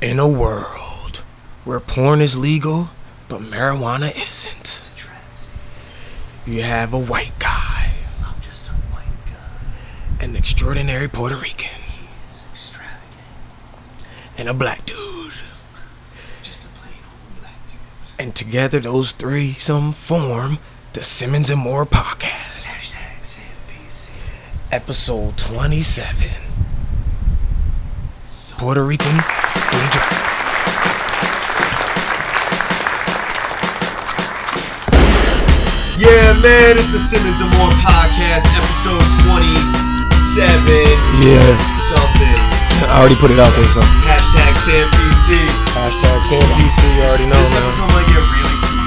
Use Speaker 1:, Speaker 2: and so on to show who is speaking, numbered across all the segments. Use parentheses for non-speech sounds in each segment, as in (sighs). Speaker 1: in a world where porn is legal but marijuana isn't. You have a white guy,
Speaker 2: I'm just a white guy.
Speaker 1: an extraordinary Puerto Rican,
Speaker 2: He's extravagant.
Speaker 1: and a black dude.
Speaker 2: Just a plain old black dude.
Speaker 1: And together those three some form the Simmons and Moore podcast.
Speaker 2: Hashtag SAMPC.
Speaker 1: Episode 27. Puerto Rican Booty Drop.
Speaker 3: Yeah, man, it's the Simmons and More podcast, episode 27
Speaker 1: Yeah,
Speaker 3: something.
Speaker 1: I already put it out there, so.
Speaker 3: Hashtag SamPC.
Speaker 1: Hashtag SamPC, you already know
Speaker 3: This episode might get really super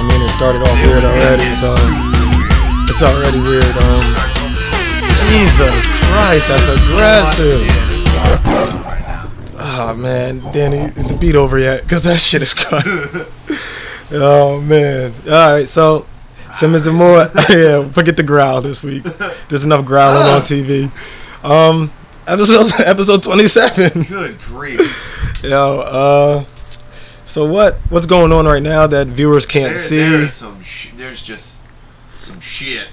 Speaker 1: I mean, it started off
Speaker 3: It might get super weird.
Speaker 1: it's already weird. Um,
Speaker 3: Starts on the-
Speaker 1: Jesus Christ, that's aggressive.
Speaker 3: Yeah, there's a lot of problem right
Speaker 1: Oh
Speaker 3: now.
Speaker 1: man, Danny, the beat over yet? Cause that
Speaker 3: (laughs)
Speaker 1: shit is cut. oh man. All right, so Simmons and Moore. (laughs) yeah, forget the growl this week. There's enough growling on TV. Um, episode (laughs) episode 27.
Speaker 3: Good
Speaker 1: (laughs)
Speaker 3: grief.
Speaker 1: Yo, uh, so what what's going on right now that viewers can't (laughs)
Speaker 3: There,
Speaker 1: see?
Speaker 3: there is some sh- there's just some shit.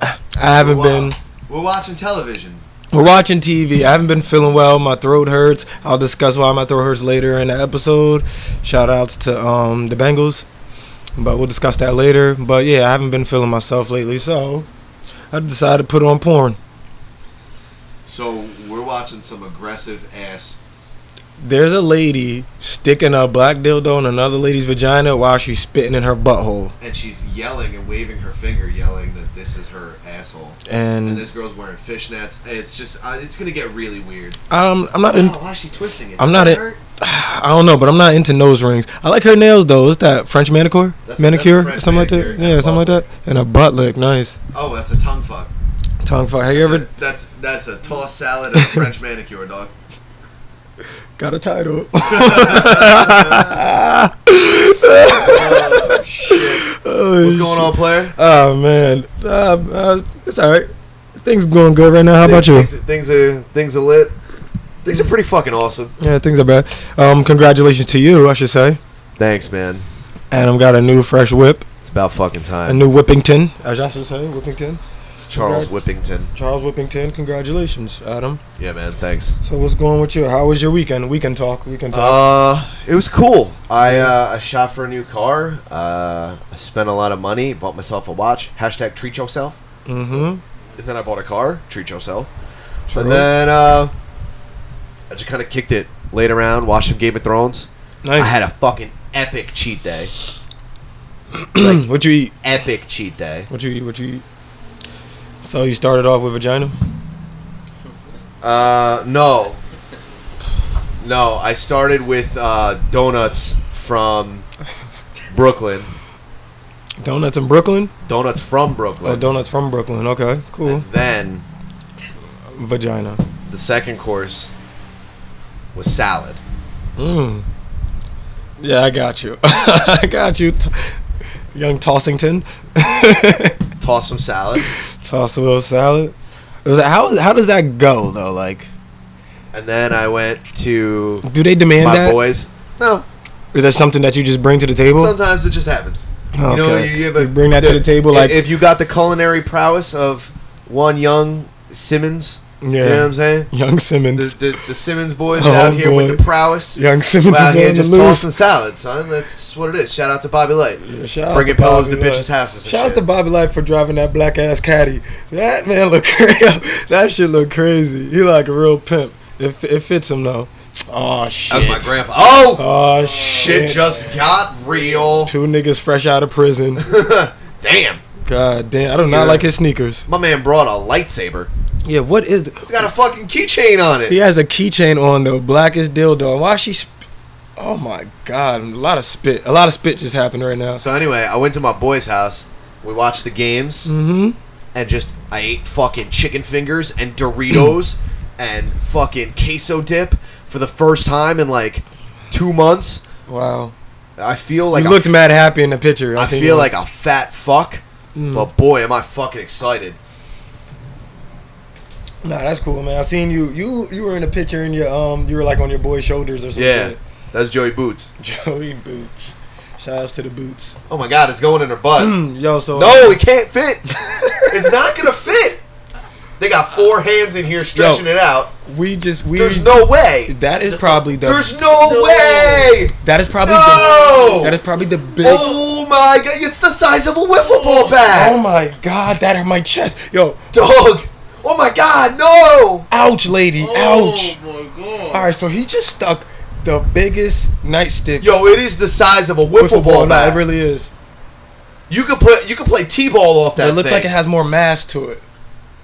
Speaker 1: I haven't
Speaker 3: Wow.
Speaker 1: been.
Speaker 3: We're watching television.
Speaker 1: We're watching TV. I haven't been feeling well. My throat hurts. I'll discuss why my throat hurts later in the episode. Shout outs to um, the Bengals. But we'll discuss that later. But yeah, I haven't been feeling myself lately. So I decided to put on porn.
Speaker 3: So we're watching some aggressive ass
Speaker 1: There's a lady sticking a black dildo in another lady's vagina while she's spitting in her butthole.
Speaker 3: and she's yelling and waving her finger, yelling that this is her asshole. And
Speaker 1: And
Speaker 3: this girl's wearing fishnets. and It's just, uh, it's gonna get really weird.
Speaker 1: I'm, I'm not in,
Speaker 3: Wow, why is she twisting it?
Speaker 1: I'm
Speaker 3: Does
Speaker 1: not
Speaker 3: that
Speaker 1: in-
Speaker 3: hurt?
Speaker 1: I don't know, but I'm not into nose rings. I like her nails though. It's that French manicure,
Speaker 3: That's a-
Speaker 1: manicure,
Speaker 3: that's a French
Speaker 1: something
Speaker 3: manicure
Speaker 1: like
Speaker 3: and
Speaker 1: that.
Speaker 3: a
Speaker 1: Yeah,
Speaker 3: butt
Speaker 1: something like that. And a butt lick, nice.
Speaker 3: Oh, that's a tongue fuck.
Speaker 1: Tongue fuck. Have you ever
Speaker 3: That's that's a tossed
Speaker 1: (laughs)
Speaker 3: salad and a French manicure, dog.
Speaker 1: Got a
Speaker 3: (laughs)
Speaker 1: title.
Speaker 3: Oh, shit. What's going on, player?
Speaker 1: Oh man, uh, uh, it's all right. Things going good right now. How about you?
Speaker 3: Things, things are things are lit. Things are pretty fucking awesome.
Speaker 1: Yeah, things are bad. Um, congratulations to you, I should say.
Speaker 3: Thanks, man.
Speaker 1: Adam got a new fresh whip,
Speaker 3: It's about fucking
Speaker 1: a
Speaker 3: time.
Speaker 1: new Whippington, as I should say, Whippington.
Speaker 3: Charles Whippington.
Speaker 1: Charles Whippington, congratulations, Adam.
Speaker 3: Yeah, man. Thanks.
Speaker 1: So what's going with you? How was your weekend? Weekend talk. Weekend talk.
Speaker 3: Uh, it was cool. I uh, I shot for a new car. Uh, I spent a lot of money. Bought myself a watch. Hashtag treat yourself.
Speaker 1: mm-hmm.
Speaker 3: Uh, And then I bought a car. Treat yourself.
Speaker 1: True.
Speaker 3: And then uh, I just kind of kicked it. Laid around, watched some Game of Thrones.
Speaker 1: nice.
Speaker 3: I had a fucking epic cheat day.
Speaker 1: what you eat?
Speaker 3: Epic cheat day.
Speaker 1: What you eat? What you eat? So you started off with vagina.
Speaker 3: Uh, no. No, I started with uh, donuts from Brooklyn.
Speaker 1: Donuts in Brooklyn.
Speaker 3: Donuts from
Speaker 1: Oh,
Speaker 3: Brooklyn.
Speaker 1: donuts from Brooklyn. Okay, cool.
Speaker 3: And then
Speaker 1: Vagina.
Speaker 3: The second course was salad.
Speaker 1: Mm. Yeah, I got you. (laughs) I got you, t- young Tossington. (laughs)
Speaker 3: Toss some salad,
Speaker 1: Toss a little salad. It was- how how does that go though? Like,
Speaker 3: and then I went to
Speaker 1: do they demand
Speaker 3: my
Speaker 1: that? Is
Speaker 3: boys. No,
Speaker 1: that something that you just bring to the table?
Speaker 3: sometimes it just happens.
Speaker 1: okay.
Speaker 3: You know, you, you have a,
Speaker 1: You bring that to the table, like-
Speaker 3: if you got the culinary prowess of one young Simmons.
Speaker 1: Yeah.
Speaker 3: you know what I'm saying.
Speaker 1: young
Speaker 3: The,
Speaker 1: Simmons.
Speaker 3: the, the Simmons boys
Speaker 1: Oh,
Speaker 3: out here
Speaker 1: boy.
Speaker 3: with the
Speaker 1: (laughs)
Speaker 3: prowess.
Speaker 1: young Simmons
Speaker 3: We're out
Speaker 1: is
Speaker 3: here
Speaker 1: on
Speaker 3: just
Speaker 1: the loose.
Speaker 3: tossing salad, son. That's just what it is. Shout out to Bobby Light.
Speaker 1: Yeah, shout out
Speaker 3: Bringing
Speaker 1: to
Speaker 3: pillows
Speaker 1: Bobby
Speaker 3: to
Speaker 1: Light.
Speaker 3: bitches' houses. and
Speaker 1: Shout out
Speaker 3: shit.
Speaker 1: to Bobby Light for driving that black ass caddy. That man look (laughs) crazy. that shit look crazy. He like a real pimp. It, it fits him though. Oh shit.
Speaker 3: That's my grandpa. Oh,
Speaker 1: Oh
Speaker 3: shit! Just got real. (laughs)
Speaker 1: Two niggas fresh out of prison.
Speaker 3: Damn.
Speaker 1: God damn, I do not
Speaker 3: Yeah.
Speaker 1: like his sneakers.
Speaker 3: My man brought a lightsaber.
Speaker 1: Yeah, what is? The,
Speaker 3: It's got a fucking keychain on it.
Speaker 1: he has a keychain on though, blackest dildo. Why she? Sp- oh my god, a lot of spit. A lot of spit just happened right now.
Speaker 3: So anyway, I went to my boy's house. We watched the games
Speaker 1: Mm-hmm.
Speaker 3: and just I ate fucking chicken fingers
Speaker 1: (clears throat)
Speaker 3: and Doritos and fucking queso dip for the first time in like two months.
Speaker 1: Wow.
Speaker 3: I feel like
Speaker 1: you
Speaker 3: a
Speaker 1: looked
Speaker 3: f-
Speaker 1: mad happy in the picture.
Speaker 3: I
Speaker 1: seen
Speaker 3: feel
Speaker 1: you.
Speaker 3: like a
Speaker 1: Mm.
Speaker 3: fat fuck, but boy, am I fucking excited.
Speaker 1: Nah, that's cool, man. I seen you. You you were in a picture and your um you were like on your boy's shoulders or something.
Speaker 3: Yeah, that's Joey Boots.
Speaker 1: (laughs) Joey Boots. Shouts to the Boots. (clears throat)
Speaker 3: Oh my God, it's going in her butt.
Speaker 1: Yo, so
Speaker 3: No, it
Speaker 1: (laughs)
Speaker 3: can't fit. it's not gonna fit. They got four hands in here stretching
Speaker 1: Yo.
Speaker 3: it out.
Speaker 1: we just we
Speaker 3: There's no way.
Speaker 1: That is probably the
Speaker 3: There's no, way.
Speaker 1: that is probably
Speaker 3: No!
Speaker 1: the, that is probably the big.
Speaker 3: Oh my God, it's the size of a wiffle ball bat.
Speaker 1: Oh my god, that hurt my chest. Yo,
Speaker 3: Dog. Oh my God, no.
Speaker 1: ouch, lady, ouch.
Speaker 4: Oh my god.
Speaker 1: All right, so he just stuck the biggest nightstick
Speaker 3: Yo, it is the size of a
Speaker 1: wiffle
Speaker 3: wiffle ball
Speaker 1: No,
Speaker 3: bat.
Speaker 1: it really is.
Speaker 3: You could put you could play t-ball off that.
Speaker 1: it looks
Speaker 3: thing.
Speaker 1: like it has more mass to it.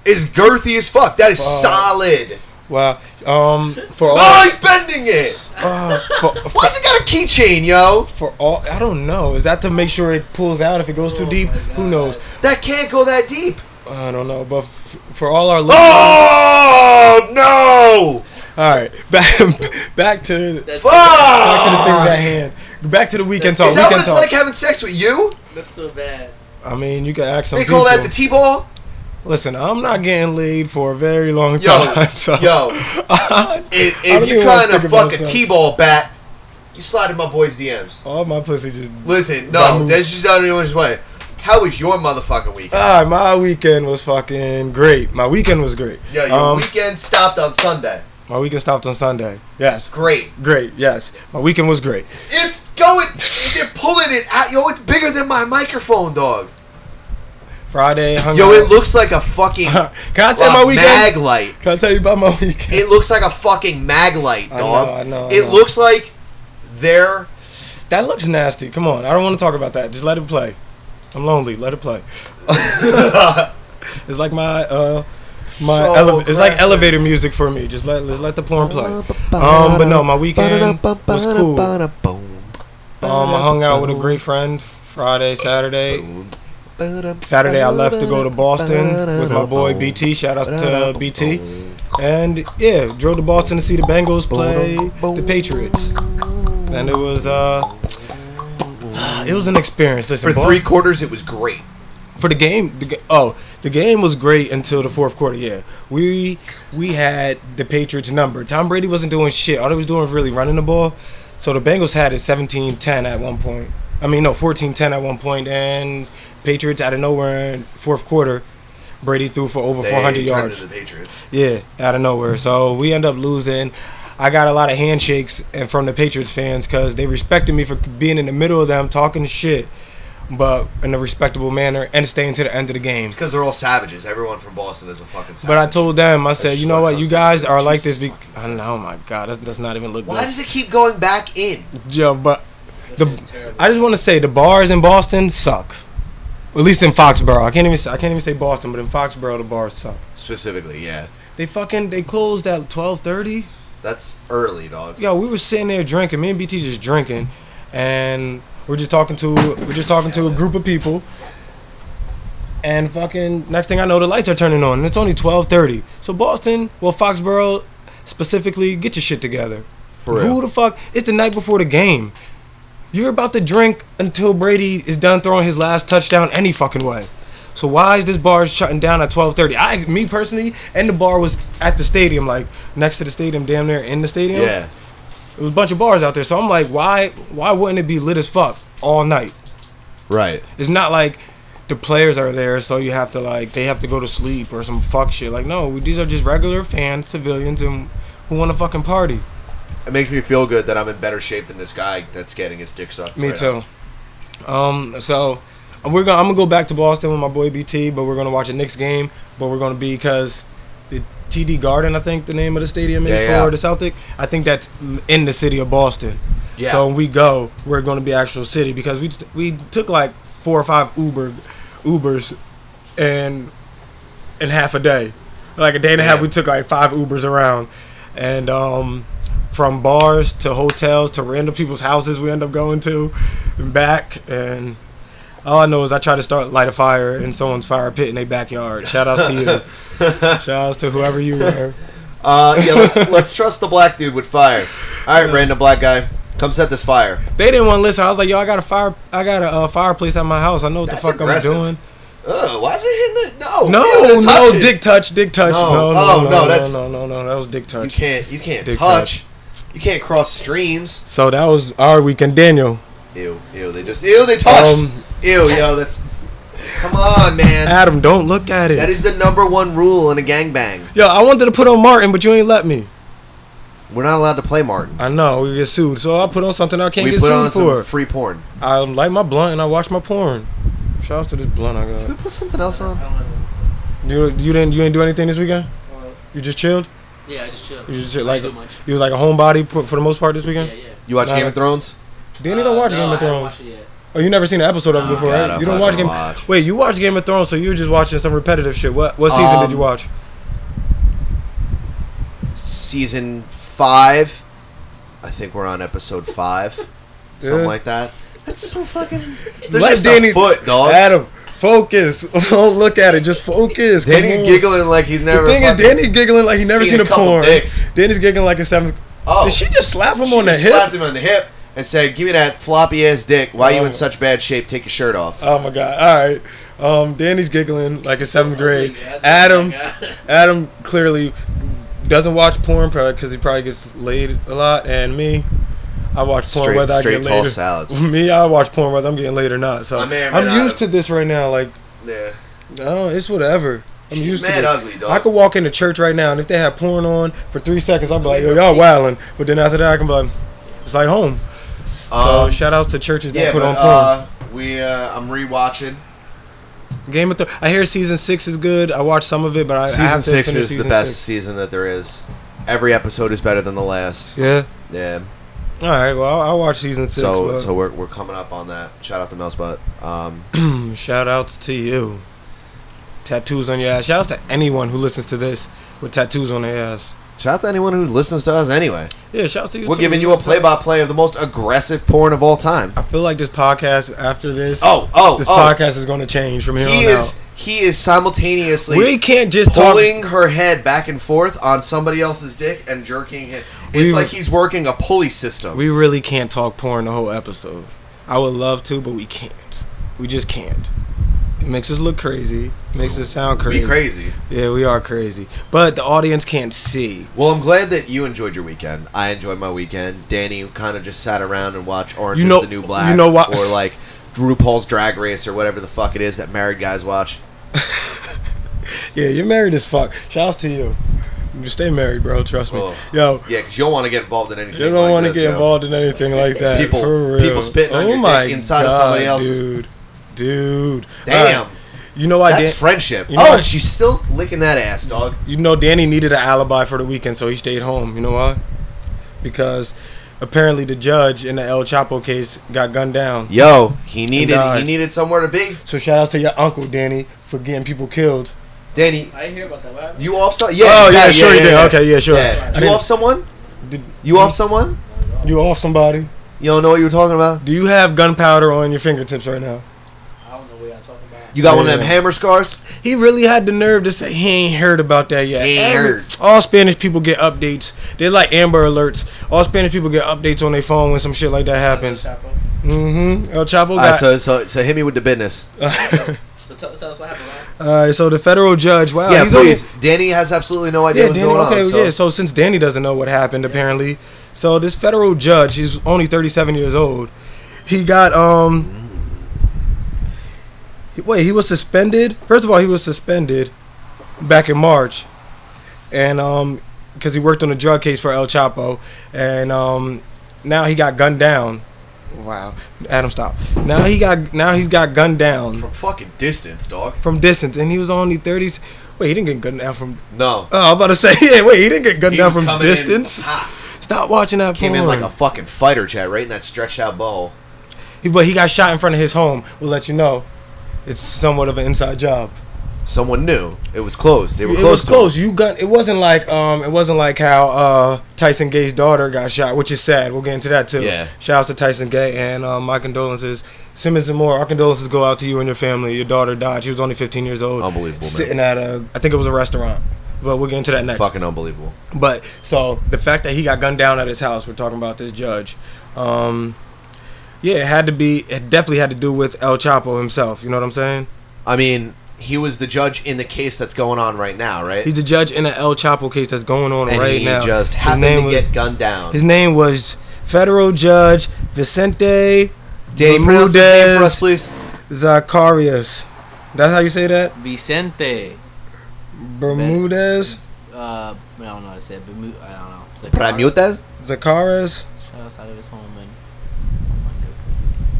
Speaker 3: It's girthy as fuck. That is
Speaker 1: Fuck.
Speaker 3: solid.
Speaker 1: Wow. Um, for all,
Speaker 3: Oh, he's bending it.
Speaker 1: uh, for, for,
Speaker 3: Why's it got a keychain, yo?
Speaker 1: for all, I don't know. Is that to make sure it pulls out if it goes too deep? Who knows?
Speaker 3: That can't go that deep.
Speaker 1: I don't know. But f- for all our listeners,
Speaker 3: Oh no!
Speaker 1: all right, (laughs) back back to
Speaker 4: That's,
Speaker 3: Fuck!
Speaker 1: back to the things at hand. Back to the weekend talk.
Speaker 3: Is that
Speaker 1: Weekend
Speaker 3: what it's
Speaker 1: talk.
Speaker 3: like having sex with you?
Speaker 4: that's so bad.
Speaker 1: I mean, you can ask some
Speaker 3: They call that
Speaker 1: people.
Speaker 3: the t-ball.
Speaker 1: Listen, I'm not getting laid for a very long (laughs)
Speaker 3: Yo,
Speaker 1: time. so.
Speaker 3: yo. If,
Speaker 1: I don't
Speaker 3: if you're
Speaker 1: even wanna
Speaker 3: trying to
Speaker 1: think about
Speaker 3: fuck a
Speaker 1: sex.
Speaker 3: t-ball bat, you slide in my boy's DMs.
Speaker 1: all my pussy just.
Speaker 3: Listen,
Speaker 1: That
Speaker 3: no,
Speaker 1: move.
Speaker 3: that's just not anyone's way. How was your motherfucking weekend?
Speaker 1: Ah, my weekend was fucking great. My weekend was great.
Speaker 3: Yeah, your
Speaker 1: um,
Speaker 3: weekend stopped on Sunday.
Speaker 1: my weekend stopped on Sunday. Yes,
Speaker 3: Great.
Speaker 1: great. Yes, my weekend was great.
Speaker 3: It's going. They're pulling it out. Yo, it's bigger than my microphone, dog.
Speaker 1: Friday, hung
Speaker 3: Yo,
Speaker 1: out.
Speaker 3: it looks like a
Speaker 1: (laughs)
Speaker 3: fucking
Speaker 1: Can I tell
Speaker 3: a
Speaker 1: you my weekend?
Speaker 3: mag light.
Speaker 1: Can I tell you about my weekend?
Speaker 3: It looks like a fucking mag light,
Speaker 1: I
Speaker 3: dog.
Speaker 1: know, I know, I
Speaker 3: it
Speaker 1: know.
Speaker 3: looks like
Speaker 1: (laughs)
Speaker 3: they're
Speaker 1: that looks nasty. Come on, I don't want to talk about that. Just let it play. I'm lonely. Let it
Speaker 3: (laughs)
Speaker 1: play. it's like my uh my
Speaker 3: So
Speaker 1: ele- it's like
Speaker 3: aggressive.
Speaker 1: elevator music for me. Just let just let the porn play. Um, but no, my weekend was cool. Um, I hung out with a great friend Friday, Saturday. Saturday, I left to go to Boston with my boy BT. Shout out to uh, BT. And yeah, drove to Boston to see the Bengals play the Patriots. And it was uh, (sighs) it was an experience. Listen,
Speaker 3: For
Speaker 1: Boston-
Speaker 3: three quarters, it was great.
Speaker 1: for the game. The, g- oh, the game was great until the fourth quarter. Yeah, we we had the Patriots number. Tom Brady wasn't doing shit. All he was doing was really running the ball. So the Bengals had it 17-10 at one point. I mean, no, 14-10 at one point, and Patriots out of nowhere in fourth quarter, Brady threw for over
Speaker 3: They
Speaker 1: 400
Speaker 3: turned
Speaker 1: yards.
Speaker 3: to The Patriots.
Speaker 1: Yeah, out of nowhere. So we end up losing. I got a lot of handshakes and from the Patriots fans because they respected me for being in the middle of them talking shit, but in a respectable manner and staying to the end of the game.
Speaker 3: Because they're all savages. Everyone from Boston is a fucking savage.
Speaker 1: But I told them, I said, you know what, you guys are like this. Be-
Speaker 3: Jesus
Speaker 1: I know, oh my God, that does not even look
Speaker 3: Why
Speaker 1: good.
Speaker 3: does it keep going back in?
Speaker 1: Yo, but the
Speaker 4: That's terrible.
Speaker 1: I just want to say the bars in Boston suck. At least in Foxborough, I can't even say, I can't even say Boston, but in Foxborough the bars suck.
Speaker 3: Specifically, yeah.
Speaker 1: They fucking they closed at twelve thirty.
Speaker 3: That's early, dog.
Speaker 1: yo, we were sitting there drinking. Me and BT just drinking, and we're just talking to we're just talking to a group of people. And fucking next thing I know, the lights are turning on, and it's only twelve thirty. So Boston, well, Foxborough specifically, get your shit together.
Speaker 3: For real.
Speaker 1: Who the fuck? It's the night before the game. You're about to drink until Brady is done throwing his last touchdown any fucking way. So why is this bar shutting down at 12:30? I, me personally, and the bar was at the stadium, like next to the stadium, damn near in the stadium.
Speaker 3: Yeah.
Speaker 1: It was a bunch of bars out there, so I'm like, why why wouldn't it be lit as fuck all night?
Speaker 3: Right.
Speaker 1: It's not like the players are there, so you have to like they have to go to sleep or some fuck shit. Like no, we, these are just regular fans, civilians, and who want to fucking party.
Speaker 3: It makes me feel good that I'm in better shape than this guy that's getting his dick sucked.
Speaker 1: Me
Speaker 3: right now.
Speaker 1: too. Um, so we're gonna I'm gonna go back to Boston with my boy BT, but we're gonna watch a Knicks game. But we're gonna be because the TD Garden, I think the name of the stadium is
Speaker 3: Yeah, yeah.
Speaker 1: for the Celtic. I think that's l- in the city of Boston.
Speaker 3: Yeah.
Speaker 1: So when we go, we're gonna be actual city because we t- we took like four or five Uber Ubers, and in half a day, like a day and a half,
Speaker 3: Yeah.
Speaker 1: we took like five Ubers around, and um from bars to hotels to random people's houses we end up going to and back and all I know is I try to start light a fire in someone's fire pit in their backyard. Shout outs to
Speaker 3: (laughs)
Speaker 1: you. Shout outs to whoever you were.
Speaker 3: Uh,
Speaker 1: (laughs)
Speaker 3: yeah, let's, let's trust the black dude with fire. All right, random black guy, come set this fire.
Speaker 1: They didn't want to listen. I was like, yo, I got a fire I got a uh, fireplace at my house. I know what
Speaker 3: That's
Speaker 1: the fuck
Speaker 3: aggressive.
Speaker 1: I'm doing.
Speaker 3: Ugh, why is it hitting the no?
Speaker 1: No, no,
Speaker 3: ew, touch it.
Speaker 1: dick touch, dick touch.
Speaker 3: No.
Speaker 1: No, no,
Speaker 3: Oh,
Speaker 1: no,
Speaker 3: no,
Speaker 1: no,
Speaker 3: that's-
Speaker 1: no, no, no, That was dick
Speaker 3: You
Speaker 1: touch.
Speaker 3: can't. You can't
Speaker 1: Dick
Speaker 3: touch. You can't cross streams.
Speaker 1: So that was our weekend, Daniel.
Speaker 3: Ew, ew. They just ew. They touched.
Speaker 1: Um, Ah,
Speaker 3: ew, yo. That's. Come on, man.
Speaker 1: Adam, don't look at it.
Speaker 3: That is the number one rule in a gangbang.
Speaker 1: Yo, I wanted to put on Martin, but you ain't let me.
Speaker 3: We're not allowed to play Martin.
Speaker 1: I know we get sued, so I put on something I can't
Speaker 3: we
Speaker 1: get
Speaker 3: put on
Speaker 1: sued for.
Speaker 3: some free porn.
Speaker 1: I light my blunt and I watch my porn. Shouts to this blunt I
Speaker 3: Can we (laughs)
Speaker 1: got.
Speaker 3: put something else on?
Speaker 1: You you didn't you didn't do anything this weekend?
Speaker 4: Well,
Speaker 1: You just chilled.
Speaker 4: yeah, I just chilled.
Speaker 1: You just
Speaker 4: I
Speaker 1: like
Speaker 4: didn't do much.
Speaker 1: you was like a homebody for, for the most part this
Speaker 4: Yeah,
Speaker 1: weekend.
Speaker 4: yeah.
Speaker 3: You watch
Speaker 1: Nah.
Speaker 3: Game of Thrones?
Speaker 1: Danny don't
Speaker 4: Uh,
Speaker 1: watch
Speaker 4: no,
Speaker 1: Game
Speaker 4: I
Speaker 1: of
Speaker 4: haven't
Speaker 1: Thrones.
Speaker 4: watched it yet.
Speaker 1: Oh, you never seen an episode of it
Speaker 4: Nah.
Speaker 1: before,
Speaker 3: Gotta
Speaker 1: right? You don't watch
Speaker 3: fucking
Speaker 1: Game.
Speaker 3: watch.
Speaker 1: Wait, you watch Game of Thrones, so you were just watching some repetitive shit. What what season did you
Speaker 3: Um,
Speaker 1: watch?
Speaker 3: Season five. I think we're on episode five,
Speaker 1: Yeah.
Speaker 3: something like that. That's so fucking. There's
Speaker 1: Let
Speaker 3: just
Speaker 1: Danny-
Speaker 3: a foot, dog.
Speaker 1: Adam, focus. (laughs) don't look at it. Just focus. Come on.
Speaker 3: Danny giggling like he's never.
Speaker 1: The thing is,
Speaker 3: fucking-
Speaker 1: Danny's giggling like he never
Speaker 3: seen
Speaker 1: seen,
Speaker 3: a
Speaker 1: a,
Speaker 3: couple
Speaker 1: porn.
Speaker 3: dicks.
Speaker 1: Danny's giggling like a seventh.
Speaker 3: Oh,
Speaker 1: Did she just slap him
Speaker 3: She
Speaker 1: on the
Speaker 3: just
Speaker 1: hip?
Speaker 3: slapped him on the hip and said, "Give me that floppy ass dick. Why you
Speaker 1: Oh.
Speaker 3: in such bad shape? Take your shirt off."
Speaker 1: Oh my god! All right, um, Danny's giggling like a seventh grade.
Speaker 4: Yeah, I
Speaker 1: Adam,
Speaker 4: think I-
Speaker 1: Adam clearly doesn't watch porn because he probably gets laid a lot, and me, I watch porn
Speaker 3: Straight-
Speaker 1: whether I
Speaker 3: straight
Speaker 1: get
Speaker 3: tall
Speaker 1: laid. or- (laughs)
Speaker 3: salads.
Speaker 1: Me, I watch porn whether I'm getting laid or not. So
Speaker 3: My man
Speaker 1: I'm
Speaker 3: ran out
Speaker 1: used
Speaker 3: of-
Speaker 1: to this right now. Like,
Speaker 3: yeah.
Speaker 1: no, it's whatever. Mm-hmm. I'm
Speaker 3: She's
Speaker 1: used to
Speaker 3: mad
Speaker 1: this.
Speaker 3: ugly, dog.
Speaker 1: I could walk into church right now, and if they had porn on for three seconds, I'd be like, "Yo, y'all wildin'." But then after that, I can be like, "It's like home." So
Speaker 3: Um,
Speaker 1: shout outs to churches that
Speaker 3: yeah,
Speaker 1: Oh, put
Speaker 3: but,
Speaker 1: on porn.
Speaker 3: uh, we uh, I'm rewatching.
Speaker 1: Game of Thrones. I hear season six is good. I watched some of it, but I I
Speaker 3: Season
Speaker 1: have to
Speaker 3: six
Speaker 1: finish
Speaker 3: is the
Speaker 1: season
Speaker 3: best
Speaker 1: six.
Speaker 3: season that there is. Every episode is better than the last.
Speaker 1: Yeah.
Speaker 3: Yeah.
Speaker 1: All right. Well, I'll, I'll watch season six.
Speaker 3: so
Speaker 1: but
Speaker 3: so we're, we're coming up on that. Shout out to Melspot. Um,
Speaker 1: mm, shout outs to you. Tattoos on your ass. Shout outs to anyone who listens to this with tattoos on their ass.
Speaker 3: shout out to anyone who listens to us. Anyway,
Speaker 1: Yeah. Shout outs to you.
Speaker 3: we're
Speaker 1: too.
Speaker 3: giving you a play-by-play of the most aggressive porn of all time.
Speaker 1: I feel like this podcast after this.
Speaker 3: Oh, oh,
Speaker 1: This
Speaker 3: oh.
Speaker 1: podcast is going to change from here
Speaker 3: He
Speaker 1: on
Speaker 3: is he is
Speaker 1: out.
Speaker 3: simultaneously
Speaker 1: We can't just talk.
Speaker 3: pulling her head back and forth on somebody else's dick and jerking it. It's
Speaker 1: We-
Speaker 3: like he's working a pulley system.
Speaker 1: We really can't talk porn the whole episode. I would love to, but we can't. We just can't. It makes us look crazy. Makes us sound
Speaker 3: Be crazy.
Speaker 1: Yeah, we are crazy. But the audience can't see.
Speaker 3: Well, I'm glad that you enjoyed your weekend. I enjoyed my weekend. Danny kind of just sat around and watched Orange
Speaker 1: You
Speaker 3: is
Speaker 1: know-
Speaker 3: the New Black
Speaker 1: you know what-
Speaker 3: or like RuPaul's Drag Race or whatever the fuck it is that married guys watch.
Speaker 1: Yeah, you're married as fuck. Shouts to you. You Stay married, bro. Trust me.
Speaker 3: Oh.
Speaker 1: Yo,
Speaker 3: Yeah, because you don't want to get involved in anything.
Speaker 1: you don't
Speaker 3: like
Speaker 1: want to
Speaker 3: this,
Speaker 1: get
Speaker 3: yo.
Speaker 1: involved in anything like that.
Speaker 3: People-
Speaker 1: for real. Oh
Speaker 3: people spitting on your dick inside of somebody else's.
Speaker 1: Dude, dude.
Speaker 3: Damn.
Speaker 1: Alright, You know, I
Speaker 3: That's
Speaker 1: Dan-
Speaker 3: friendship.
Speaker 1: You know
Speaker 3: oh,
Speaker 1: what?
Speaker 3: and she's still licking that ass, dog.
Speaker 1: you know Danny needed an alibi for the weekend, so he stayed home. You know why? Because apparently the judge in the El Chapo case got gunned down.
Speaker 3: Yo, he needed
Speaker 1: died.
Speaker 3: he needed somewhere to be.
Speaker 1: So shout outs to your uncle Danny for getting people killed.
Speaker 3: Danny,
Speaker 4: (laughs) I didn't hear about that. What happened?
Speaker 3: You off some? Yeah.
Speaker 1: Oh, yeah,
Speaker 3: exactly,
Speaker 1: sure you did. Okay, yeah, sure. I
Speaker 3: You
Speaker 1: didn't-
Speaker 3: off someone?
Speaker 1: Did
Speaker 3: You off someone?
Speaker 1: you off somebody?
Speaker 3: You don't know what you were talking about?
Speaker 1: Do you have gunpowder on your fingertips right now?
Speaker 4: I don't know what y'all talking about.
Speaker 3: You got one of them
Speaker 1: Yeah.
Speaker 3: hammer scars?
Speaker 1: He really had the nerve to say he ain't heard about that yet.
Speaker 3: He ain't
Speaker 1: Every-
Speaker 3: heard.
Speaker 1: All Spanish people get updates. They're like Amber Alerts. All Spanish people get updates on their phone when some shit like that happens.
Speaker 4: Chapo.
Speaker 1: Mm-hmm. El Chapo
Speaker 3: All right,
Speaker 1: got.
Speaker 3: so, so so hit me with the business.
Speaker 1: (laughs)
Speaker 4: So tell, tell us what happened. Ryan.
Speaker 1: all right, so the federal judge. Wow,
Speaker 3: yeah,
Speaker 1: Uh, he's
Speaker 3: please.
Speaker 1: Only,
Speaker 3: Danny has absolutely no idea
Speaker 1: yeah,
Speaker 3: what's
Speaker 1: Danny.
Speaker 3: going
Speaker 1: okay,
Speaker 3: on. So.
Speaker 1: yeah. So since Danny doesn't know what happened, apparently, so this federal judge, he's only 37 years old. He got um. Wait, he was suspended. First of all, he was suspended back in March, and um, because he worked on a drug case for El Chapo, and um, now he got gunned down. Wow, Adam, stop. Now he got now he's got gunned down
Speaker 3: From fucking distance, dog.
Speaker 1: from distance, and he was only thirties. Wait, he didn't get gunned down from.
Speaker 3: No.
Speaker 1: Oh, I'm about to say, (laughs) yeah. Wait, he didn't get gunned
Speaker 3: He
Speaker 1: down
Speaker 3: was
Speaker 1: from
Speaker 3: coming in
Speaker 1: distance.
Speaker 3: hot.
Speaker 1: Stop watching that.
Speaker 3: Came
Speaker 1: porn.
Speaker 3: in like a fucking fighter jet right in that stretched out bowl.
Speaker 1: He- but he got shot in front of his home. We'll let you know. It's somewhat of an inside job.
Speaker 3: Someone knew. It was closed. They were
Speaker 1: It
Speaker 3: close.
Speaker 1: was close. You gun. It wasn't like um. It wasn't like how uh Tyson Gay's daughter got shot, which is sad. We'll get into that too.
Speaker 3: Yeah.
Speaker 1: Shout out to Tyson Gay and um, my condolences, Simmons and Moore. Our condolences go out to you and your family. Your daughter died. She was only 15 years old.
Speaker 3: Unbelievable, man.
Speaker 1: Sitting at a, I think it was a restaurant. But we'll get into that next.
Speaker 3: Fucking unbelievable.
Speaker 1: But so the fact that he got gunned down at his house, we're talking about this judge. Um, yeah, it had to be. It definitely had to do with El Chapo himself. You know what I'm saying?
Speaker 3: I mean, he was the judge in the case that's going on right now, right?
Speaker 1: He's a judge in an El Chapo case that's going on
Speaker 3: and
Speaker 1: right
Speaker 3: he
Speaker 1: now.
Speaker 3: just
Speaker 1: His
Speaker 3: happened
Speaker 1: name
Speaker 3: to
Speaker 1: was-
Speaker 3: get gunned down.
Speaker 1: His name was Federal Judge Vicente
Speaker 3: Dave, pronounce his name for
Speaker 1: Bermudez
Speaker 3: us, please.
Speaker 1: Zacarias. That's how you say that?
Speaker 4: Vicente.
Speaker 1: Bermudez
Speaker 4: Uh, I don't know how to say it. Bermu- I don't know. It's like-
Speaker 3: Bermudez?
Speaker 1: Zacarias
Speaker 4: Shut outside of his home and. oh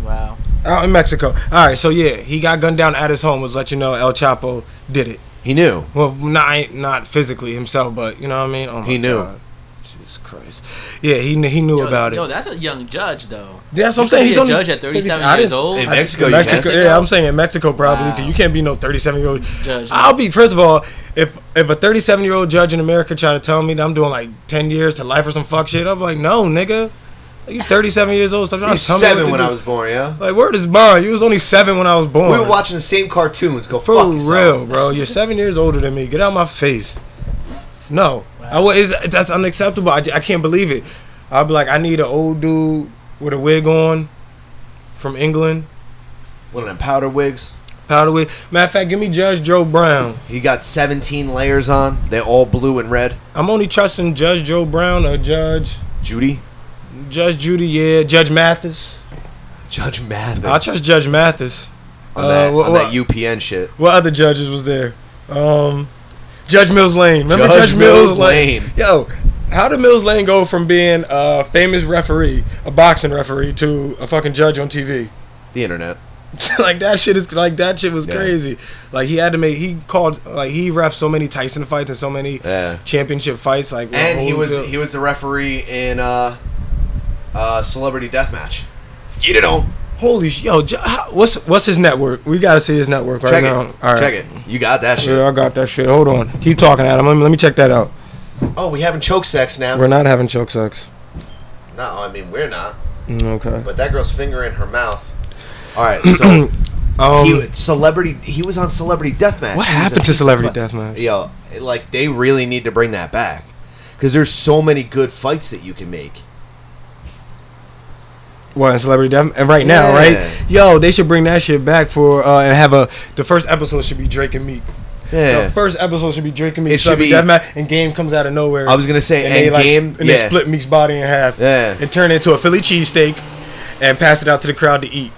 Speaker 4: Wow.
Speaker 1: out in Mexico. All right, so yeah, he got gunned down at his home. Was let you know El Chapo did it.
Speaker 3: He knew.
Speaker 1: Well, not not physically himself, but you know what I mean. Oh my
Speaker 3: He knew.
Speaker 1: God. Jesus Christ. Yeah, he kn- he knew
Speaker 4: Yo,
Speaker 1: about
Speaker 4: yo,
Speaker 1: it.
Speaker 4: that's a young judge, though.
Speaker 1: Yeah, that's what I'm saying.
Speaker 4: He should be
Speaker 1: He's
Speaker 4: a
Speaker 1: only
Speaker 4: judge at 37
Speaker 1: I
Speaker 4: years
Speaker 1: didn't-
Speaker 4: old.
Speaker 3: In
Speaker 4: I-
Speaker 3: Mexico, you
Speaker 1: Mexico,
Speaker 4: guys-
Speaker 1: yeah, I'm saying in Mexico probably. 'cause
Speaker 4: Wow.
Speaker 1: You can't be no 37 year old
Speaker 4: Judge.
Speaker 1: I'll be first of all, if if a 37 year old judge in America trying to tell me that I'm doing like 10 years to life or some fuck shit, I'm like, no, nigga, you 37 years old. Stop
Speaker 3: He
Speaker 1: trying
Speaker 3: was
Speaker 1: to tell me
Speaker 3: seven
Speaker 1: what to
Speaker 3: when
Speaker 1: do.
Speaker 3: I was born, yeah?
Speaker 1: like, word is bond. You was only seven when I was born.
Speaker 3: We were watching the same cartoons. Go
Speaker 1: for
Speaker 3: fuck yourself.
Speaker 1: real, bro. You're seven years older than me. Get out of my face. No, I wa- is that's unacceptable. I, j- I can't believe it. I'll be like, I need an old dude with a wig on from England.
Speaker 3: One of them powder wigs.
Speaker 1: Powder wig. Matter of fact, give me Judge Joe Brown.
Speaker 3: He got 17 layers on. They're all blue and red.
Speaker 1: I'm only trusting Judge Joe Brown or Judge
Speaker 3: Judy? (laughs)
Speaker 1: Judge Judy, yeah. Judge Mathis.
Speaker 3: Judge Mathis.
Speaker 1: I trust Judge Mathis.
Speaker 3: on, that,
Speaker 1: uh, wha-
Speaker 3: on
Speaker 1: wha-
Speaker 3: that UPN shit.
Speaker 1: What other judges was there? Um, Judge Mills Lane. Remember Judge,
Speaker 3: Judge
Speaker 1: Mills,
Speaker 3: Mills
Speaker 1: Lane?
Speaker 3: Lane.
Speaker 1: Yo, how did Mills Lane go from being a famous referee, a boxing referee, to a fucking judge on TV?
Speaker 3: The internet.
Speaker 1: (laughs) like that shit is like that shit was
Speaker 3: Yeah.
Speaker 1: crazy. Like he had to make he called like he ref so many Tyson fights and so many
Speaker 3: Yeah.
Speaker 1: championship fights. Like with
Speaker 3: And he was
Speaker 1: Holyfield.
Speaker 3: he was the referee in uh, uh, Celebrity Deathmatch. Get it on.
Speaker 1: holy sh- yo. Ju- how- What's what's his network? We gotta see his network right
Speaker 3: Check
Speaker 1: now.
Speaker 3: it. Check it. You got that shit.
Speaker 1: Yeah, I got that shit. Hold on. Keep talking, Adam. Let me, let me check that out.
Speaker 3: Oh, we having choke sex now.
Speaker 1: We're not having choke sex.
Speaker 3: no, I mean we're not.
Speaker 1: Mm, Okay.
Speaker 3: But that girl's finger in her mouth.
Speaker 1: (clears throat)
Speaker 3: All right, so
Speaker 1: Um,
Speaker 3: he was celebrity. He was on Celebrity Deathmatch.
Speaker 1: what
Speaker 3: He was a
Speaker 1: happened to
Speaker 3: piece of
Speaker 1: Celebrity
Speaker 3: cla-
Speaker 1: Deathmatch?
Speaker 3: Yo, like they really need to bring that back because there's so many good fights that you can make.
Speaker 1: What in Celebrity Death? And right now,
Speaker 3: Yeah.
Speaker 1: right? Yo, they should bring that shit back for uh, and have a. The first episode should be Drake and Meek.
Speaker 3: Yeah,
Speaker 1: The first episode should be Drake and Meek.
Speaker 3: It should
Speaker 1: Celebrity
Speaker 3: be-
Speaker 1: Deathmatch, and Game comes out of nowhere.
Speaker 3: I was gonna say
Speaker 1: and they
Speaker 3: end
Speaker 1: like
Speaker 3: game.
Speaker 1: and
Speaker 3: yeah,
Speaker 1: they split Meek's body in half.
Speaker 3: Yeah.
Speaker 1: And turn it into a Philly cheesesteak, and pass it out to the crowd to eat.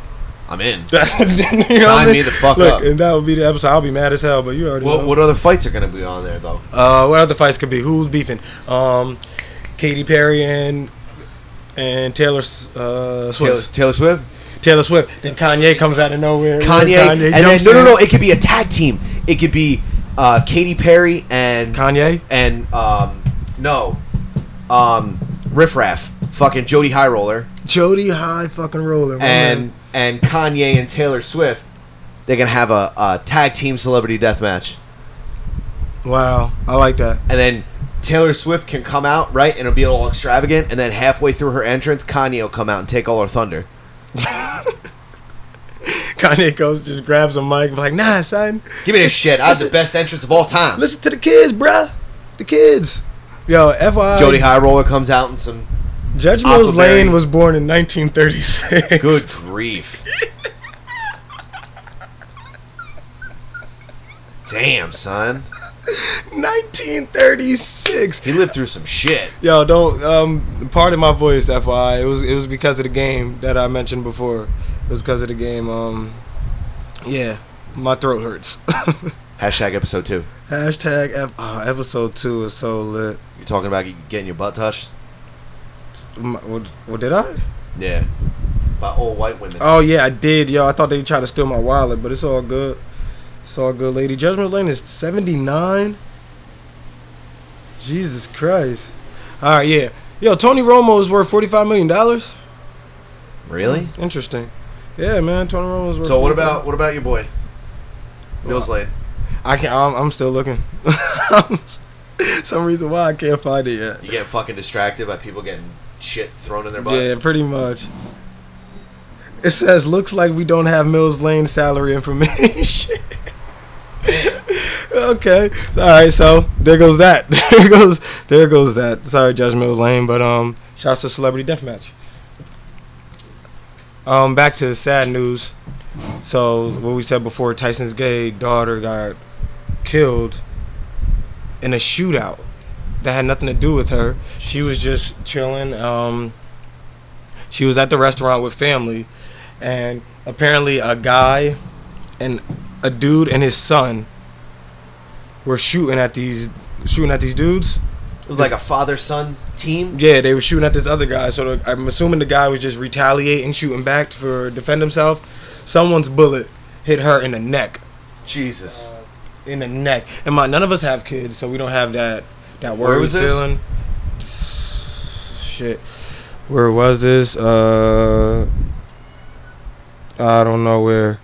Speaker 1: (laughs)
Speaker 3: I'm in.
Speaker 1: Sign
Speaker 3: Sign me the fuck
Speaker 1: Look,
Speaker 3: up.
Speaker 1: And that would be the episode. I'll be mad as hell, but you already know.
Speaker 3: What, what other fights are gonna be on there though?
Speaker 1: Uh, what other fights could be? Who's beefing? Um, Katy Perry and and Taylor S- uh,
Speaker 3: Taylor,
Speaker 1: Swift.
Speaker 3: Taylor Swift,
Speaker 1: Taylor, Swift. Then Kanye comes out of nowhere.
Speaker 3: Kanye,
Speaker 1: you
Speaker 3: and
Speaker 1: know what
Speaker 3: then
Speaker 1: I'm
Speaker 3: no, no, no.
Speaker 1: saying?
Speaker 3: It could be a tag team. It could be uh, Katy Perry and
Speaker 1: Kanye.
Speaker 3: and um no, um Riff Raff, fucking Jody High Roller,
Speaker 1: Jody High fucking roller. my
Speaker 3: and
Speaker 1: man.
Speaker 3: and Kanye and Taylor Swift. They're gonna have a, a tag team celebrity death match,
Speaker 1: wow, I like that. (laughs)
Speaker 3: and then Taylor Swift can come out right, and it'll be all extravagant, and then halfway through her entrance, Kanye will come out and take all her thunder.
Speaker 1: Kanye goes just grabs a mic, like, nah, son,
Speaker 3: Give me this shit. I was the best entrance of all time.
Speaker 1: listen to the kids, bruh, the kids. Yo, FYI,
Speaker 3: Jody High Roller comes out in some
Speaker 1: Judge Mills
Speaker 3: Aquaberry.
Speaker 1: Lane was born in 1936.
Speaker 3: good
Speaker 1: (laughs)
Speaker 3: grief. Damn, son.
Speaker 1: 1936.
Speaker 3: He lived through some shit.
Speaker 1: Yo, don't um part of my voice, FYI. It was it was because of the game that I mentioned before. It was because of the game. Um Yeah. My throat hurts. (laughs)
Speaker 3: Hashtag episode two.
Speaker 1: Hashtag F- oh, episode two is so lit.
Speaker 3: You're talking about getting your butt touched?
Speaker 1: My, what, what did I?
Speaker 3: Yeah. By old white women.
Speaker 1: Oh yeah, I did, yo. I thought they tried to steal my wallet, but it's all good. It's all good, lady. Judgment Lane is seventy nine. Jesus Christ. All right, yeah. Yo, Tony Romo is worth forty five million dollars.
Speaker 3: Really?
Speaker 1: Interesting. Yeah, man. Tony Romo's worth.
Speaker 3: So what
Speaker 1: 45
Speaker 3: about what about your boy? Mills Lane.
Speaker 1: I can I'm, I'm still looking. (laughs) Some reason why I can't find it yet.
Speaker 3: You get fucking distracted by people getting shit thrown in their butt.
Speaker 1: Yeah, pretty much. It says looks like we don't have Mills Lane salary information. (laughs) okay. All right, so there goes that. (laughs) There goes there goes that. Sorry, Judge Mills Lane, but um shouts to Celebrity Deathmatch. Um back to sad news. So what we said before, Tyson's gay daughter got killed in a shootout that had nothing to do with her. She was just chilling. Um, she was at the restaurant with family, and apparently a guy and a dude and his son were shooting at these shooting at these dudes.
Speaker 3: Like a father son team.
Speaker 1: Yeah, they were shooting at this other guy. So the, I'm assuming the guy was just retaliating, shooting back for defend himself. Someone's bullet hit her in the neck,
Speaker 3: Jesus.
Speaker 1: Uh, in the neck. And my none of us have kids, so we don't have that that
Speaker 3: Where
Speaker 1: worry
Speaker 3: was this?
Speaker 1: feeling. Shit, where was this? Uh, I don't know where.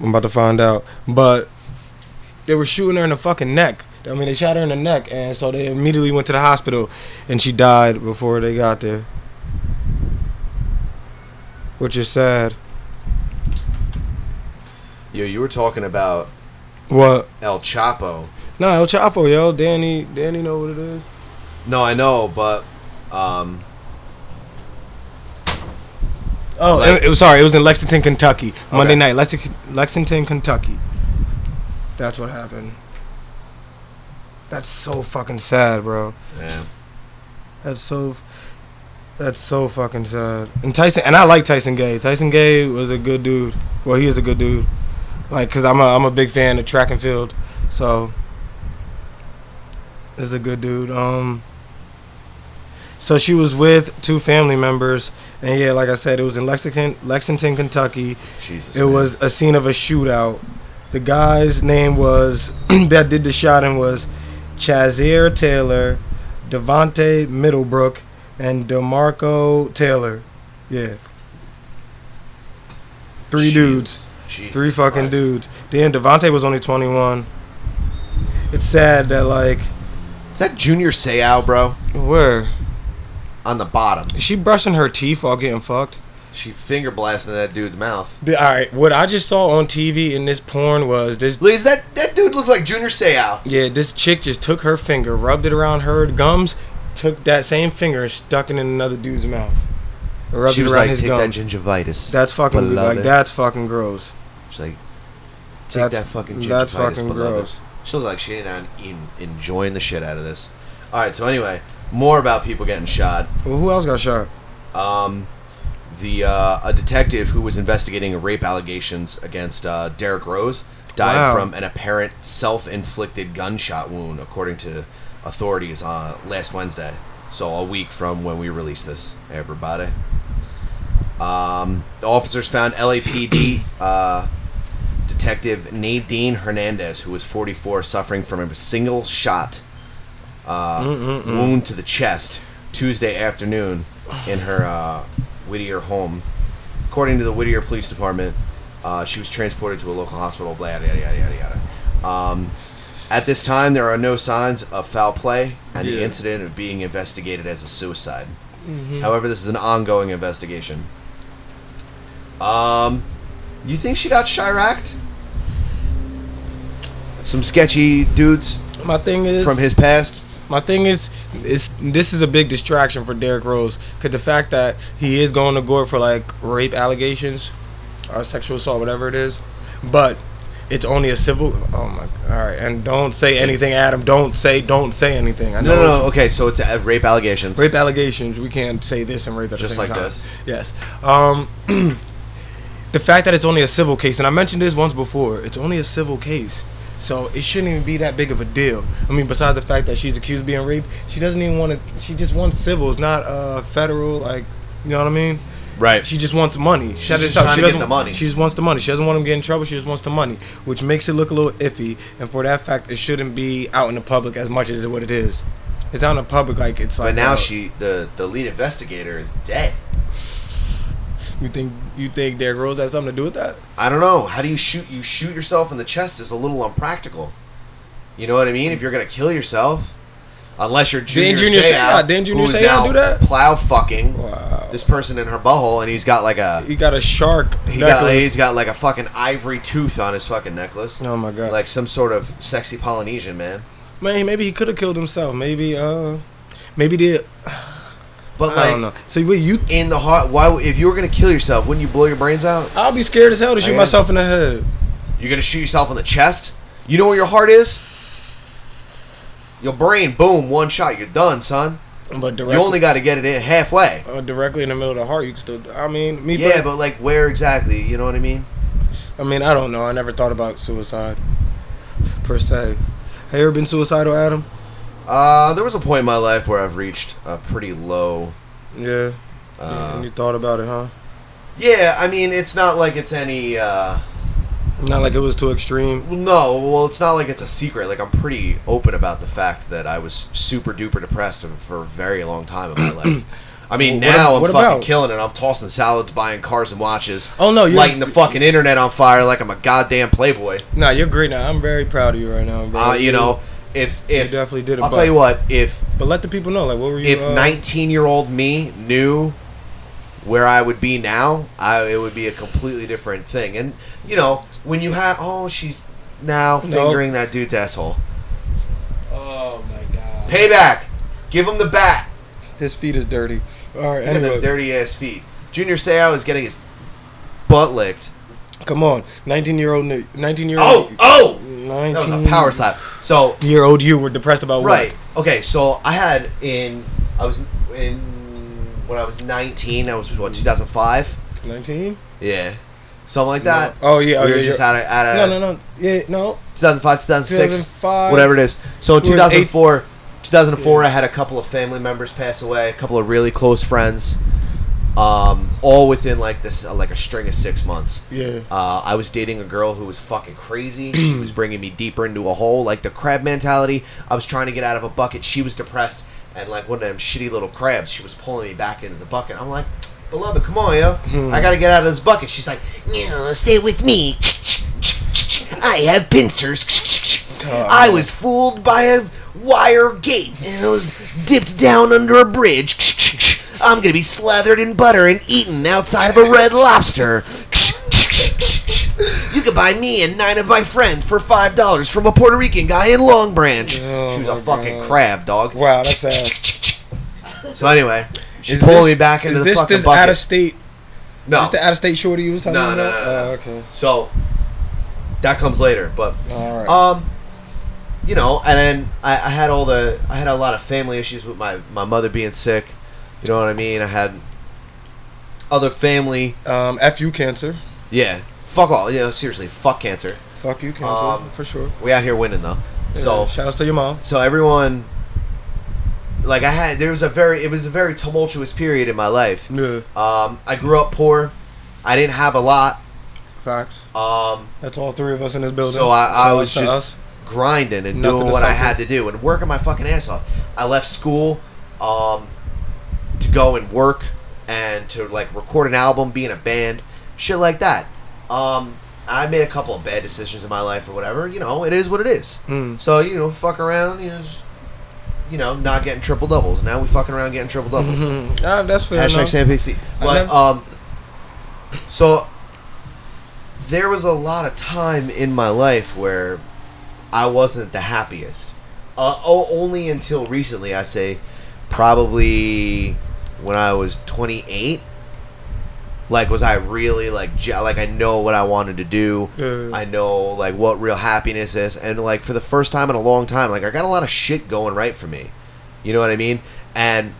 Speaker 1: I'm about to find out. But they were shooting her in the fucking neck. I mean, they shot her in the neck, and so they immediately went to the hospital, and she died before they got there, which is sad.
Speaker 3: Yo, you were talking about
Speaker 1: What?
Speaker 3: El Chapo.
Speaker 1: No, El Chapo, yo, Danny, Danny, know what it is?
Speaker 3: No, I know, but um,
Speaker 1: Oh,
Speaker 3: Like-
Speaker 1: it, it was sorry. It was in Lexington, Kentucky, Monday
Speaker 3: Okay.
Speaker 1: night. Lexington, Lexington, Kentucky. That's what happened. That's so fucking sad, bro.
Speaker 3: yeah.
Speaker 1: That's so. That's so fucking sad. And Tyson, and I like Tyson Gay. Tyson Gay was a good dude. Well, he is a good dude. Like, cause I'm a I'm a big fan of track and field, so. Is a good dude. Um. So she was with two family members, and yeah, like I said, it was in Lexington, Lexington, Kentucky.
Speaker 3: Jesus.
Speaker 1: It
Speaker 3: man.
Speaker 1: was a scene of a shootout. The guy's name was (clears throat) that did the shooting was Chazier Taylor, Devonte Middlebrook, and Demarco Taylor. Yeah. Three
Speaker 3: Jesus.
Speaker 1: dudes.
Speaker 3: Jesus
Speaker 1: Three fucking
Speaker 3: Christ.
Speaker 1: dudes. Damn, Devonte was only 21. It's sad that like
Speaker 3: Is that Junior Seau, bro?
Speaker 1: where
Speaker 3: On the bottom.
Speaker 1: is she brushing her teeth while getting fucked?
Speaker 3: She finger blasting that dude's mouth.
Speaker 1: The- All right, what I just saw on TV in this porn was this
Speaker 3: Look, is that that dude looks like Junior Seau.
Speaker 1: Yeah, this chick just took her finger, rubbed it around her gums, took that same finger and stuck it in another dude's mouth. Or rubbed
Speaker 3: She
Speaker 1: it
Speaker 3: was
Speaker 1: around
Speaker 3: like,
Speaker 1: his
Speaker 3: take
Speaker 1: gums.
Speaker 3: that gingivitis.
Speaker 1: that's fucking
Speaker 3: beloved."
Speaker 1: like that's fucking gross.
Speaker 3: She's like, take
Speaker 1: That's,
Speaker 3: that fucking gingivitis,
Speaker 1: That's fucking
Speaker 3: beloved."
Speaker 1: gross.
Speaker 3: She looks like she ain't on- even enjoying the shit out of this. All right, so anyway, more about people getting shot.
Speaker 1: Well, who else got shot?
Speaker 3: Um, the uh, a detective who was investigating rape allegations against uh, Derek Rose died
Speaker 1: Wow.
Speaker 3: from an apparent self-inflicted gunshot wound, according to authorities uh, last Wednesday. So a week from when we released this, everybody. Um, the officers found LAPD uh, detective Nadine Hernandez, who was 44, suffering from a single shot uh, wound to the chest Tuesday afternoon in her uh, Whittier home. According to the Whittier Police Department, uh, she was transported to a local hospital. Blah yada yada yada yada. Um, at this time, there are no signs of foul play, and the
Speaker 1: Yeah.
Speaker 3: incident of being investigated as a suicide. However, this is an ongoing investigation. Um, you think she got chiracked? Some sketchy dudes
Speaker 1: My thing is
Speaker 3: from his past.
Speaker 1: My thing is, is this is a big distraction for Derrick Rose because the fact that he is going to court for like rape allegations or sexual assault, whatever it is, but it's only a civil. Oh my! All right, and don't say anything, Adam. Don't say, don't say anything. I
Speaker 3: No,
Speaker 1: know
Speaker 3: no,
Speaker 1: it's-
Speaker 3: no. Okay, so it's uh, rape allegations.
Speaker 1: rape allegations. We can't say this and rape at
Speaker 3: Just
Speaker 1: the same
Speaker 3: like
Speaker 1: time.
Speaker 3: this.
Speaker 1: Yes. Um, (clears throat) the fact that it's only a civil case, and I mentioned this once before, it's only a civil case. So it shouldn't even be that big of a deal. I mean, besides the fact that she's accused of being raped, she doesn't even want to. She just wants civil. It's not uh, federal, like you know what I mean.
Speaker 3: Right.
Speaker 1: She just wants money. She shut
Speaker 3: just
Speaker 1: it up.
Speaker 3: trying
Speaker 1: She
Speaker 3: to get
Speaker 1: doesn't
Speaker 3: the money.
Speaker 1: She just wants the money. She doesn't want him to get in trouble. She just wants the money, which makes it look a little iffy. And for that fact, it shouldn't be out in the public as much as what it is. It's out in the public like it's like.
Speaker 3: but now
Speaker 1: uh,
Speaker 3: she, the the lead investigator, is dead.
Speaker 1: You think you think Derrick Rose has something to do with that?
Speaker 3: I don't know. How do you shoot? You shoot yourself in the chest is a little unpractical. You know what I mean? If you're gonna kill yourself, unless you're Junior,
Speaker 1: Didn't Junior
Speaker 3: Seau,
Speaker 1: Seau- didn't Junior
Speaker 3: who's
Speaker 1: Seau
Speaker 3: now
Speaker 1: do that?
Speaker 3: Plow fucking
Speaker 1: Wow.
Speaker 3: this person in her butthole, and he's got like a
Speaker 1: He got a shark
Speaker 3: he got
Speaker 1: necklace.
Speaker 3: he's got like a fucking ivory tooth on his fucking necklace.
Speaker 1: oh my god!
Speaker 3: Like some sort of sexy Polynesian man.
Speaker 1: man, maybe he could have killed himself. Maybe uh, maybe the
Speaker 3: But
Speaker 1: I
Speaker 3: like
Speaker 1: don't know. See, what you?
Speaker 3: in the heart, why? would- If you were gonna kill yourself, wouldn't you blow your brains out?
Speaker 1: I'll be scared as hell to shoot
Speaker 3: yeah.
Speaker 1: myself in the head.
Speaker 3: You're gonna shoot yourself in the chest. You know where your heart is. Your brain, boom, one shot, you're done, son.
Speaker 1: But directly,
Speaker 3: You only got to get it in halfway.
Speaker 1: uh, directly in the middle of the heart, you can still. I mean, me.
Speaker 3: Yeah, but like where exactly? You know what I mean?
Speaker 1: I mean, I don't know. I never thought about suicide per se. Have you ever been suicidal, Adam?
Speaker 3: Uh, there was a point in my life where I've reached a pretty low.
Speaker 1: Yeah.
Speaker 3: Uh,
Speaker 1: And you thought about it, huh?
Speaker 3: Yeah, I mean, it's not like it's any. Uh,
Speaker 1: Not like it was too extreme.
Speaker 3: well, no, well, it's not like it's a secret. Like, I'm pretty open about the fact that I was super duper depressed for a very long time in my
Speaker 1: (clears throat)
Speaker 3: life. I
Speaker 1: Well, what
Speaker 3: mean, now
Speaker 1: ab-
Speaker 3: I'm
Speaker 1: what
Speaker 3: fucking
Speaker 1: about-
Speaker 3: killing it. I'm tossing salads, buying cars and watches.
Speaker 1: Oh, no, you're-
Speaker 3: lighting the fucking internet on fire like I'm a goddamn playboy.
Speaker 1: Nah, you're great now. I'm very proud of you right now, bro.
Speaker 3: Uh, you know, if if
Speaker 1: definitely did it,
Speaker 3: I'll
Speaker 1: but-
Speaker 3: tell you what, if
Speaker 1: But let the people know, like, what were you?
Speaker 3: if
Speaker 1: uh,
Speaker 3: 19 year old me knew where I would be now, I it would be a completely different thing. And you know, when you have oh, she's now
Speaker 1: No.
Speaker 3: fingering that dude's asshole.
Speaker 4: Oh my god.
Speaker 3: Payback. Give him the bat.
Speaker 1: his feet is dirty. All right,
Speaker 3: Look at
Speaker 1: anyway,
Speaker 3: them dirty ass feet. Junior Seau is getting his butt licked.
Speaker 1: come on, 19 year old, 19 year old,
Speaker 3: Oh, oh! That
Speaker 1: 19
Speaker 3: was a power slap. So
Speaker 1: year old you were depressed about
Speaker 3: Right.
Speaker 1: what?
Speaker 3: Okay. So I had in I was in when I was 19. That was
Speaker 1: Mm.
Speaker 3: what 2005.
Speaker 1: 19?
Speaker 3: Yeah. Something like that.
Speaker 1: Oh yeah, oh,
Speaker 3: we
Speaker 1: yeah,
Speaker 3: were just
Speaker 1: you're-
Speaker 3: at a, at a
Speaker 1: No, no, no. Yeah, no.
Speaker 3: 2005, 2006,
Speaker 1: 2005.
Speaker 3: whatever it is. So in
Speaker 1: It was eight-
Speaker 3: 2004, 2004, I had a couple of family members pass away, a couple of really close friends, um, all within like this, like a string of six months.
Speaker 1: Yeah.
Speaker 3: Uh, I was dating a girl who was fucking crazy. she was bringing me deeper into a hole, like the crab mentality. I was trying to get out of a bucket. She was depressed, and like one of them shitty little crabs, she was pulling me back into the bucket. I'm like, beloved, come on, yo, I gotta get out of this bucket. She's like, no, stay with me. (laughs) I have pincers. (laughs) I was fooled by a wire gate, and I was dipped down under a bridge. I'm gonna be slathered in butter and eaten outside of a red lobster. You could buy me and nine of my friends for five dollars from a Puerto Rican guy in Long Branch.
Speaker 1: Oh
Speaker 3: she was a
Speaker 1: my
Speaker 3: fucking
Speaker 1: God.
Speaker 3: crab, dog.
Speaker 1: Wow, that's sad.
Speaker 3: So anyway, she
Speaker 1: Is this-
Speaker 3: pulled me back into
Speaker 1: is
Speaker 3: the
Speaker 1: this,
Speaker 3: fucking
Speaker 1: this
Speaker 3: bucket.
Speaker 1: out of state?
Speaker 3: no,
Speaker 1: Is this the out of state shorty you was talking
Speaker 3: No, no,
Speaker 1: about?
Speaker 3: no, no, no.
Speaker 1: Oh, okay.
Speaker 3: so that comes later, but
Speaker 1: All right.
Speaker 3: um, you know, and then I, I had all the I had a lot of family issues with my my mother being sick. You know what I mean? I had other family.
Speaker 1: um, F you cancer.
Speaker 3: Yeah, fuck all. You know, seriously, fuck cancer.
Speaker 1: Fuck you cancer
Speaker 3: Um,
Speaker 1: for sure.
Speaker 3: We out here winning though.
Speaker 1: Yeah,
Speaker 3: So
Speaker 1: shout outs to your mom.
Speaker 3: so everyone, like I had, there was a very it was a very tumultuous period in my life.
Speaker 1: Yeah.
Speaker 3: Um, I grew up poor. I didn't have a lot.
Speaker 1: Facts.
Speaker 3: Um,
Speaker 1: That's all three of us in this building.
Speaker 3: so I, I
Speaker 1: Shout
Speaker 3: was
Speaker 1: outs to
Speaker 3: just
Speaker 1: us.
Speaker 3: grinding and
Speaker 1: Nothing
Speaker 3: doing
Speaker 1: to
Speaker 3: what I
Speaker 1: something.
Speaker 3: had to do and working my fucking ass off. I left school um, to go and work and to like record an album, be in a band, shit like that. Um, I made a couple of bad decisions in my life or whatever. You know, it is what it is.
Speaker 1: Mm.
Speaker 3: So you know, fuck around. You know, just, you know, not getting triple doubles. Now we fucking around getting triple doubles.
Speaker 1: Mhm. Ah, that's fair.
Speaker 3: Hashtag
Speaker 1: enough.
Speaker 3: Sam PC.
Speaker 1: I
Speaker 3: But
Speaker 1: never-
Speaker 3: um, so there was a lot of time in my life where I wasn't the happiest. Uh, oh, only until recently, I say, probably when I was 28. Like, was I really like, j- like I know what I wanted to do.
Speaker 1: Yeah.
Speaker 3: I know like what real happiness is, and like for the first time in a long time, like I got a lot of shit going right for me. You know what I mean? And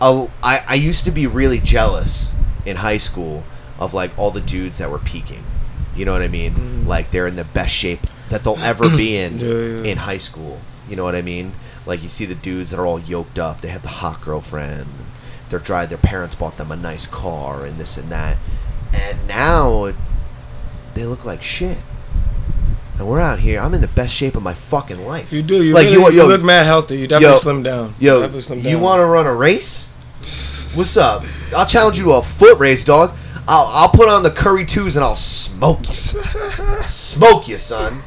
Speaker 3: a- I, I used to be really jealous in high school of like all the dudes that were peaking. You know what I mean? Like they're in the best shape that they'll ever
Speaker 1: (coughs)
Speaker 3: be in
Speaker 1: Mm-hmm. Yeah, yeah.
Speaker 3: in high school. You know what I mean? Like you see the dudes that are all yoked up. They have the hot girlfriend. They're dry. Their parents bought them a nice car and this and that. And now it- they look like shit. And we're out here. I'm in the best shape of my fucking life.
Speaker 1: You do. You
Speaker 3: like
Speaker 1: really,
Speaker 3: you,
Speaker 1: you,
Speaker 3: yo,
Speaker 1: look mad healthy. You definitely
Speaker 3: yo,
Speaker 1: slimmed down.
Speaker 3: Yo,
Speaker 1: definitely slimmed
Speaker 3: you
Speaker 1: down.
Speaker 3: want to run a race? What's up? I'll challenge you to a foot race, dog. I'll, I'll put on the curry twos and I'll smoke you. smoke you, son.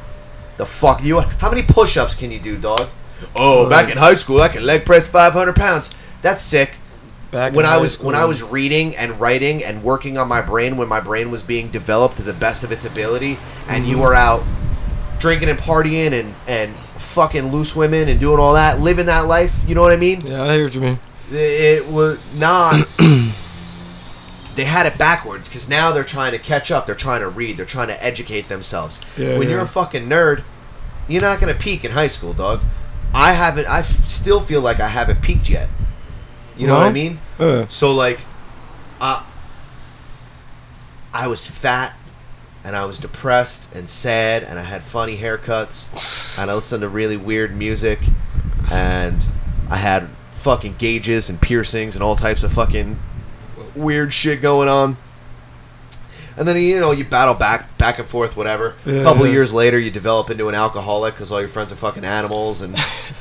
Speaker 3: The fuck you? How many push-ups can you do, dog? Oh, back in high school, I could leg press 500 pounds. That's sick.
Speaker 1: (laughs) Back in
Speaker 3: When I
Speaker 1: high
Speaker 3: was when I
Speaker 1: school.
Speaker 3: was reading and writing and working on my brain, when my brain was being developed to the best of its ability, and
Speaker 1: Mm-hmm.
Speaker 3: you were out drinking and partying and and fucking loose women and doing all that, living that life. You know what I mean?
Speaker 1: Yeah, I hear what you mean.
Speaker 3: It was
Speaker 1: (clears throat)
Speaker 3: not. they had it backwards because now they're trying to catch up. They're trying to read. They're trying to educate themselves.
Speaker 1: Yeah,
Speaker 3: when
Speaker 1: yeah.
Speaker 3: you're a fucking nerd, you're not gonna peak in high school, dog. I haven't. I f- still feel like I haven't peaked yet. You know what I
Speaker 1: No?
Speaker 3: mean?
Speaker 1: Uh,
Speaker 3: So like, uh, I was fat, and I was depressed and sad, and I had funny haircuts, and I listened to really weird music, and I had fucking gauges and piercings and all types of fucking weird shit going on. And then you know you battle back, back and forth, whatever.
Speaker 1: Yeah,
Speaker 3: a couple
Speaker 1: yeah.
Speaker 3: years later, you develop into an alcoholic because all your friends are fucking
Speaker 1: (laughs)
Speaker 3: animals, and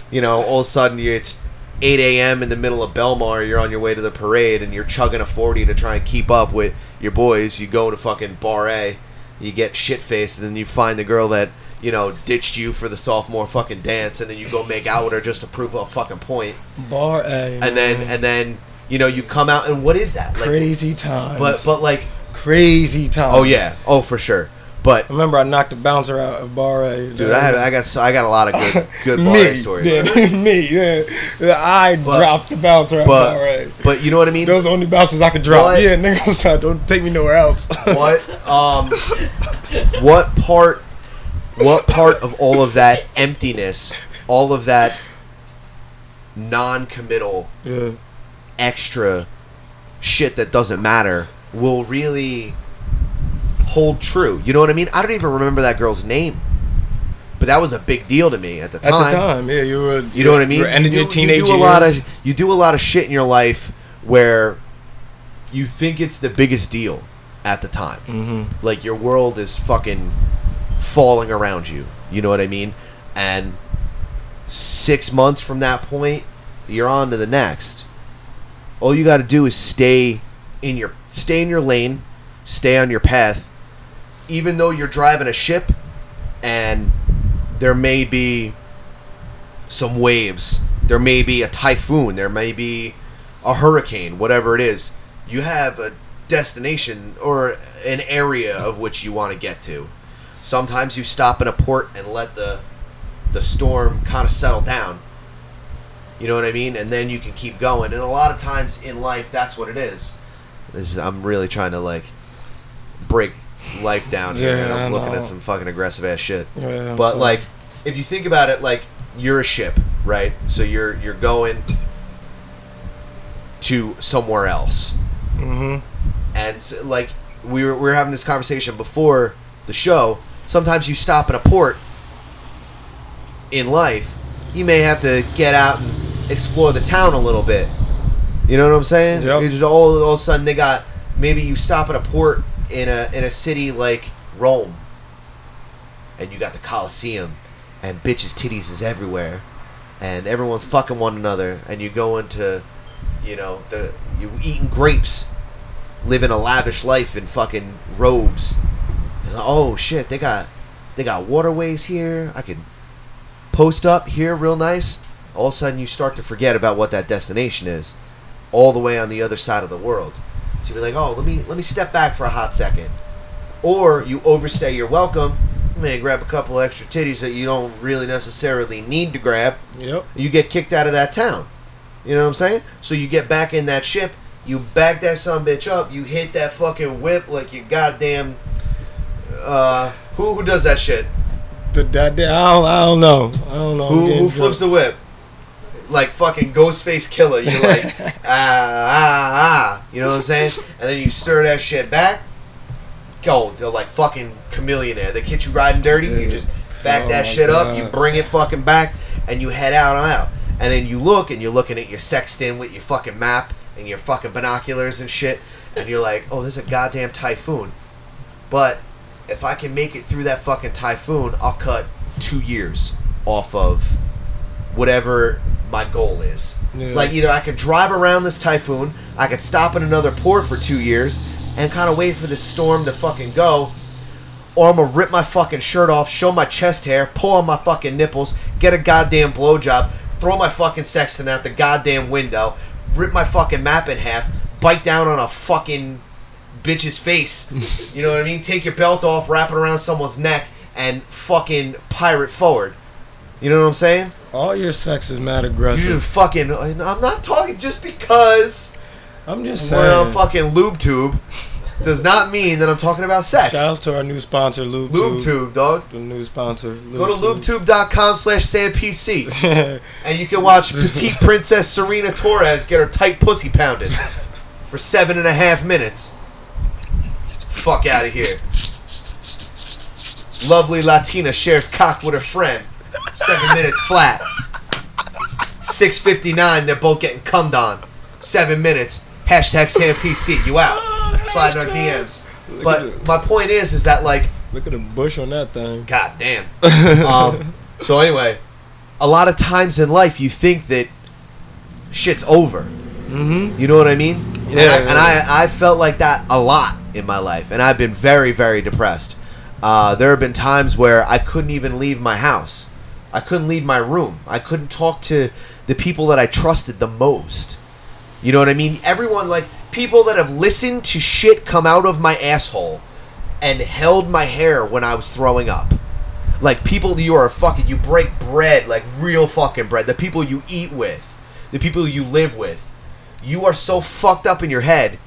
Speaker 3: you know all of a sudden you, it's 8 a.m. in the middle of Belmar. You're on your way to the parade, and you're chugging a 40 to try and keep up with your boys. You go to fucking bar A, you get shit faced, and then you find the girl that you know ditched you for the sophomore fucking dance, and then you go make out with her just to prove a fucking point,
Speaker 1: bar A.
Speaker 3: and then
Speaker 1: man.
Speaker 3: and then you know you come out, and what is that? Like,
Speaker 1: crazy times.
Speaker 3: but but like.
Speaker 1: crazy times.
Speaker 3: Oh yeah. Oh for sure. But
Speaker 1: I remember I knocked a bouncer out of bar A.
Speaker 3: dude, I have, I got so I got a lot of good good
Speaker 1: me,
Speaker 3: ballet stories.
Speaker 1: Yeah, (laughs) me, yeah. I
Speaker 3: But-
Speaker 1: dropped the bouncer out of bar
Speaker 3: But
Speaker 1: A.
Speaker 3: but you know what I mean?
Speaker 1: Those are the only bouncers I could drop.
Speaker 3: What?
Speaker 1: Yeah, nigga, (laughs) I'm sorry, don't take me nowhere else. (laughs)
Speaker 3: What um what part what part of all of that emptiness, all of that non-committal
Speaker 1: yeah.
Speaker 3: extra shit that doesn't matter will really hold true. You know what I mean? I don't even remember that girl's name. But that was a big deal to me at the
Speaker 1: At
Speaker 3: time.
Speaker 1: the time, yeah, you were.
Speaker 3: You know what I mean?
Speaker 1: You were ending
Speaker 3: You
Speaker 1: your
Speaker 3: do-
Speaker 1: teenage
Speaker 3: you do a
Speaker 1: years.
Speaker 3: lot of you do a lot of shit in your life where you think it's the biggest deal at the time.
Speaker 1: Mm.
Speaker 3: Mm-hmm. Like your world is fucking falling around you. You know what I mean? And six months from that point, you're on to the next. All you got to do is stay in your stay in your lane, stay on your path, even though you're driving a ship, and there may be some waves. There may be a typhoon. There may be a hurricane. Whatever it is, you have a destination or an area of which you want to get to. Sometimes you stop in a port and let the the storm kind of settle down. You know what I mean? And then you can keep going. And a lot of times in life, that's what it is. This is, I'm really trying to like break life down here, and
Speaker 1: Yeah, I
Speaker 3: I'm looking
Speaker 1: know.
Speaker 3: at some fucking aggressive ass shit
Speaker 1: Yeah, I'm
Speaker 3: but
Speaker 1: sorry.
Speaker 3: like if you think about it like you're a ship right so you're you're going to somewhere else
Speaker 1: mm-hmm.
Speaker 3: and s like we were, we were having this conversation before the show sometimes you stop in a port in life you may have to get out and explore the town a little bit you know what i'm saying
Speaker 1: Yep.
Speaker 3: You just all, all of a sudden they got maybe you stop at a port in a in a city like rome and you got the Coliseum, and bitches' titties is everywhere, and everyone's fucking one another, and you go into, you know, the you eating grapes, living a lavish life in fucking robes, and oh shit, they got they got waterways here. I can post up here real nice. All of a sudden, you start to forget about what that destination is, all the way on the other side of the world. So you be like, oh, let me let me step back for a hot second or you overstay your welcome. You may grab a couple extra titties that you don't really necessarily need to grab.
Speaker 1: Yep.
Speaker 3: You get kicked out of that town. You know what I'm saying? So you get back in that ship. You back that son bitch up. You hit that fucking whip like you goddamn. Uh, who who does that shit?
Speaker 1: The, that, that, I, don't, I don't know. I don't know. I'm
Speaker 3: Who
Speaker 1: getting
Speaker 3: who flips
Speaker 1: drunk.
Speaker 3: the whip? Like fucking Ghostface Killer. You're like ah ah ah. You know what I'm saying? And then you stir that shit back. Go, they're like fucking chameleonaire. They get you riding dirty. You
Speaker 1: Dude.
Speaker 3: just back
Speaker 1: Oh
Speaker 3: that
Speaker 1: my
Speaker 3: shit up.
Speaker 1: God.
Speaker 3: You bring it fucking back, and you head out and out. And then you look, and you're looking at your sextant with your fucking map and your fucking binoculars and shit. And you're like, oh, there's a goddamn typhoon. But if I can make it through that fucking typhoon, I'll cut two years off of whatever my goal is.
Speaker 1: Yeah.
Speaker 3: Like either I could drive around this typhoon, I could stop in another port for two years and kind of wait for this storm to fucking go, or I'm gonna rip my fucking shirt off, show my chest hair, pull on my fucking nipples, get a goddamn blowjob, throw my fucking sextant out the goddamn window, rip my fucking map in half, bite down on a fucking bitch's face. you know what I mean? Take your belt off, wrap it around someone's neck, and fucking pirate forward. You know what I'm saying?
Speaker 1: All your sex is mad
Speaker 3: You
Speaker 1: aggressive.
Speaker 3: fucking. I'm not talking just because
Speaker 1: I'm just
Speaker 3: we're on
Speaker 1: saying.
Speaker 3: fucking lube tube does not mean that I'm talking about sex.
Speaker 1: Shouts to our new sponsor, Lube
Speaker 3: Lube tube, dog.
Speaker 1: The new sponsor.
Speaker 3: Go to lubetube.com slash sampc
Speaker 1: (laughs) Tube.
Speaker 3: and you can watch petite princess Serena Torres get her tight pussy pounded for seven and a half minutes. Fuck out of here. Lovely Latina shares cock with her friend. Seven minutes flat. 6.59, they're both getting cummed on. Seven minutes. Hashtag SamPC, you out. Sliding our DMs. But my point is, is that like,
Speaker 1: Look at the bush on that thing.
Speaker 3: God damn. (laughs) Um, so anyway, a lot of times in life you think that shit's over.
Speaker 1: (laughs) Mm-hmm.
Speaker 3: You know what I mean? And
Speaker 1: Yeah,
Speaker 3: I-
Speaker 1: yeah,
Speaker 3: And I, I felt like that a lot in my life, and I've been very very depressed. Uh, there have been times where I couldn't even leave my house. I couldn't leave my room. I couldn't talk to the people that I trusted the most. You know what I mean? Everyone, like, people that have listened to shit come out of my asshole and held my hair when I was throwing up. Like, people you are fucking, you break bread, like real fucking bread. The people you eat with, the people you live with. You are so fucked up in your head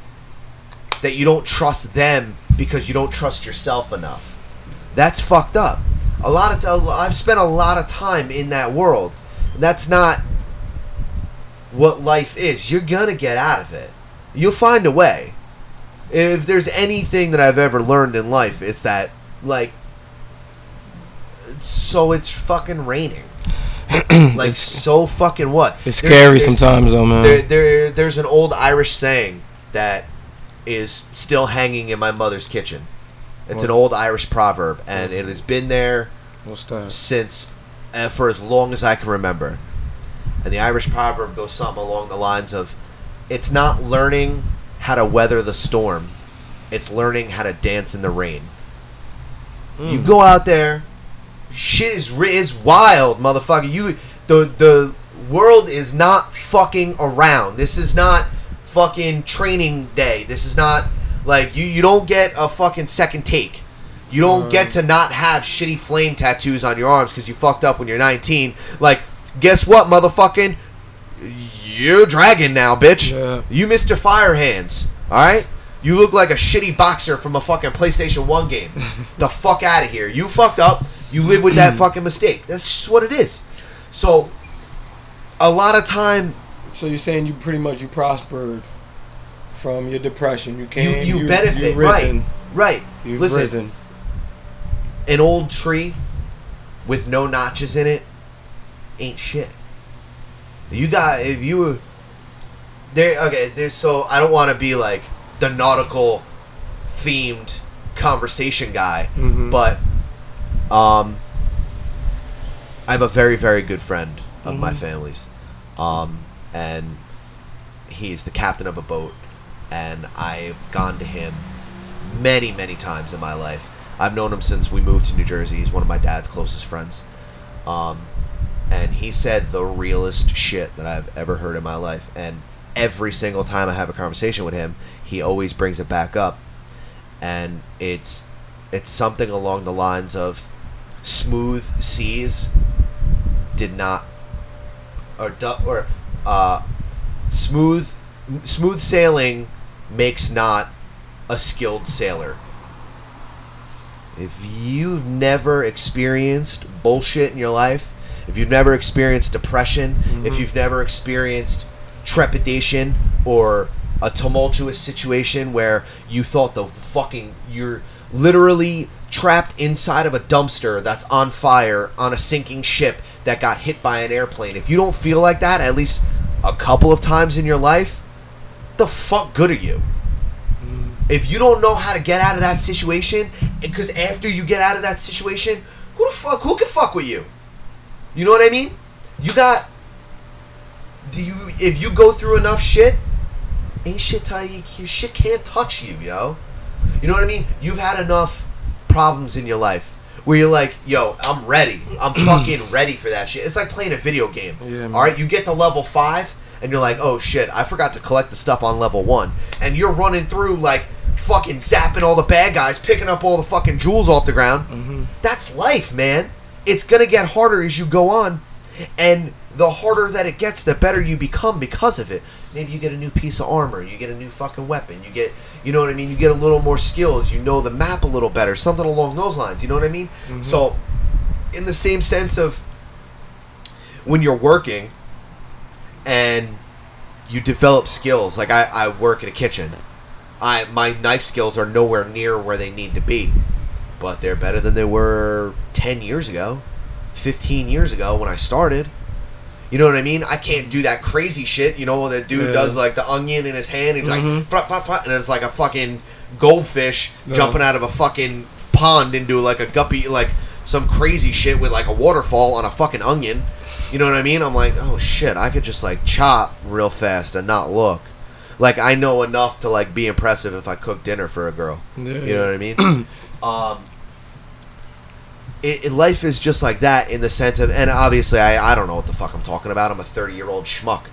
Speaker 3: that you don't trust them because you don't trust yourself enough. That's fucked up. A lot of t- I've spent a lot of time in that world. That's not what life is. You're gonna get out of it. You'll find a way. If there's anything that I've ever learned in life, it's that like so it's
Speaker 1: (clears throat)
Speaker 3: fucking raining. like so fucking what?
Speaker 1: It's
Speaker 3: There-
Speaker 1: scary
Speaker 3: there's-
Speaker 1: sometimes, though, man.
Speaker 3: There, there, there's an old Irish saying that is still hanging in my mother's kitchen. It's an
Speaker 1: What?
Speaker 3: old Irish proverb, and it has been there
Speaker 1: What's that?
Speaker 3: since uh, for as long as I can remember. And the Irish proverb goes something along the lines of, "It's not learning how to weather the storm; it's learning how to dance in the rain."
Speaker 1: Mm.
Speaker 3: You go out there, shit is ri- is wild, motherfucker. You the the world is not fucking around. This is not fucking training day. This is not like you you don't get a fucking second take. You don't get to not have shitty flame tattoos on your arms because you fucked up when you're 19. Like, guess what, motherfucking? You're dragon now, bitch.
Speaker 1: Yeah.
Speaker 3: You Mr. Fire Hands. All right. You look like a shitty boxer from a fucking PlayStation One
Speaker 1: (laughs)
Speaker 3: game. the fuck out of here. You fucked up. You live with
Speaker 1: (clears throat)
Speaker 3: that fucking mistake. That's just what it is. So, a lot of time
Speaker 1: So you're saying you pretty much you prospered from your depression. You
Speaker 3: you,
Speaker 1: came.
Speaker 3: you, benefit
Speaker 1: you risen.
Speaker 3: right, right.
Speaker 1: You've
Speaker 3: Listen,
Speaker 1: risen.
Speaker 3: an old tree with no notches in it ain't shit. You got if you were there okay, there so I don't wanna be like the nautical themed conversation guy,
Speaker 1: Mhm.
Speaker 3: but um I have a very, very good friend of my family's. Um and he's the captain of a boat and I've gone to him many, many times in my life. I've known him since we moved to New Jersey. He's one of my dad's closest friends. Um, and he said the realest shit that I've ever heard in my life. And every single time I have a conversation with him, he always brings it back up. And it's it's something along the lines of smooth seas did not or du- or uh, smooth smooth sailing makes not a skilled sailor. If you've never experienced bullshit in your life, if you've never experienced depression, if you've never experienced trepidation or a tumultuous situation where you thought the fucking you're literally trapped inside of a dumpster that's on fire on a sinking ship that got hit by an airplane. If you don't feel like that at least a couple of times in your life, the fuck good are you?
Speaker 1: Mm.
Speaker 3: if you don't know how to get out of that situation, because after you get out of that situation, who the fuck who can fuck with you? You know what I mean? You got do you if you go through enough shit, ain't shit tell you your shit can't touch you, yo. You know what I mean? You've had enough problems in your life where you're like, yo, I'm ready.
Speaker 1: (clears throat)
Speaker 3: I'm fucking ready for that shit. It's like playing a video game.
Speaker 1: Yeah, man.
Speaker 3: All right, you get to level five and you're like, oh shit, I forgot to collect the stuff on level one. And you're running through like fucking zapping all the bad guys, picking up all the fucking jewels off the ground. That's life, man. It's gonna get harder as you go on. And the harder that it gets, the better you become because of it. Maybe you get a new piece of armor, you get a new fucking weapon, you get, you know what I mean? You get a little more skills, you know the map a little better, something along those lines, you know what I mean? So, in the same sense of when you're working and you develop skills, like I, I work in a kitchen, I my knife skills are nowhere near where they need to be, but they're better than they were 10 years ago, 15 years ago when I started. You know what I mean? I can't do that crazy shit. You know when the dude
Speaker 1: Yeah.
Speaker 3: does like the onion in his hand. He's
Speaker 1: Mhm.
Speaker 3: like, "Fra, fra, fra," and it's like a fucking goldfish
Speaker 1: No.
Speaker 3: jumping out of a fucking pond into like a guppy, like some crazy shit with like a waterfall on a fucking onion. You know what I mean? I'm like, oh shit, I could just like chop real fast and not look. Like I know enough to like be impressive if I cook dinner for a girl.
Speaker 1: Yeah.
Speaker 3: You know what I mean? (clears throat) um, it, it- life is just like that in the sense of, and obviously I, I don't know what the fuck I'm talking about. I'm a 30 year old schmuck.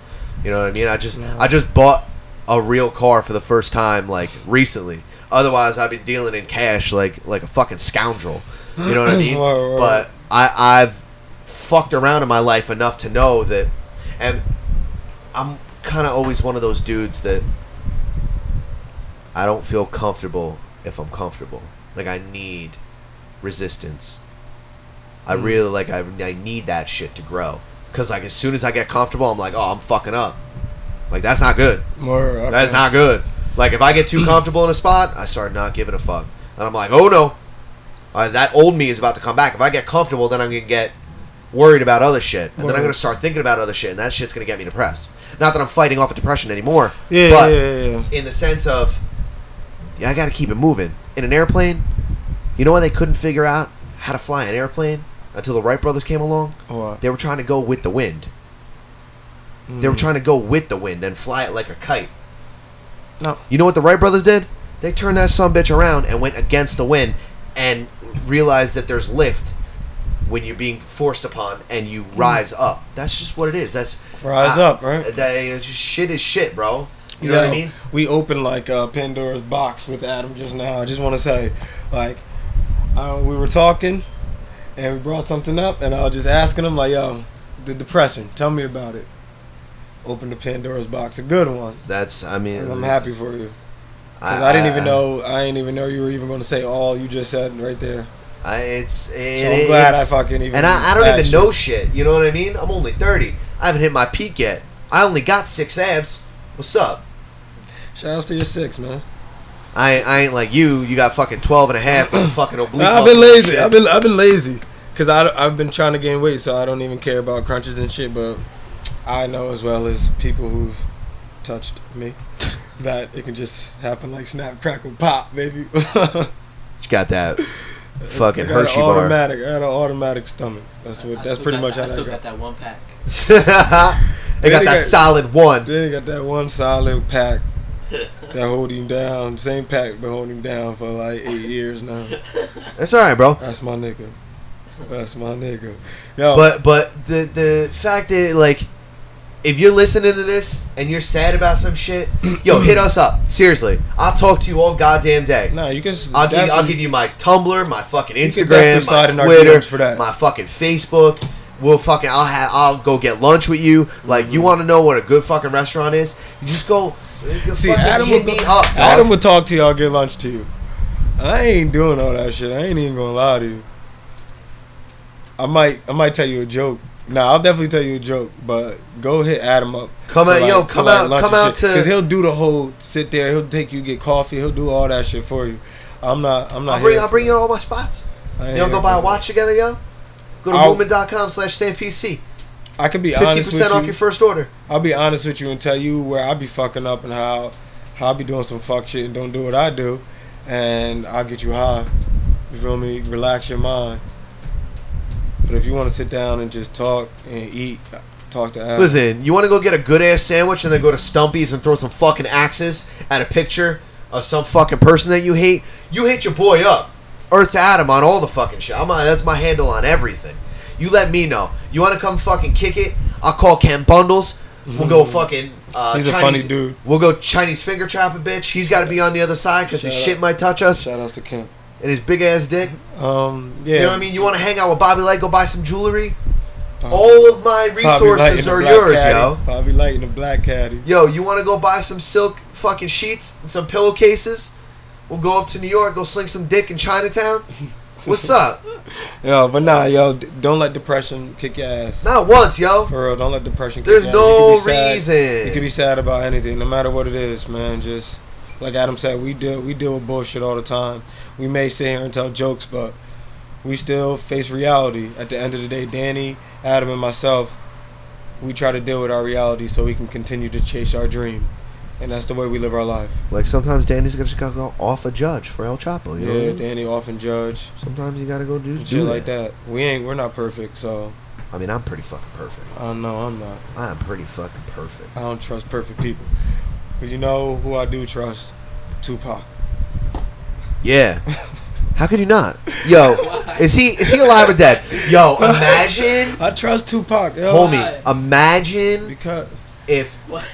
Speaker 3: You know what I mean? I just
Speaker 1: No.
Speaker 3: I just bought a real car for the first time like recently. Otherwise, I've been dealing in cash like like a fucking scoundrel. You know what I
Speaker 1: (clears throat)
Speaker 3: mean?
Speaker 1: Right, right, right.
Speaker 3: But I I've fucked around in my life enough to know that, and I'm kind of always one of those dudes that I don't feel comfortable if I'm comfortable. Like I need resistance.
Speaker 1: Mm.
Speaker 3: I really like I, I need that shit to grow. Cause like as soon as I get comfortable, I'm like, oh, I'm fucking up. Like that's not good.
Speaker 1: More, okay.
Speaker 3: That's not good. Like if I
Speaker 1: (clears throat)
Speaker 3: get too comfortable in a spot, I start not giving a fuck, and I'm like, oh no, uh, that old me is about to come back. If I get comfortable, then I'm gonna get worried about other shit, and then I'm
Speaker 1: Word.
Speaker 3: gonna start thinking about other shit, and that shit's gonna get me depressed. Not that I'm fighting off a depression anymore,
Speaker 1: Yeah,
Speaker 3: but
Speaker 1: yeah, yeah, yeah.
Speaker 3: in the sense of, yeah, I gotta keep it moving. In an airplane, you know why they couldn't figure out how to fly an airplane until the Wright brothers came along?
Speaker 1: What?
Speaker 3: They were trying to go with the wind. They were
Speaker 1: Mm.
Speaker 3: trying to go with the wind and fly it like a kite.
Speaker 1: No.
Speaker 3: You know what the Wright brothers did? They turned that son bitch around and went against the wind and realized that there's lift when you're being forced upon and you rise up. That's just what it is. That's
Speaker 1: Mm. Rise up, right?
Speaker 3: That, it's just shit is shit, bro. You know what I
Speaker 1: Yo,
Speaker 3: mean?
Speaker 1: We opened like uh, Pandora's box with Adam just now. I just want to say, like, uh, we were talking, and we brought something up, and I was just asking him, like, yo, the depression. Tell me about it. Open the Pandora's box, a good one.
Speaker 3: That's I mean
Speaker 1: And I'm
Speaker 3: it's-
Speaker 1: happy for you. 'Cause I, didn't even know. I didn't even know you were even going to say all you just said right there.
Speaker 3: I, it's
Speaker 1: So
Speaker 3: it,
Speaker 1: I'm glad I
Speaker 3: it's-
Speaker 1: fucking even.
Speaker 3: and I, I don't
Speaker 1: asked
Speaker 3: even
Speaker 1: you.
Speaker 3: know shit. You know what I mean? I'm only thirty. I haven't hit my peak yet. I only got six abs. What's up?
Speaker 1: Shout outs to your six, man.
Speaker 3: I, I ain't like you. You got fucking 12 and a
Speaker 1: (coughs)
Speaker 3: half with a fucking oblique.
Speaker 1: Nah, I've
Speaker 3: muscle
Speaker 1: been
Speaker 3: and
Speaker 1: lazy.
Speaker 3: shit.
Speaker 1: I've been I've been lazy because I I've been trying to gain weight, so I don't even care about crunches and shit. But I know as well as people who've touched me (laughs) that it can just happen like snap, crackle, pop, baby. (laughs)
Speaker 3: You
Speaker 1: (coughs)
Speaker 3: got that
Speaker 1: I
Speaker 3: fucking
Speaker 1: got
Speaker 3: Hershey
Speaker 1: an
Speaker 3: bar.
Speaker 1: automatic. I got an automatic stomach. That's what. that's pretty much
Speaker 5: I
Speaker 1: how
Speaker 5: still got
Speaker 1: that got.
Speaker 5: that one pack.
Speaker 3: (laughs) they got
Speaker 1: They
Speaker 3: that
Speaker 1: got-
Speaker 3: solid one.
Speaker 1: Then you got that one solid
Speaker 5: (laughs)
Speaker 1: pack that hold him down. Same pack been holding him down for like eight years now.
Speaker 3: That's all right, bro.
Speaker 1: That's my nigga. That's my nigga. Yo,
Speaker 3: But but the the fact that like if you're listening to this and you're sad about some
Speaker 1: (coughs)
Speaker 3: shit, yo, hit us up. Seriously, I'll talk to you all goddamn day.
Speaker 1: nah, you can. s-
Speaker 3: I'll give, I'll
Speaker 1: definitely-
Speaker 3: give you my Tumblr, my fucking
Speaker 1: You can definitely
Speaker 3: Instagram,
Speaker 1: slide in
Speaker 3: my
Speaker 1: our
Speaker 3: Twitter,
Speaker 1: DMs for that.
Speaker 3: my fucking Facebook. We'll fucking I'll have I'll go get lunch with you. Like
Speaker 1: Mm-hmm.
Speaker 3: you want to know what a good fucking restaurant is? You just go.
Speaker 1: See,
Speaker 3: fucking
Speaker 1: Adam
Speaker 3: hit
Speaker 1: would,
Speaker 3: me up. dog.
Speaker 1: Adam would talk to y'all, get lunch to you. I ain't doing all that shit. I ain't even gonna lie to you. I might, I might tell you a joke. Nah, I'll definitely tell you a joke. But go hit Adam up.
Speaker 3: Come out, yo, come out, come out to.
Speaker 1: because he'll do the whole sit there. He'll take you get coffee. He'll do all that shit for you. I'm not, I'm not.
Speaker 3: I'll bring,
Speaker 1: here
Speaker 3: I'll
Speaker 1: for
Speaker 3: bring
Speaker 1: that.
Speaker 3: you all my spots.
Speaker 1: I ain't
Speaker 3: Y'all
Speaker 1: here
Speaker 3: go
Speaker 1: for
Speaker 3: buy a
Speaker 1: that.
Speaker 3: watch together, yo. Go to
Speaker 1: I'll-
Speaker 3: movement.com slash standpc.
Speaker 1: I can be honest with
Speaker 3: 50% off
Speaker 1: you.
Speaker 3: your first order.
Speaker 1: I'll be honest with you and tell you where I be fucking up and how how I be doing some fuck shit and don't do what I do, and I'll get you high. You feel me? Relax your mind. But if you want to sit down and just talk and eat, talk to Adam.
Speaker 3: Listen, you want to go get a good ass sandwich and then go to Stumpy's and throw some fucking axes at a picture of some fucking person that you hate? You hit your boy up. Earth to Adam on all the fucking shit. I'm on, that's my handle on everything. You let me know. You want to come fucking kick it? I'll call Ken Bundles. We'll go fucking. Uh,
Speaker 1: Mm. He's a
Speaker 3: Chinese-
Speaker 1: funny dude.
Speaker 3: We'll go Chinese finger trap a bitch. He's got to be on the other side because his
Speaker 1: Shout
Speaker 3: shit
Speaker 1: out.
Speaker 3: might touch us
Speaker 1: Shout outs to Kim.
Speaker 3: and his big ass dick.
Speaker 1: Um, yeah.
Speaker 3: You know what I mean? You want to hang out with Bobby Light, go buy some jewelry. All of my
Speaker 1: Probably Oh. light
Speaker 3: resources
Speaker 1: in a
Speaker 3: are
Speaker 1: black
Speaker 3: yours,
Speaker 1: caddy.
Speaker 3: yo.
Speaker 1: Probably light in a black caddy.
Speaker 3: Yo, you want to go buy some silk fucking sheets and some pillowcases? We'll go up to New York, go sling some dick in Chinatown.
Speaker 1: (laughs)
Speaker 3: What's up?
Speaker 1: Yo, but nah, yo, d- don't let depression kick your ass.
Speaker 3: Not once, yo.
Speaker 1: For real, don't let depression. kick
Speaker 3: There's
Speaker 1: your ass. You
Speaker 3: no
Speaker 1: could be sad-
Speaker 3: reason.
Speaker 1: You can be sad about anything, no matter what it is, man. Just like Adam said, we deal we deal with bullshit all the time. We may sit here and tell jokes, but we still face reality. At the end of the day, Danny, Adam, and myself, we try to deal with our reality so we can continue to chase our dream, and that's the way we live our life.
Speaker 3: Like sometimes Danny's gonna just gotta go off a judge for El Chapo. You know?
Speaker 1: Yeah,
Speaker 3: what I mean?
Speaker 1: Danny often judge
Speaker 3: Sometimes you gotta go do,
Speaker 1: and
Speaker 3: do
Speaker 1: shit like that. We ain't we're not perfect, so
Speaker 3: I mean, I'm pretty fucking perfect.
Speaker 1: I don't know. I'm not.
Speaker 3: I am pretty fucking perfect.
Speaker 1: I don't trust perfect people. But you know who I do trust? Tupac. (laughs)
Speaker 3: Yeah. How could you not? Yo, is he is he alive or dead?
Speaker 1: (laughs)
Speaker 3: Yo, imagine,
Speaker 1: I trust Tupac, yo.
Speaker 3: homie. Imagine
Speaker 1: Because (laughs)
Speaker 3: if
Speaker 4: What?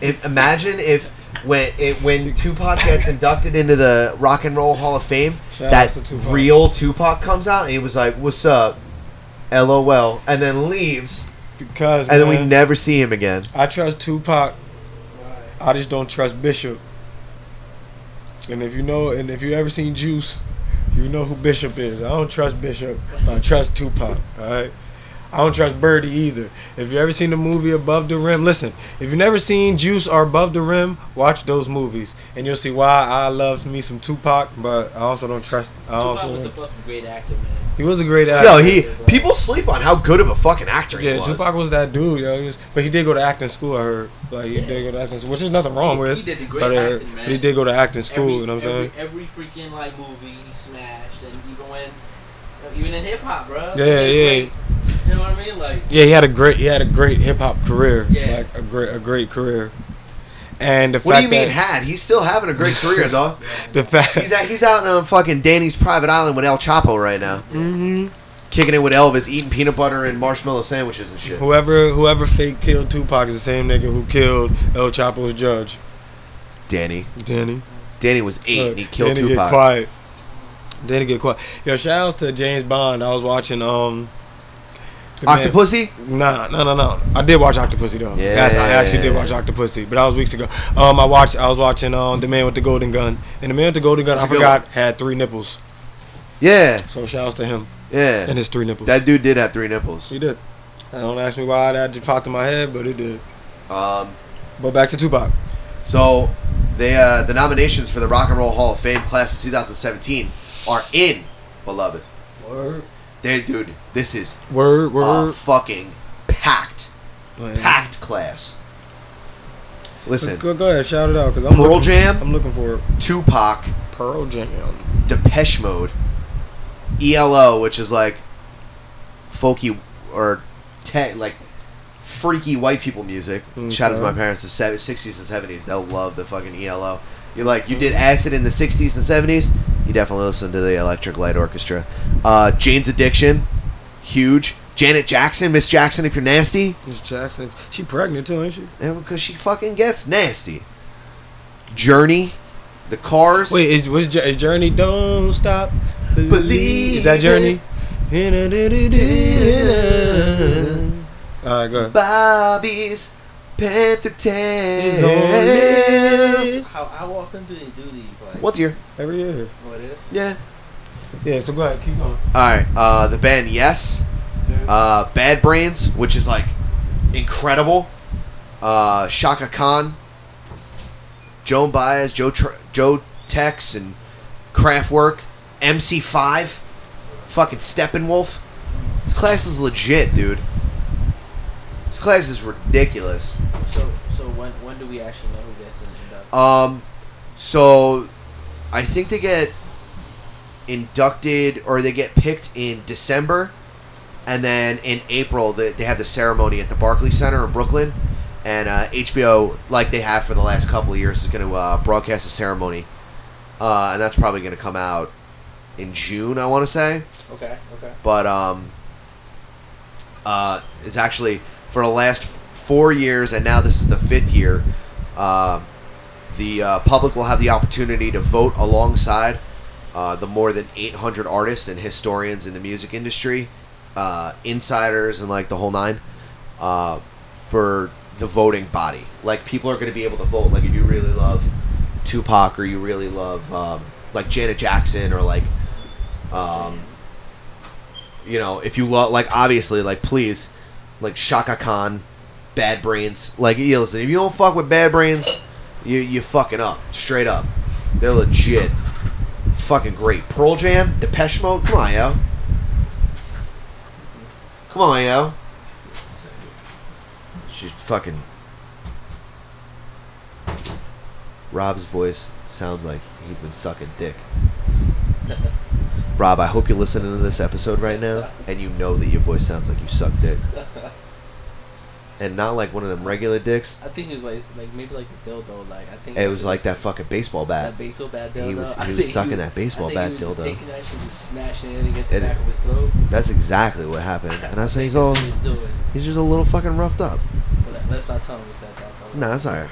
Speaker 3: If, imagine if when it, when Tupac gets inducted into the Rock and Roll Hall of Fame,
Speaker 1: Shout
Speaker 3: that
Speaker 1: outs to Tupac.
Speaker 3: real Tupac comes out and he was like, "What's up?" LOL, and then leaves,
Speaker 1: because
Speaker 3: and then we
Speaker 1: man,
Speaker 3: never see him again.
Speaker 1: I trust Tupac. I just don't trust Bishop. And if you know, and if you ever seen Juice, you know who Bishop is. I don't trust Bishop. but I trust Tupac. All right. I don't trust Birdie either. If you ever seen the movie Above the Rim, listen. If you never seen Juice or Above the Rim, watch those movies, and you'll see why I love me some Tupac. But I also don't trust. I
Speaker 4: Tupac was a
Speaker 1: also
Speaker 4: fucking great actor, man.
Speaker 1: he was a great actor.
Speaker 3: Yo, he people sleep on how good of a fucking actor he
Speaker 1: Yeah,
Speaker 3: was.
Speaker 1: Tupac was that dude, yo. He was, but he did go to acting school. I heard, like he did go to acting school, which is nothing wrong
Speaker 4: He-
Speaker 1: with.
Speaker 4: he did the great
Speaker 1: but, I heard-
Speaker 4: acting, man.
Speaker 1: but he did go to acting school.
Speaker 4: Every-
Speaker 1: you know what I'm
Speaker 4: every-
Speaker 1: saying?
Speaker 4: Every freaking like movie he smashed, and even when, even in hip hop, bro.
Speaker 1: Yeah, yeah.
Speaker 4: You know what I mean? Like,
Speaker 1: Yeah, he had a great, he had a great hip hop career.
Speaker 4: Yeah.
Speaker 1: like a great, a great career. And the
Speaker 3: What
Speaker 1: fact
Speaker 3: do you mean
Speaker 1: that
Speaker 3: had? He's still having
Speaker 1: (laughs)
Speaker 3: a great career, dog.
Speaker 1: the fact
Speaker 3: He's
Speaker 1: (laughs)
Speaker 3: at, he's out on fucking Danny's private island with El Chapo right now,
Speaker 1: hmm
Speaker 3: kicking it with Elvis, eating peanut butter and marshmallow sandwiches and shit.
Speaker 1: whoever whoever fake killed Tupac is the same nigga who killed El Chapo's judge,
Speaker 3: Danny,
Speaker 1: Danny.
Speaker 3: Danny was eight
Speaker 1: Look,
Speaker 3: and he killed
Speaker 1: then it Get
Speaker 3: Tupac.
Speaker 1: quiet. Then it get quiet. Yo, shout outs to James Bond. I was watching um. the man-
Speaker 3: Octopussy.
Speaker 1: Nah, no, no, no. I did watch Octopussy though.
Speaker 3: Yeah.
Speaker 1: Yes, I actually did watch Octopussy, but that was weeks ago. Um, I watched, I was watching um, the man with the golden gun, and the man with the golden gun,
Speaker 3: That's
Speaker 1: I
Speaker 3: a good
Speaker 1: forgot, had three nipples.
Speaker 3: Yeah,
Speaker 1: So shout outs to him
Speaker 3: yeah.
Speaker 1: and his three nipples.
Speaker 3: That dude did have three nipples.
Speaker 1: he did. And don't ask me why that just popped in my head, but it did.
Speaker 3: Um,
Speaker 1: But back to Tupac.
Speaker 3: so they uh, the nominations for the Rock and Roll Hall of Fame class of 2017 are in, beloved.
Speaker 1: Word,
Speaker 3: They, dude, this is
Speaker 1: word,
Speaker 3: a
Speaker 1: word.
Speaker 3: fucking packed,
Speaker 1: Man.
Speaker 3: packed class. Listen,
Speaker 1: Go, go ahead, shout it out because I'm
Speaker 3: Pearl
Speaker 1: looking,
Speaker 3: Jam?
Speaker 1: I'm looking for
Speaker 3: Tupac,
Speaker 1: Pearl Jam.
Speaker 3: Depeche Mode, ELO, which is like folky or tech, like freaky white people music. Shout out to
Speaker 1: Okay.
Speaker 3: my parents, the sev- 60s and 70s. They'll love the fucking ELO. You're like, you did acid in the 60s and 70s? You definitely listen to the Electric Light Orchestra. Uh, Jane's Addiction, huge. Janet Jackson, Miss Jackson, if you're nasty.
Speaker 1: Miss Jackson, she pregnant too, ain't she?
Speaker 3: Because she fucking gets nasty. Journey, The Cars.
Speaker 1: Wait, is, was, Jour- is Journey Don't Stop Believe? is that Journey? Alright, go ahead.
Speaker 3: Bobby's Panther
Speaker 1: It's on
Speaker 3: Tan.
Speaker 1: me.
Speaker 4: how how often do they do these? Like,
Speaker 3: What's your?
Speaker 1: Every year.
Speaker 4: What is?
Speaker 3: Yeah.
Speaker 1: Yeah, so go ahead, keep going.
Speaker 3: All right. Uh, the band Yes. Uh, Bad Brains, which is like incredible. Uh, Shaka Khan, Joan Baez, Joe Tr- Joe Tex, and Kraftwerk, MC5, fucking Steppenwolf. This class is legit, dude. This class is ridiculous.
Speaker 4: So so when when do we actually know who gets inducted?
Speaker 3: Um, so I think they get inducted or they get picked in December, and then in April they, they have the ceremony at the Barclays Center in Brooklyn, and uh, HBO, like they have for the last couple of years, is going to uh, broadcast the ceremony, uh, and that's probably going to come out in June, I want to say
Speaker 4: Okay, okay. (laughs)
Speaker 3: but um, uh, it's actually for the last f- four years, and now this is the fifth year. Uh, the uh, public will have the opportunity to vote alongside uh, the more than 800 artists and historians in the music industry uh, insiders and like the whole nine uh, for the voting body. Like people are going to be able to vote. Like if you really love Tupac or you really love um, like Janet Jackson or like um, you know if you love like obviously like please like Shaka Khan, Bad Brains. Like yeah, listen, if you don't fuck with Bad Brains, you you fucking up straight up. They're legit. Fucking great. Pearl Jam, Depeche Mode, come on, yo. Come on, yo. She's fucking. Rob's voice sounds like he's been sucking dick. Rob, I hope you're listening to this episode right now and you know that your voice sounds like you suck dick. And not like one of them regular dicks.
Speaker 4: I think it was like like maybe like a dildo. Like I think
Speaker 3: It was like that fucking baseball bat.
Speaker 4: that baseball bat dildo.
Speaker 3: He was
Speaker 4: (laughs) I
Speaker 3: he
Speaker 4: think
Speaker 3: was sucking that baseball
Speaker 4: I
Speaker 3: bat
Speaker 4: think he was just
Speaker 3: dildo.
Speaker 4: Taking that shit, just smashing it against
Speaker 3: And-
Speaker 4: the back of his throat.
Speaker 3: That's exactly what happened. And I said he's all
Speaker 4: That's what he was doing.
Speaker 3: he's just a little fucking roughed up.
Speaker 4: But let- let's not tell him we said that. Though.
Speaker 3: No, that's alright.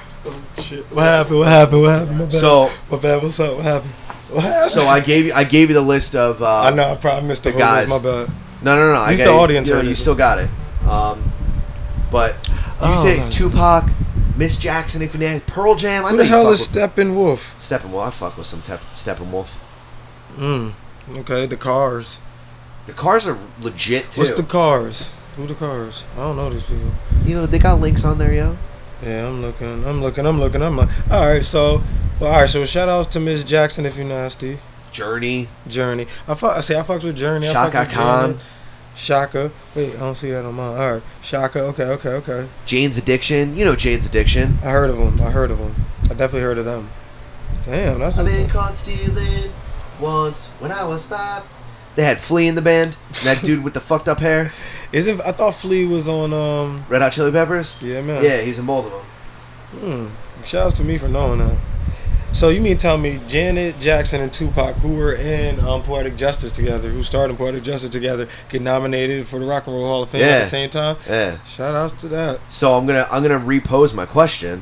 Speaker 1: Shit. What happened? What happened? What happened? My bad.
Speaker 3: So
Speaker 1: my bad. What's up? What happened? What happened?
Speaker 3: so I gave you I gave you the list of uh,
Speaker 1: I know I probably missed the,
Speaker 3: the
Speaker 1: whole list,
Speaker 3: guys-
Speaker 1: My bad.
Speaker 3: No, no, no. I
Speaker 1: Use
Speaker 3: got
Speaker 1: the
Speaker 3: you-
Speaker 1: audience
Speaker 3: You, know,
Speaker 1: right
Speaker 3: you
Speaker 1: now.
Speaker 3: still got it. Um, but you
Speaker 1: Oh,
Speaker 3: think
Speaker 1: no.
Speaker 3: Tupac, Miss Jackson, if you name Pearl Jam. I
Speaker 1: Who
Speaker 3: know
Speaker 1: the hell
Speaker 3: you
Speaker 1: is
Speaker 3: fuck
Speaker 1: Steppenwolf?
Speaker 3: with Steppenwolf? I fuck with some tep- Steppenwolf.
Speaker 1: Mm. Okay, the Cars.
Speaker 3: The cars are legit too.
Speaker 1: What's the Cars? Who the Cars? I don't know these people.
Speaker 3: you know they got links on there, yo.
Speaker 1: Yeah, I'm looking. I'm looking. I'm looking. I'm like, all right. So, well, all right. So, shout outs to Miss Jackson if you're nasty.
Speaker 3: Journey,
Speaker 1: Journey. I fuck. I say I fucks with Journey. I
Speaker 3: Shaka
Speaker 1: fucks with
Speaker 3: Khan.
Speaker 1: Journey. Shaka. Wait, I don't see that on mine. All right, Shaka. Okay, okay, okay.
Speaker 3: Jane's Addiction. You know Jane's Addiction.
Speaker 1: I heard of them. I heard of them. I definitely heard of them. Damn, that's
Speaker 3: I've been
Speaker 1: a,
Speaker 3: caught stealing once when I was five. They had Flea in the band. And that dude with the fucked up hair,
Speaker 1: isn't. I thought Flea was on. Um,
Speaker 3: Red Hot Chili Peppers.
Speaker 1: yeah, man.
Speaker 3: Yeah, he's in both of them.
Speaker 1: Hmm. Shout outs to me for knowing that. So you mean tell me Janet Jackson and Tupac, who were in um, Poetic Justice together, who starred in Poetic Justice together, get nominated for the Rock and Roll Hall of Fame at
Speaker 3: Yeah.
Speaker 1: the same time?
Speaker 3: Yeah.
Speaker 1: Shout outs to that.
Speaker 3: So I'm gonna I'm gonna repose my question.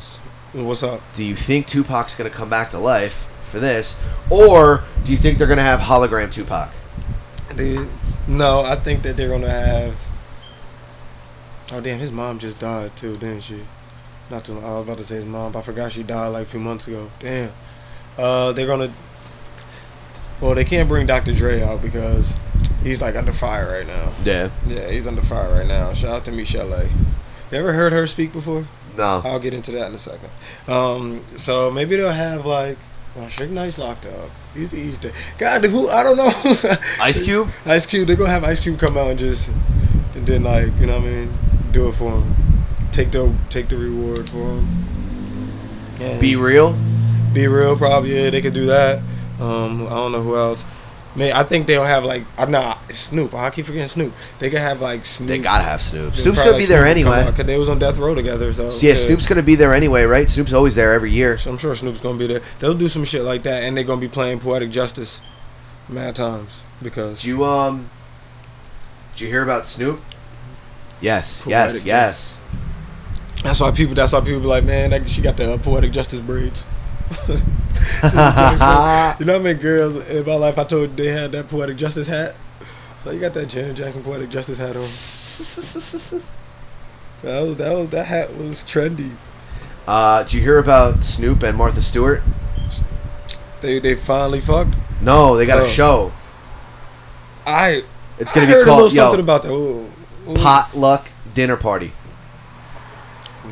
Speaker 1: What's up?
Speaker 3: do you think Tupac's going to come back to life for this, or do you think they're going to have hologram Tupac?
Speaker 1: They, no, I think that they're gonna have. Oh damn, his mom just died too, didn't she? Not too. I was about to say his mom, but I forgot she died like a few months ago. Damn. Uh, they're gonna. Well, they can't bring Dr. Dre out because he's like under fire right now.
Speaker 3: Yeah.
Speaker 1: Yeah, he's under fire right now. Shout out to Michelle. You ever heard her speak before?
Speaker 3: No.
Speaker 1: I'll get into that in a second. Um, so maybe they'll have like. Well, Suge Knight's locked up. He's eased it. God, who? I don't know. (laughs)
Speaker 3: Ice Cube.
Speaker 1: Ice Cube, they're gonna have Ice Cube come out and just and then like, you know what I mean, do it for him. Take the take the reward for him. And
Speaker 3: Be real.
Speaker 1: be real, probably yeah, they could do that. Um, I don't know who else. Man, I think they'll have like I nah Snoop. I keep forgetting Snoop. They could have like Snoop.
Speaker 3: They gotta have Snoop.
Speaker 1: they'll
Speaker 3: Snoop's
Speaker 1: probably have
Speaker 3: gonna be there
Speaker 1: Snoop come
Speaker 3: anyway.
Speaker 1: out, Cause they was on death row together, so
Speaker 3: So, yeah, Snoop's gonna be there anyway, right? Snoop's always there every year.
Speaker 1: So I'm sure Snoop's gonna be there. They'll do some shit like that, and they're gonna be playing poetic justice, mad times because
Speaker 3: Did you um? Did you hear about Snoop? Yes.
Speaker 1: Poetic
Speaker 3: yes. Yes.
Speaker 1: That's why people. That's why people be like, man, that, she got the uh, poetic justice braids. (laughs) you know how many girls in my life I told they had that poetic justice hat? So you got that Janet Jackson poetic justice hat on.
Speaker 3: (laughs)
Speaker 1: That was that was that hat was trendy.
Speaker 3: Uh, did you hear about Snoop and Martha Stewart?
Speaker 1: They they finally fucked.
Speaker 3: No, they got
Speaker 1: Oh.
Speaker 3: a show.
Speaker 1: I
Speaker 3: It's gonna
Speaker 1: I
Speaker 3: be
Speaker 1: heard a
Speaker 3: called
Speaker 1: little something
Speaker 3: yo,
Speaker 1: about that. Ooh, ooh.
Speaker 3: potluck dinner party.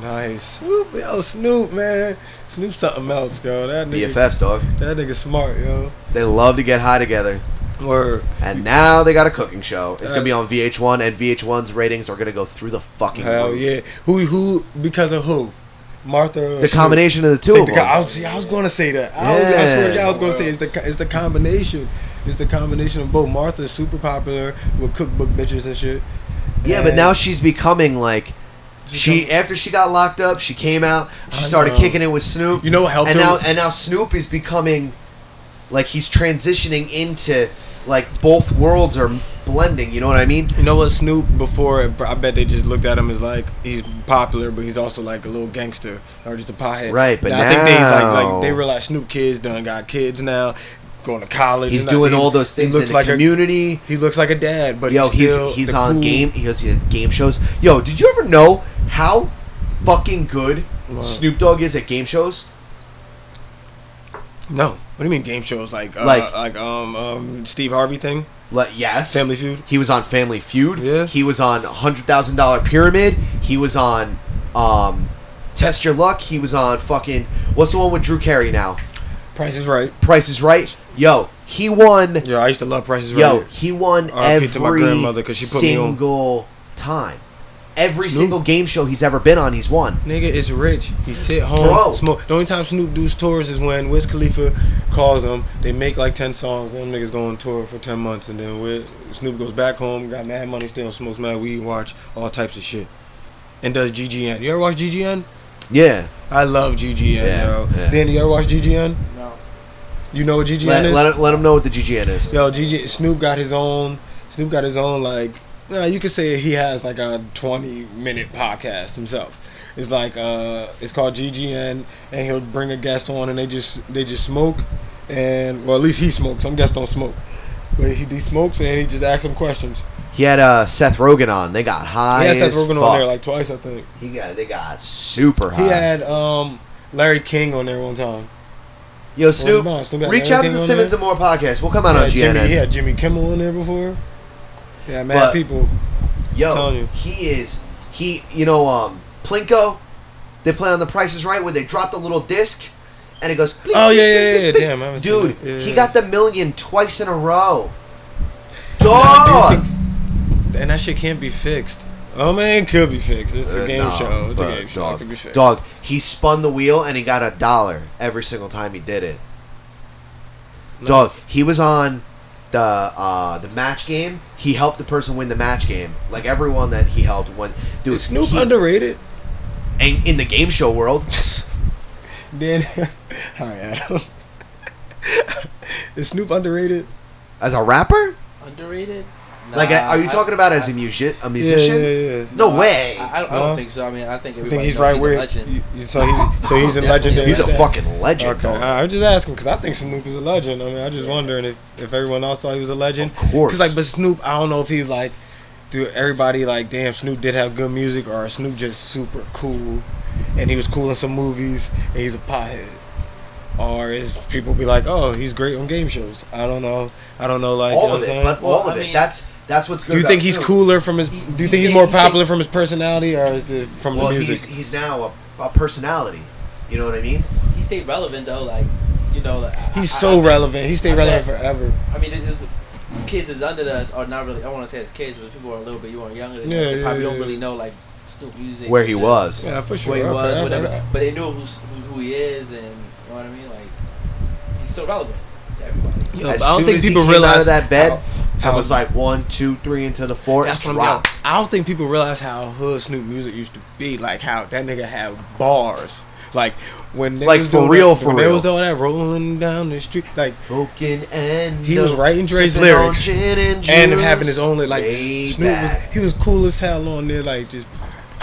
Speaker 1: Nice. Snoop, yo, Snoop, man. Snoop something else, yo. That nigga,
Speaker 3: BFFs, dog.
Speaker 1: that nigga smart, yo.
Speaker 3: They love to get high together.
Speaker 1: Word.
Speaker 3: And now they got a cooking show. It's gonna be on VH1, and VH1's ratings are gonna go through the fucking
Speaker 1: Hell
Speaker 3: roof.
Speaker 1: yeah. Who who because of who? Martha. or
Speaker 3: The
Speaker 1: Snoop?
Speaker 3: combination of the two
Speaker 1: Think
Speaker 3: of
Speaker 1: the
Speaker 3: them.
Speaker 1: co- I was, I was going to say that. I, was, I swear to
Speaker 3: Yeah.
Speaker 1: God, I was going to say it's the co- it's the combination. It's the combination of both. Martha's super popular with cookbook bitches and shit.
Speaker 3: yeah, but
Speaker 1: And
Speaker 3: now she's becoming like she after she got locked up, she came out, she
Speaker 1: I
Speaker 3: started
Speaker 1: know.
Speaker 3: kicking it with Snoop.
Speaker 1: you know what helped
Speaker 3: and
Speaker 1: her.
Speaker 3: now and now Snoop is becoming like he's transitioning into like both worlds are blending, you know what I mean?
Speaker 1: you know what Snoop before? I bet they just looked at him as like he's popular, but he's also like a little gangster or just a pothead.
Speaker 3: Right, but
Speaker 1: I think they like,
Speaker 3: now-
Speaker 1: like they realize Snoop kids done got kids now. going to college.
Speaker 3: He's
Speaker 1: and
Speaker 3: doing
Speaker 1: he-
Speaker 3: all those
Speaker 1: he
Speaker 3: things
Speaker 1: looks
Speaker 3: in the
Speaker 1: like
Speaker 3: community.
Speaker 1: A, he looks like a dad, but
Speaker 3: Yo,
Speaker 1: he's
Speaker 3: he's
Speaker 1: still
Speaker 3: he's
Speaker 1: the
Speaker 3: on
Speaker 1: cool-
Speaker 3: game. He goes to game shows. Yo, did you ever know how fucking good
Speaker 1: Wow.
Speaker 3: Snoop Dogg is at game shows?
Speaker 1: No, what do you mean game shows like uh,
Speaker 3: Like-
Speaker 1: like um um Steve Harvey thing?
Speaker 3: Like, yes,
Speaker 1: Family Feud?
Speaker 3: He was on Family Feud.
Speaker 1: Yeah.
Speaker 3: He was on Hundred Thousand Dollar Pyramid. He was on um, Test Your Luck. He was on fucking what's the one with Drew Carey now?
Speaker 1: Price is Right.
Speaker 3: Price is Right. Yo, he won.
Speaker 1: Yo, I used to love Price is
Speaker 3: Yo,
Speaker 1: Right.
Speaker 3: he won
Speaker 1: RIP
Speaker 3: every
Speaker 1: to my grandmother 'cause she put me on.
Speaker 3: single time. Every
Speaker 1: Snoop.
Speaker 3: single game show he's ever been on, he's won.
Speaker 1: Nigga is rich. He sit home,
Speaker 3: Bro.
Speaker 1: smoke. The only time Snoop does tours is when Wiz Khalifa calls him. They make like ten songs. Them niggas go on tour for ten months, and then Wiz, Snoop goes back home, got mad money, still smokes mad weed, watch all types of shit, and does GGN. You ever watch GGN?
Speaker 3: Yeah.
Speaker 1: I love GGN,
Speaker 3: Yeah,
Speaker 1: yo.
Speaker 3: yeah.
Speaker 1: Danny, you ever watch GGN?
Speaker 4: No.
Speaker 1: You know what GGN
Speaker 3: Let,
Speaker 1: is?
Speaker 3: let, let him know what the GGN is.
Speaker 1: Yo, GG Snoop got his own. Snoop got his own like. Nah, you could say he has like a twenty minute podcast himself. It's like uh, it's called GGN, and he'll bring a guest on, and they just they just smoke, and well at least he smokes. Some guests don't smoke, but he, he smokes, and he just asks them questions.
Speaker 3: He had uh, Seth Rogen on. They got
Speaker 1: He
Speaker 3: high.
Speaker 1: had Seth
Speaker 3: as
Speaker 1: Rogen
Speaker 3: fuck.
Speaker 1: on there like twice, I think.
Speaker 3: he got they got super high.
Speaker 1: He had um, Larry King on there one time.
Speaker 3: Yo, Snoop,
Speaker 1: no, Snoop got
Speaker 3: reach out to
Speaker 1: everything
Speaker 3: the
Speaker 1: on
Speaker 3: Simmons
Speaker 1: there.
Speaker 3: and More podcast. We'll come out
Speaker 1: yeah,
Speaker 3: on GNN.
Speaker 1: Jimmy, he had Jimmy Kimmel on there before. Yeah, mad
Speaker 3: But-
Speaker 1: people. telling
Speaker 3: Yo,
Speaker 1: you.
Speaker 3: he is he. You know, um, Plinko. They play on The Price is Right where they drop the little disc, and it goes.
Speaker 1: Oh, yeah, yeah, yeah, yeah. Damn, I haven't seen
Speaker 3: dude,
Speaker 1: that. Yeah,
Speaker 3: he
Speaker 1: yeah.
Speaker 3: got the million twice in a row.
Speaker 1: Nah,
Speaker 3: Dog.
Speaker 1: dude, And that shit can't be fixed. Oh man, it could be fixed. It's a
Speaker 3: Uh,
Speaker 1: game
Speaker 3: nah,
Speaker 1: show. It's a
Speaker 3: bruh,
Speaker 1: game show.
Speaker 3: Dog,
Speaker 1: It could be fixed.
Speaker 3: dog, he spun the wheel and he got a dollar every single time he did it. Dog, he was on the uh, the match game. He helped the person win the match game. Like everyone that he helped won. Dude,
Speaker 1: Is Snoop
Speaker 3: he-
Speaker 1: underrated.
Speaker 3: and in the game
Speaker 1: (laughs)
Speaker 3: show world,
Speaker 1: Then, (laughs) all right, Adam. (laughs) Is Snoop underrated?
Speaker 3: as a rapper,
Speaker 4: Underrated?
Speaker 3: like,
Speaker 4: Nah,
Speaker 3: are you
Speaker 4: I-
Speaker 3: talking about as
Speaker 4: I-
Speaker 3: a, musi- a musician?
Speaker 1: Yeah, yeah, yeah.
Speaker 3: No
Speaker 4: I-
Speaker 3: way.
Speaker 4: I, I don't, I
Speaker 1: No?
Speaker 4: don't think so. I mean, I think
Speaker 1: You
Speaker 4: everybody
Speaker 1: think he's
Speaker 4: knows
Speaker 1: right
Speaker 4: he's
Speaker 1: where
Speaker 4: a legend.
Speaker 1: you- you- so he's so he's a
Speaker 4: Definitely
Speaker 1: legend.
Speaker 4: a
Speaker 1: and
Speaker 3: He's a
Speaker 1: that.
Speaker 3: fucking legend.
Speaker 1: Okay,
Speaker 3: dog.
Speaker 1: I was just asking because I think Snoop is a legend. I mean, I was just wondering if, if everyone else thought he was a legend.
Speaker 3: Of course.
Speaker 1: 'Cause, like, but Snoop, I don't know if he's like, do everybody like, damn, Snoop did have good music, or Snoop just super cool, and he was cool in some movies, and he's a pothead, or is people be like, oh, he's great on game shows? I don't know. I don't know. Like, you
Speaker 3: all
Speaker 1: know
Speaker 3: of
Speaker 1: what
Speaker 3: it,
Speaker 1: I'm
Speaker 3: but
Speaker 1: saying?
Speaker 3: all
Speaker 4: Well,
Speaker 3: of
Speaker 4: I
Speaker 3: it.
Speaker 4: mean-
Speaker 3: that's that's what's good.
Speaker 1: do you
Speaker 3: about
Speaker 1: think he's
Speaker 3: Snoop.
Speaker 1: cooler from his? Do you
Speaker 4: He-
Speaker 1: think
Speaker 4: he
Speaker 1: he's
Speaker 4: think-
Speaker 1: more
Speaker 4: he think-
Speaker 1: popular from his personality, or is it from
Speaker 3: Well,
Speaker 1: the
Speaker 3: he's
Speaker 1: music?
Speaker 3: he's now a, a personality. You know what I mean?
Speaker 4: He stayed relevant though, like you know. Like, I-
Speaker 1: He's
Speaker 4: I-
Speaker 1: so
Speaker 4: I,
Speaker 1: relevant. He stayed
Speaker 4: I
Speaker 1: relevant
Speaker 4: bet-
Speaker 1: forever.
Speaker 4: I mean, it's, kids is under us are not really. I want to say as kids, but people are a little bit you are younger than
Speaker 1: Yeah,
Speaker 4: us. They
Speaker 1: yeah,
Speaker 4: probably
Speaker 1: yeah.
Speaker 4: don't really know like Snoop music
Speaker 3: Where he
Speaker 4: just
Speaker 3: was.
Speaker 1: Yeah, for sure.
Speaker 4: where he
Speaker 1: Okay,
Speaker 4: was,
Speaker 1: okay,
Speaker 4: whatever.
Speaker 1: okay.
Speaker 4: But they knew who's, who, who he is, and you know what I mean. Like he's still relevant to everybody.
Speaker 1: Yo,
Speaker 3: as
Speaker 1: but I don't
Speaker 3: soon
Speaker 1: think
Speaker 3: as he
Speaker 1: people
Speaker 3: came
Speaker 1: realize
Speaker 3: out of that bed,
Speaker 1: how-
Speaker 3: I was like one, two, three into the four.
Speaker 1: That's what I'm
Speaker 3: dropped.
Speaker 1: about. I don't think people realize how hood Snoop music used to be. Like how that nigga had bars. Like when they
Speaker 3: Like,
Speaker 1: was
Speaker 3: for
Speaker 1: doing
Speaker 3: real,
Speaker 1: that,
Speaker 3: for
Speaker 1: when They
Speaker 3: real.
Speaker 1: was doing that rolling down the street. Like
Speaker 3: Broken and
Speaker 1: He was writing Dre's
Speaker 3: sipping on
Speaker 1: lyrics
Speaker 3: gin and,
Speaker 1: and
Speaker 3: juice.
Speaker 1: having his own like
Speaker 3: Way
Speaker 1: Snoop was
Speaker 3: back.
Speaker 1: he was cool as hell on there. Like just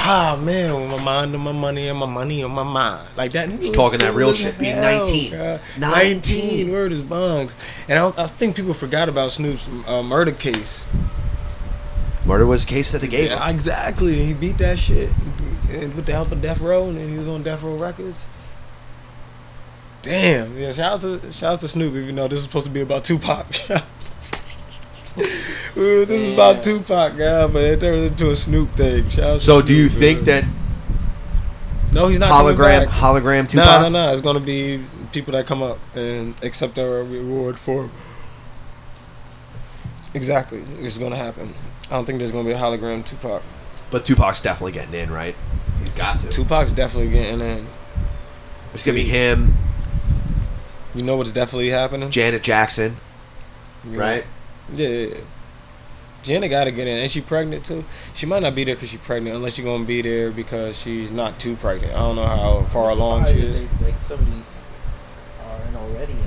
Speaker 1: ah man, with my mind on my money and my money on my mind. Like that. He's
Speaker 3: talking that real shit, being 19.
Speaker 1: 19.
Speaker 3: 19.
Speaker 1: Word is bong. And I, don't- I think people forgot about Snoop's uh, murder case.
Speaker 3: Murder was a case that they gave
Speaker 1: Yeah,
Speaker 3: him.
Speaker 1: exactly. He beat that shit and with the help of Death Row, and then he was on Death Row Records. Damn. Yeah. Shout out to shout out to Snoop, even though this is supposed to be about Tupac. (laughs) Ooh, this is
Speaker 4: Yeah.
Speaker 1: about Tupac, yeah, but it turned into a Snoop thing. Shout out to
Speaker 3: So, do you
Speaker 1: Snoop, man.
Speaker 3: think that
Speaker 1: no, he's uh, not coming
Speaker 3: hologram,
Speaker 1: back.
Speaker 3: hologram Tupac?
Speaker 1: No, no, no. It's gonna be people that come up and accept our reward for. Exactly, it's gonna happen. I don't think there's gonna be a hologram Tupac.
Speaker 3: But Tupac's definitely getting in, right? He's got to.
Speaker 1: Tupac's definitely getting in.
Speaker 3: it's gonna be him,
Speaker 1: You know what's definitely happening,
Speaker 3: Janet Jackson,
Speaker 1: You know?
Speaker 3: right?
Speaker 1: Yeah, yeah, yeah. Janet gotta get in. Ain't she pregnant too? She might not be there because she's pregnant, unless she's gonna be there because she's not too pregnant. I don't know how far
Speaker 4: I'm
Speaker 1: along she
Speaker 4: surprised that
Speaker 1: is.
Speaker 4: They, like some of these are in already. And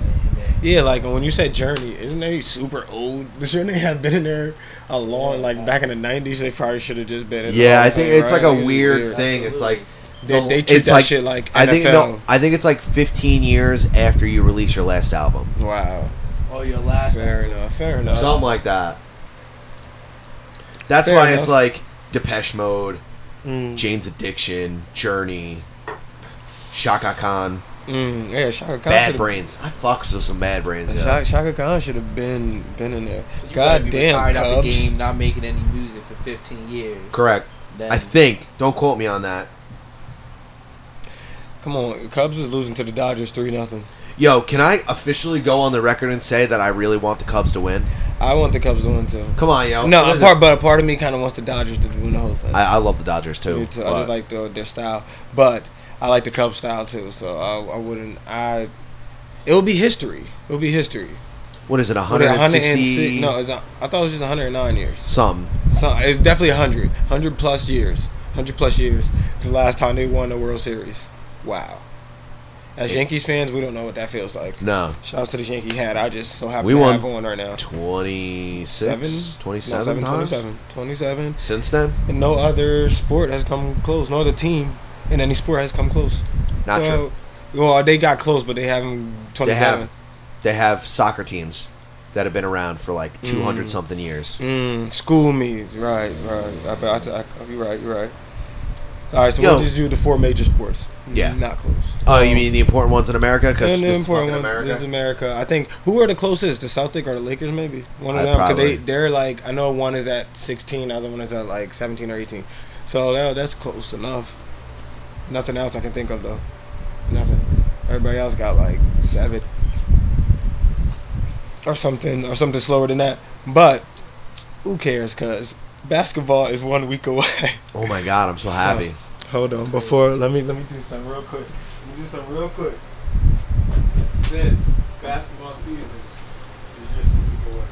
Speaker 4: they,
Speaker 1: Yeah, like when you said Journey, isn't they super old? (laughs) Shouldn't they have been in there a long, like back in the nineties? They probably should have just been. In the
Speaker 3: Yeah,
Speaker 1: whole
Speaker 3: I think
Speaker 1: thing,
Speaker 3: it's
Speaker 1: right?
Speaker 3: like a
Speaker 1: It's
Speaker 3: weird thing. It's like
Speaker 4: Absolutely.
Speaker 1: They,
Speaker 3: the-
Speaker 1: they treat
Speaker 3: it's
Speaker 1: that
Speaker 3: like-
Speaker 1: shit like NFL.
Speaker 3: I think no, I think it's like 15 years after you release your last album.
Speaker 1: Wow.
Speaker 4: Oh, your last.
Speaker 5: Fair enough. Fair enough.
Speaker 3: Something like that. That's
Speaker 5: Fair
Speaker 3: why
Speaker 5: enough.
Speaker 3: it's like Depeche Mode,
Speaker 5: Mm.
Speaker 3: Jane's Addiction, Journey, Shaka Khan,
Speaker 5: Mm, yeah, Shaka Khan.
Speaker 3: Bad
Speaker 5: should've-
Speaker 3: Brains. I fucked with some Bad Brains. Yeah.
Speaker 5: Sha- Shaka Khan should have been been in there.
Speaker 4: So you gotta
Speaker 5: God
Speaker 4: be
Speaker 5: damn,
Speaker 4: retired out the
Speaker 5: Cubs.
Speaker 4: game, not making any music for 15 years.
Speaker 3: Correct.
Speaker 4: Then
Speaker 3: I think. Don't quote me on that.
Speaker 5: Come on, Cubs is losing to the Dodgers three nothing.
Speaker 3: Yo, can I officially go on the record and say that I really want the Cubs to win?
Speaker 5: I want the Cubs to win too.
Speaker 3: Come on,
Speaker 4: Oh,
Speaker 3: yo.
Speaker 5: No,
Speaker 3: What
Speaker 5: a
Speaker 3: is
Speaker 5: part,
Speaker 3: it?
Speaker 5: but a part of me kind of wants the Dodgers to win the whole thing.
Speaker 3: I, I love the Dodgers too.
Speaker 5: Me too. I
Speaker 3: but-
Speaker 5: just like the, their style, but I like the Cubs style too. So I, I wouldn't. I it would be history. It would be history.
Speaker 3: what is it?
Speaker 5: Would it
Speaker 3: 160?
Speaker 5: No, it's not, I thought it was just 109 years.
Speaker 3: Some.
Speaker 5: So it's definitely 100, 100 plus years, 100 plus years. The last time they won the World Series. Wow. As
Speaker 3: It-
Speaker 5: Yankees fans, we don't know what that feels like.
Speaker 3: No.
Speaker 5: Shouts to the Yankee hat. I just so happy
Speaker 3: We
Speaker 5: to
Speaker 3: won
Speaker 5: have on right now.
Speaker 3: 26?
Speaker 5: Seven? No,
Speaker 3: 27
Speaker 5: seven,
Speaker 3: times?
Speaker 5: 27, 27.
Speaker 3: Since then?
Speaker 5: And no other sport has come close. No other team in any sport has come close.
Speaker 3: Not
Speaker 5: well,
Speaker 3: true.
Speaker 5: Well, they got close, but they haven't.
Speaker 3: They
Speaker 5: 27.
Speaker 3: have, they have soccer teams that have been around for like 200 something years.
Speaker 5: Mm, school me. Right, right. I, bet- I, I, you're right, you're right. All right, so
Speaker 3: Yo.
Speaker 5: we'll just do the four major sports.
Speaker 3: Yeah.
Speaker 5: Not close.
Speaker 3: Oh, you mean the important ones in America? Because
Speaker 5: And the important ones
Speaker 3: America.
Speaker 5: is America. I think who are the closest? The Celtic or the Lakers, maybe one of
Speaker 3: I
Speaker 5: them. 'Cause they
Speaker 3: probably-
Speaker 5: they're like I know one is at sixteen, the other one is at like seventeen or eighteen. So that, that's close enough. Nothing else I can think of though. Nothing. Everybody else got like seven or something or something slower than that. But who cares? Cause basketball is one week (laughs) away.
Speaker 3: oh my God, I'm so happy.
Speaker 1: Hold on, before let me let me
Speaker 5: do something real quick. Let me do something real quick. Since basketball season is just a week away.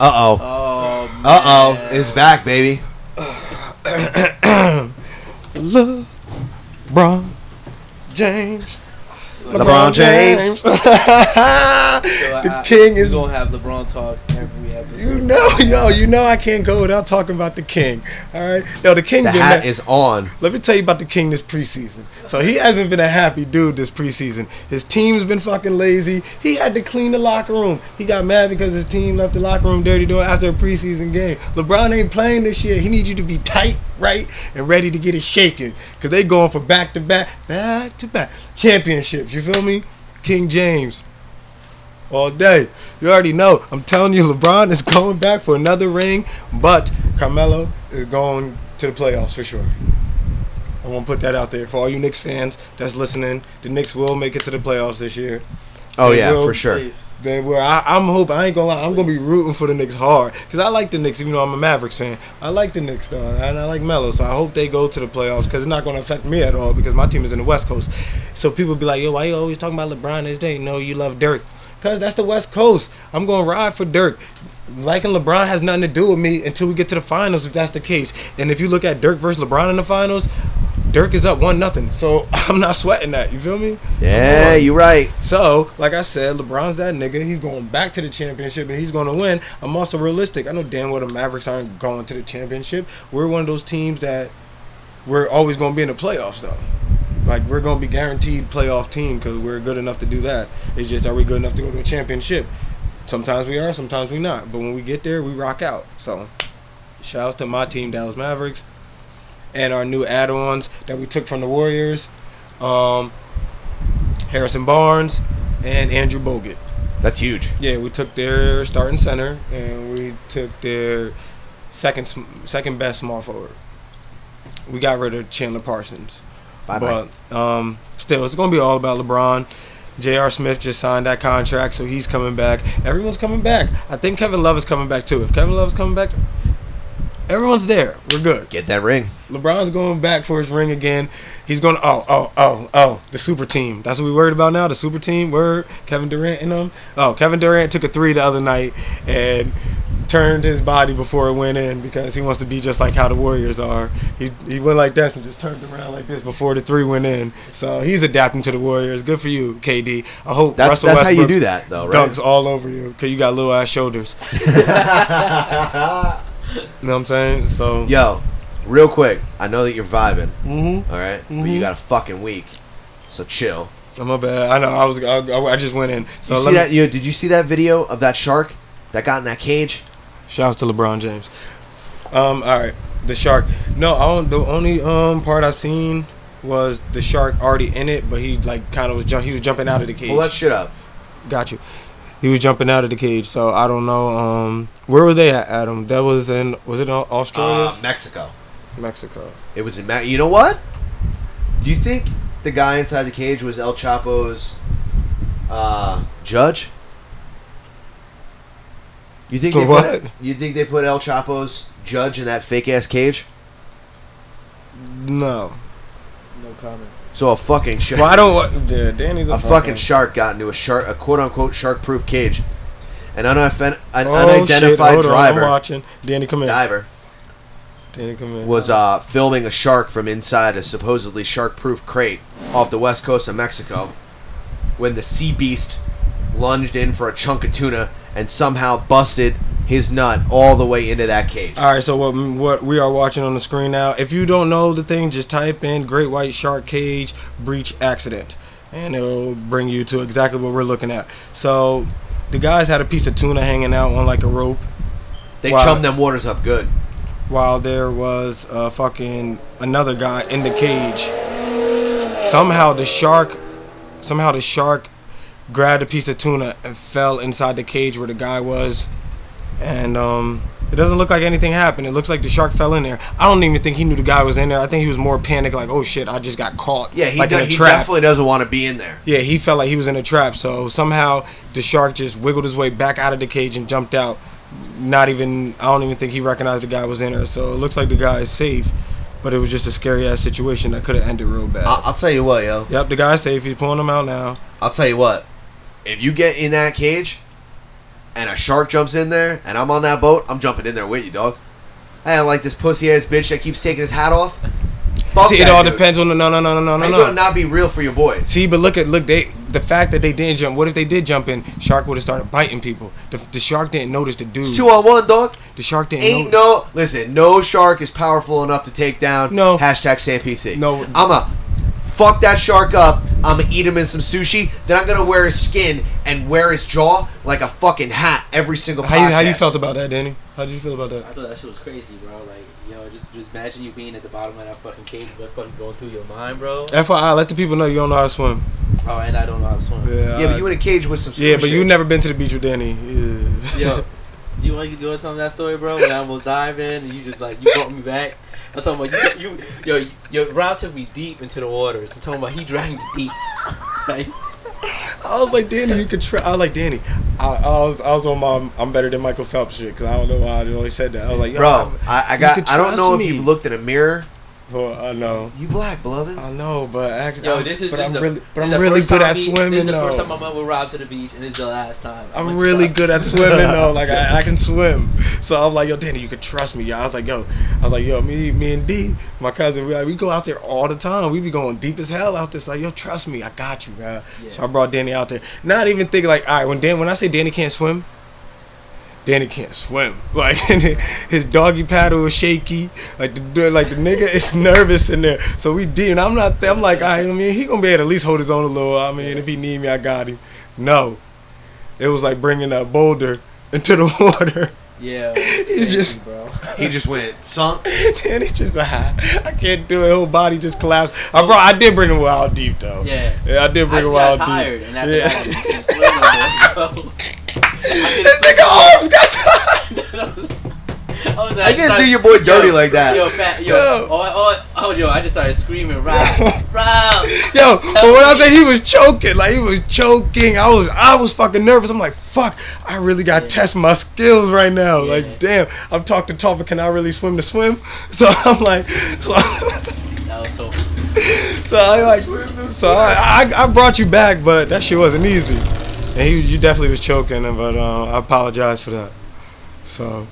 Speaker 3: Uh oh.
Speaker 4: Oh.
Speaker 3: Uh oh.
Speaker 4: man.
Speaker 3: It's back, baby.
Speaker 5: LeBron James.
Speaker 4: So,
Speaker 3: LeBron James. uh,
Speaker 4: so
Speaker 1: (laughs) the
Speaker 4: I-
Speaker 1: king
Speaker 4: we
Speaker 1: is
Speaker 4: gonna have LeBron talk every episode.
Speaker 1: you know yo you know I can't go without talking about the king. All right, yo the king
Speaker 3: The
Speaker 1: been
Speaker 3: hat
Speaker 1: back-
Speaker 3: is on.
Speaker 1: Let me tell you about the king this preseason. So he hasn't been a happy dude this preseason. His team's been fucking lazy. He had to clean the locker room. He got mad because his team left the locker room dirty door after a preseason game. LeBron ain't playing this year. He needs you to be tight, right, and ready to get it shaken. Cause they going for back to back, back to back championships. You feel me? King James. All day. You already know. I'm telling you, LeBron is (laughs) going back for another ring, but Carmelo is going to the playoffs for sure. I want to put that out there for all you Knicks fans that's listening. The Knicks will make it to the playoffs this year.
Speaker 3: Oh
Speaker 1: They
Speaker 3: yeah,
Speaker 1: will
Speaker 3: for sure.
Speaker 4: Please.
Speaker 1: They were. I, I'm hoping. I ain't gonna lie. I'm gonna be rooting for the Knicks hard because I like the Knicks. Even though I'm a Mavericks fan, I like the Knicks though, and I like Melo. So I hope they go to the playoffs because it's not gonna affect me at all because my team is in the West Coast. So people be like, "Yo, why you always talking about LeBron this day?" No, you love Dirk because that's the West Coast. I'm gonna ride for Dirk. Liking LeBron has nothing to do with me until we get to the finals, if that's the case. And if you look at Dirk versus LeBron in the finals, Dirk is up one nothing. So (laughs) I'm not sweating that. You feel me?
Speaker 3: Yeah, you right.
Speaker 1: So, like I said, LeBron's that nigga. He's going back to the championship and he's going to win. I'm also realistic. I know damn well the Mavericks aren't going to the championship. We're one of those teams that we're always going to be in the playoffs, though. Like, we're going to be guaranteed playoff team because we're good enough to do that. It's just, are we good enough to go to a championship? Sometimes we are, sometimes we not. But when we get there, we rock out. So, shouts to my team, Dallas Mavericks, and our new add ons that we took from the Warriors. Um, Harrison Barnes, and Andrew Bogut.
Speaker 3: That's huge.
Speaker 1: Yeah, we took their starting center and we took their second sm- second best small forward. We got rid of Chandler Parsons,
Speaker 3: Bye bye.
Speaker 1: but um, still, it's gonna be all about LeBron. J.R. Smith just signed that contract, so he's coming back. Everyone's coming back. I think Kevin Love is coming back too. If Kevin Love is coming back, everyone's there. We're good.
Speaker 3: Get that ring.
Speaker 1: LeBron's going back for his ring again. He's going. Oh, oh, oh, oh. The super team. That's what we worried about now. The super team. Word. Kevin Durant and them. Oh, Kevin Durant took a three the other night and turned his body before it went in because he wants to be just like how the Warriors are. He he went like this and just turned around like this before the three went in. So he's adapting to the Warriors. Good for you, KD. I hope
Speaker 3: That's
Speaker 1: Russell
Speaker 3: that's how
Speaker 1: Westbrook
Speaker 3: you do that though, right?
Speaker 1: dunks all over you because you got little ass shoulders.
Speaker 3: (laughs)
Speaker 1: you know what I'm saying? So
Speaker 3: Yo, real quick. I know that you're vibing.
Speaker 1: Mm-hmm.
Speaker 3: All right? But you got a fucking week, so chill.
Speaker 1: Oh, my bad. I know. I was. I, I- I just went in. So
Speaker 3: you
Speaker 1: let
Speaker 3: see
Speaker 1: me,
Speaker 3: that? You did you see that video of that shark that got in that cage?
Speaker 1: Shouts to LeBron James. Um, all right, the shark. No, I don't, the only um part I seen was the shark already in it, but he like kind of was jump. He was jumping out of the cage.
Speaker 3: Pull that shit up.
Speaker 1: Got you. He was jumping out of the cage, so I don't know. Um, where were they at, Adam? That was in was it in Australia,
Speaker 3: Uh, Mexico.
Speaker 1: Mexico?
Speaker 3: It was in. Ma- you know what? Do you think the guy inside the cage was El Chapo's uh, judge? You think
Speaker 1: For
Speaker 3: they
Speaker 1: what?
Speaker 3: Put, you think they put El Chapo's judge in that fake ass cage?
Speaker 1: No.
Speaker 4: No comment.
Speaker 3: So a fucking shark.
Speaker 1: Well, I don't. wa- (laughs) Yeah, Danny's a,
Speaker 3: A fucking shark got into a shark, a quote unquote shark proof cage. An, unoffen- an
Speaker 1: Oh, shit.
Speaker 3: unidentified
Speaker 1: Hold on,
Speaker 3: driver
Speaker 1: I'm watching. Danny, come in.
Speaker 3: diver
Speaker 1: Danny, come in.
Speaker 3: was uh, filming a shark from inside a supposedly shark-proof crate off the west coast of Mexico when the sea beast lunged in for a chunk of tuna and somehow busted his nut all the way into that cage.
Speaker 1: All right, so what what we are watching on the screen now? If you don't know the thing, just type in "Great White Shark Cage Breach Accident," and it'll bring you to exactly what we're looking at. So, the guys had a piece of tuna hanging out on like a rope,
Speaker 3: they
Speaker 1: wow.
Speaker 3: chummed them waters up good.
Speaker 1: while there was a fucking another guy in the cage. Somehow the shark, somehow the shark, grabbed a piece of tuna and fell inside the cage where the guy was, and um, it doesn't look like anything happened. It looks like the shark fell in there. I don't even think he knew the guy was in there. I think he was more panicked, like, oh shit, I just got caught.
Speaker 3: Yeah, he,
Speaker 1: like
Speaker 3: de-
Speaker 1: in a
Speaker 3: he
Speaker 1: trap.
Speaker 3: definitely doesn't want to be in there.
Speaker 1: Yeah, he felt like he was in a trap. So somehow the shark just wiggled his way back out of the cage and jumped out. Not even, I don't even think he recognized the guy was in there. So it looks like the guy is safe, but it was just a scary ass situation that could have ended real bad.
Speaker 3: I- I'll tell you what, yo.
Speaker 1: yep, the guy's safe. He's pulling him out now.
Speaker 3: I'll tell you what. If you get in that cage and a shark jumps in there and I'm on that boat, I'm jumping in there with you, dog. I don't like this pussy ass bitch that keeps taking his hat off. Fuck
Speaker 1: See, it
Speaker 3: that
Speaker 1: all
Speaker 3: dude.
Speaker 1: depends on the no, no, no, no, no,
Speaker 3: How you
Speaker 1: no,
Speaker 3: gonna
Speaker 1: no.
Speaker 3: not be real for your boy?
Speaker 1: See, but look at look they the fact that they didn't jump. What if they did jump in? Shark would have started biting people. The, the shark didn't notice the dude.
Speaker 3: It's two on one, dog.
Speaker 1: the shark didn't
Speaker 3: Ain't
Speaker 1: notice.
Speaker 3: no listen. No shark is powerful enough to take down.
Speaker 1: No.
Speaker 3: Hashtag Sam PC.
Speaker 1: No.
Speaker 3: I'm a fuck that shark up. I'm gonna eat him in some sushi. Then I'm gonna wear his skin and wear his jaw like a fucking hat every single.
Speaker 1: how you how you
Speaker 3: podcast.
Speaker 1: felt about that, Danny? How did you feel about that?
Speaker 4: I thought that shit was crazy, bro. Like, yo, just just imagine you being at the bottom of that fucking cage, but fucking going through your mind, bro.
Speaker 1: FYI, let the people know you don't know how to swim.
Speaker 4: Oh, and I don't know how to swim.
Speaker 3: Yeah, but you in a cage with some.
Speaker 1: Yeah, but
Speaker 3: screw
Speaker 1: you
Speaker 3: shit.
Speaker 1: never been to the beach with Danny. Yeah.
Speaker 4: Yo, do you want you want to tell me that story, bro? When I almost dived in, and you just like you brought me back. I'm talking about you, you yo, your Rob took me deep into the waters. I'm talking about he dragged me deep. Like,
Speaker 1: (laughs) I was like, Danny, you could try. I was like, Danny, I, I was I was on my I'm better than Michael Phelps shit because I don't know why I always said that. I was like, Yo,
Speaker 3: Bro, I, I
Speaker 1: you could
Speaker 3: got. I don't
Speaker 1: trust
Speaker 3: know
Speaker 1: me.
Speaker 3: if you've looked in a mirror.
Speaker 1: Well, I know,
Speaker 3: You black, beloved.
Speaker 1: I know, but actually,
Speaker 4: yo,
Speaker 1: I'm-
Speaker 4: this is.
Speaker 1: but
Speaker 4: this
Speaker 1: I'm
Speaker 4: the,
Speaker 1: really, but
Speaker 4: this
Speaker 1: I'm
Speaker 4: the
Speaker 1: really
Speaker 4: first
Speaker 1: good
Speaker 4: time
Speaker 1: at
Speaker 4: we- This
Speaker 1: swimming
Speaker 4: is the first time I
Speaker 1: though.
Speaker 4: went with Rob to the beach, and it's the last time. I
Speaker 1: I'm
Speaker 4: went to
Speaker 1: really
Speaker 4: Rob.
Speaker 1: good at swimming though. Like I, I can swim, so I'm like, yo, Danny, you can trust me. Yo, I was like, yo, I was like, yo, me, me and D, my cousin, we like, we go out there all the time. We be going deep as hell out there. It's like, yo, trust me, I got you, man.
Speaker 4: Yeah.
Speaker 1: So I brought Danny out there. Not even thinking like, all right, when Dan, when I say Danny can't swim, Danny can't swim. (laughs) Like his doggy paddle is shaky. Like the dude- like the nigga is (laughs) nervous in there. So we did, and I'm not. I'm like, all right, I mean, he gonna be able to at least hold his own a little. I mean, if he need me, I got him. No, it was like bringing that boulder (laughs) into the water. (laughs)
Speaker 4: Yeah, it's
Speaker 1: You
Speaker 4: crazy,
Speaker 1: just-
Speaker 4: bro.
Speaker 3: He just went sunk.
Speaker 1: Danny just, ah, I can't do it. Whole body just collapsed. I brought. I did bring him wild deep though.
Speaker 4: Yeah.
Speaker 1: Yeah, I did bring
Speaker 4: I just
Speaker 1: him
Speaker 4: got
Speaker 1: wild
Speaker 4: tired,
Speaker 1: deep.
Speaker 4: and after
Speaker 1: yeah.
Speaker 4: that, I just can't swim no more, bro. I
Speaker 1: (laughs) This
Speaker 4: couldn't swim
Speaker 1: nigga arms got (laughs) tired.
Speaker 4: I was- I was
Speaker 3: I can't
Speaker 4: started-
Speaker 3: do your boy dirty
Speaker 4: yo,
Speaker 3: like that.
Speaker 4: Yo, fat, yo,
Speaker 1: Yo.
Speaker 4: Oh, oh, oh, yo, I just started
Speaker 3: (laughs)
Speaker 4: screaming, Rob, Rob.
Speaker 1: Yo, but when I say he was choking, like he was choking, I was I was fucking nervous. I'm like, fuck, I really got to test my skills right now.
Speaker 4: Yeah.
Speaker 1: Like, damn, I'm talking to talk, but can I really swim to swim? (laughs) So I'm like, so, (laughs)
Speaker 4: That was so.
Speaker 1: so I like, so I, I I brought you back, but that shit wasn't easy. And he, you definitely was choking, but um, I apologize for that. So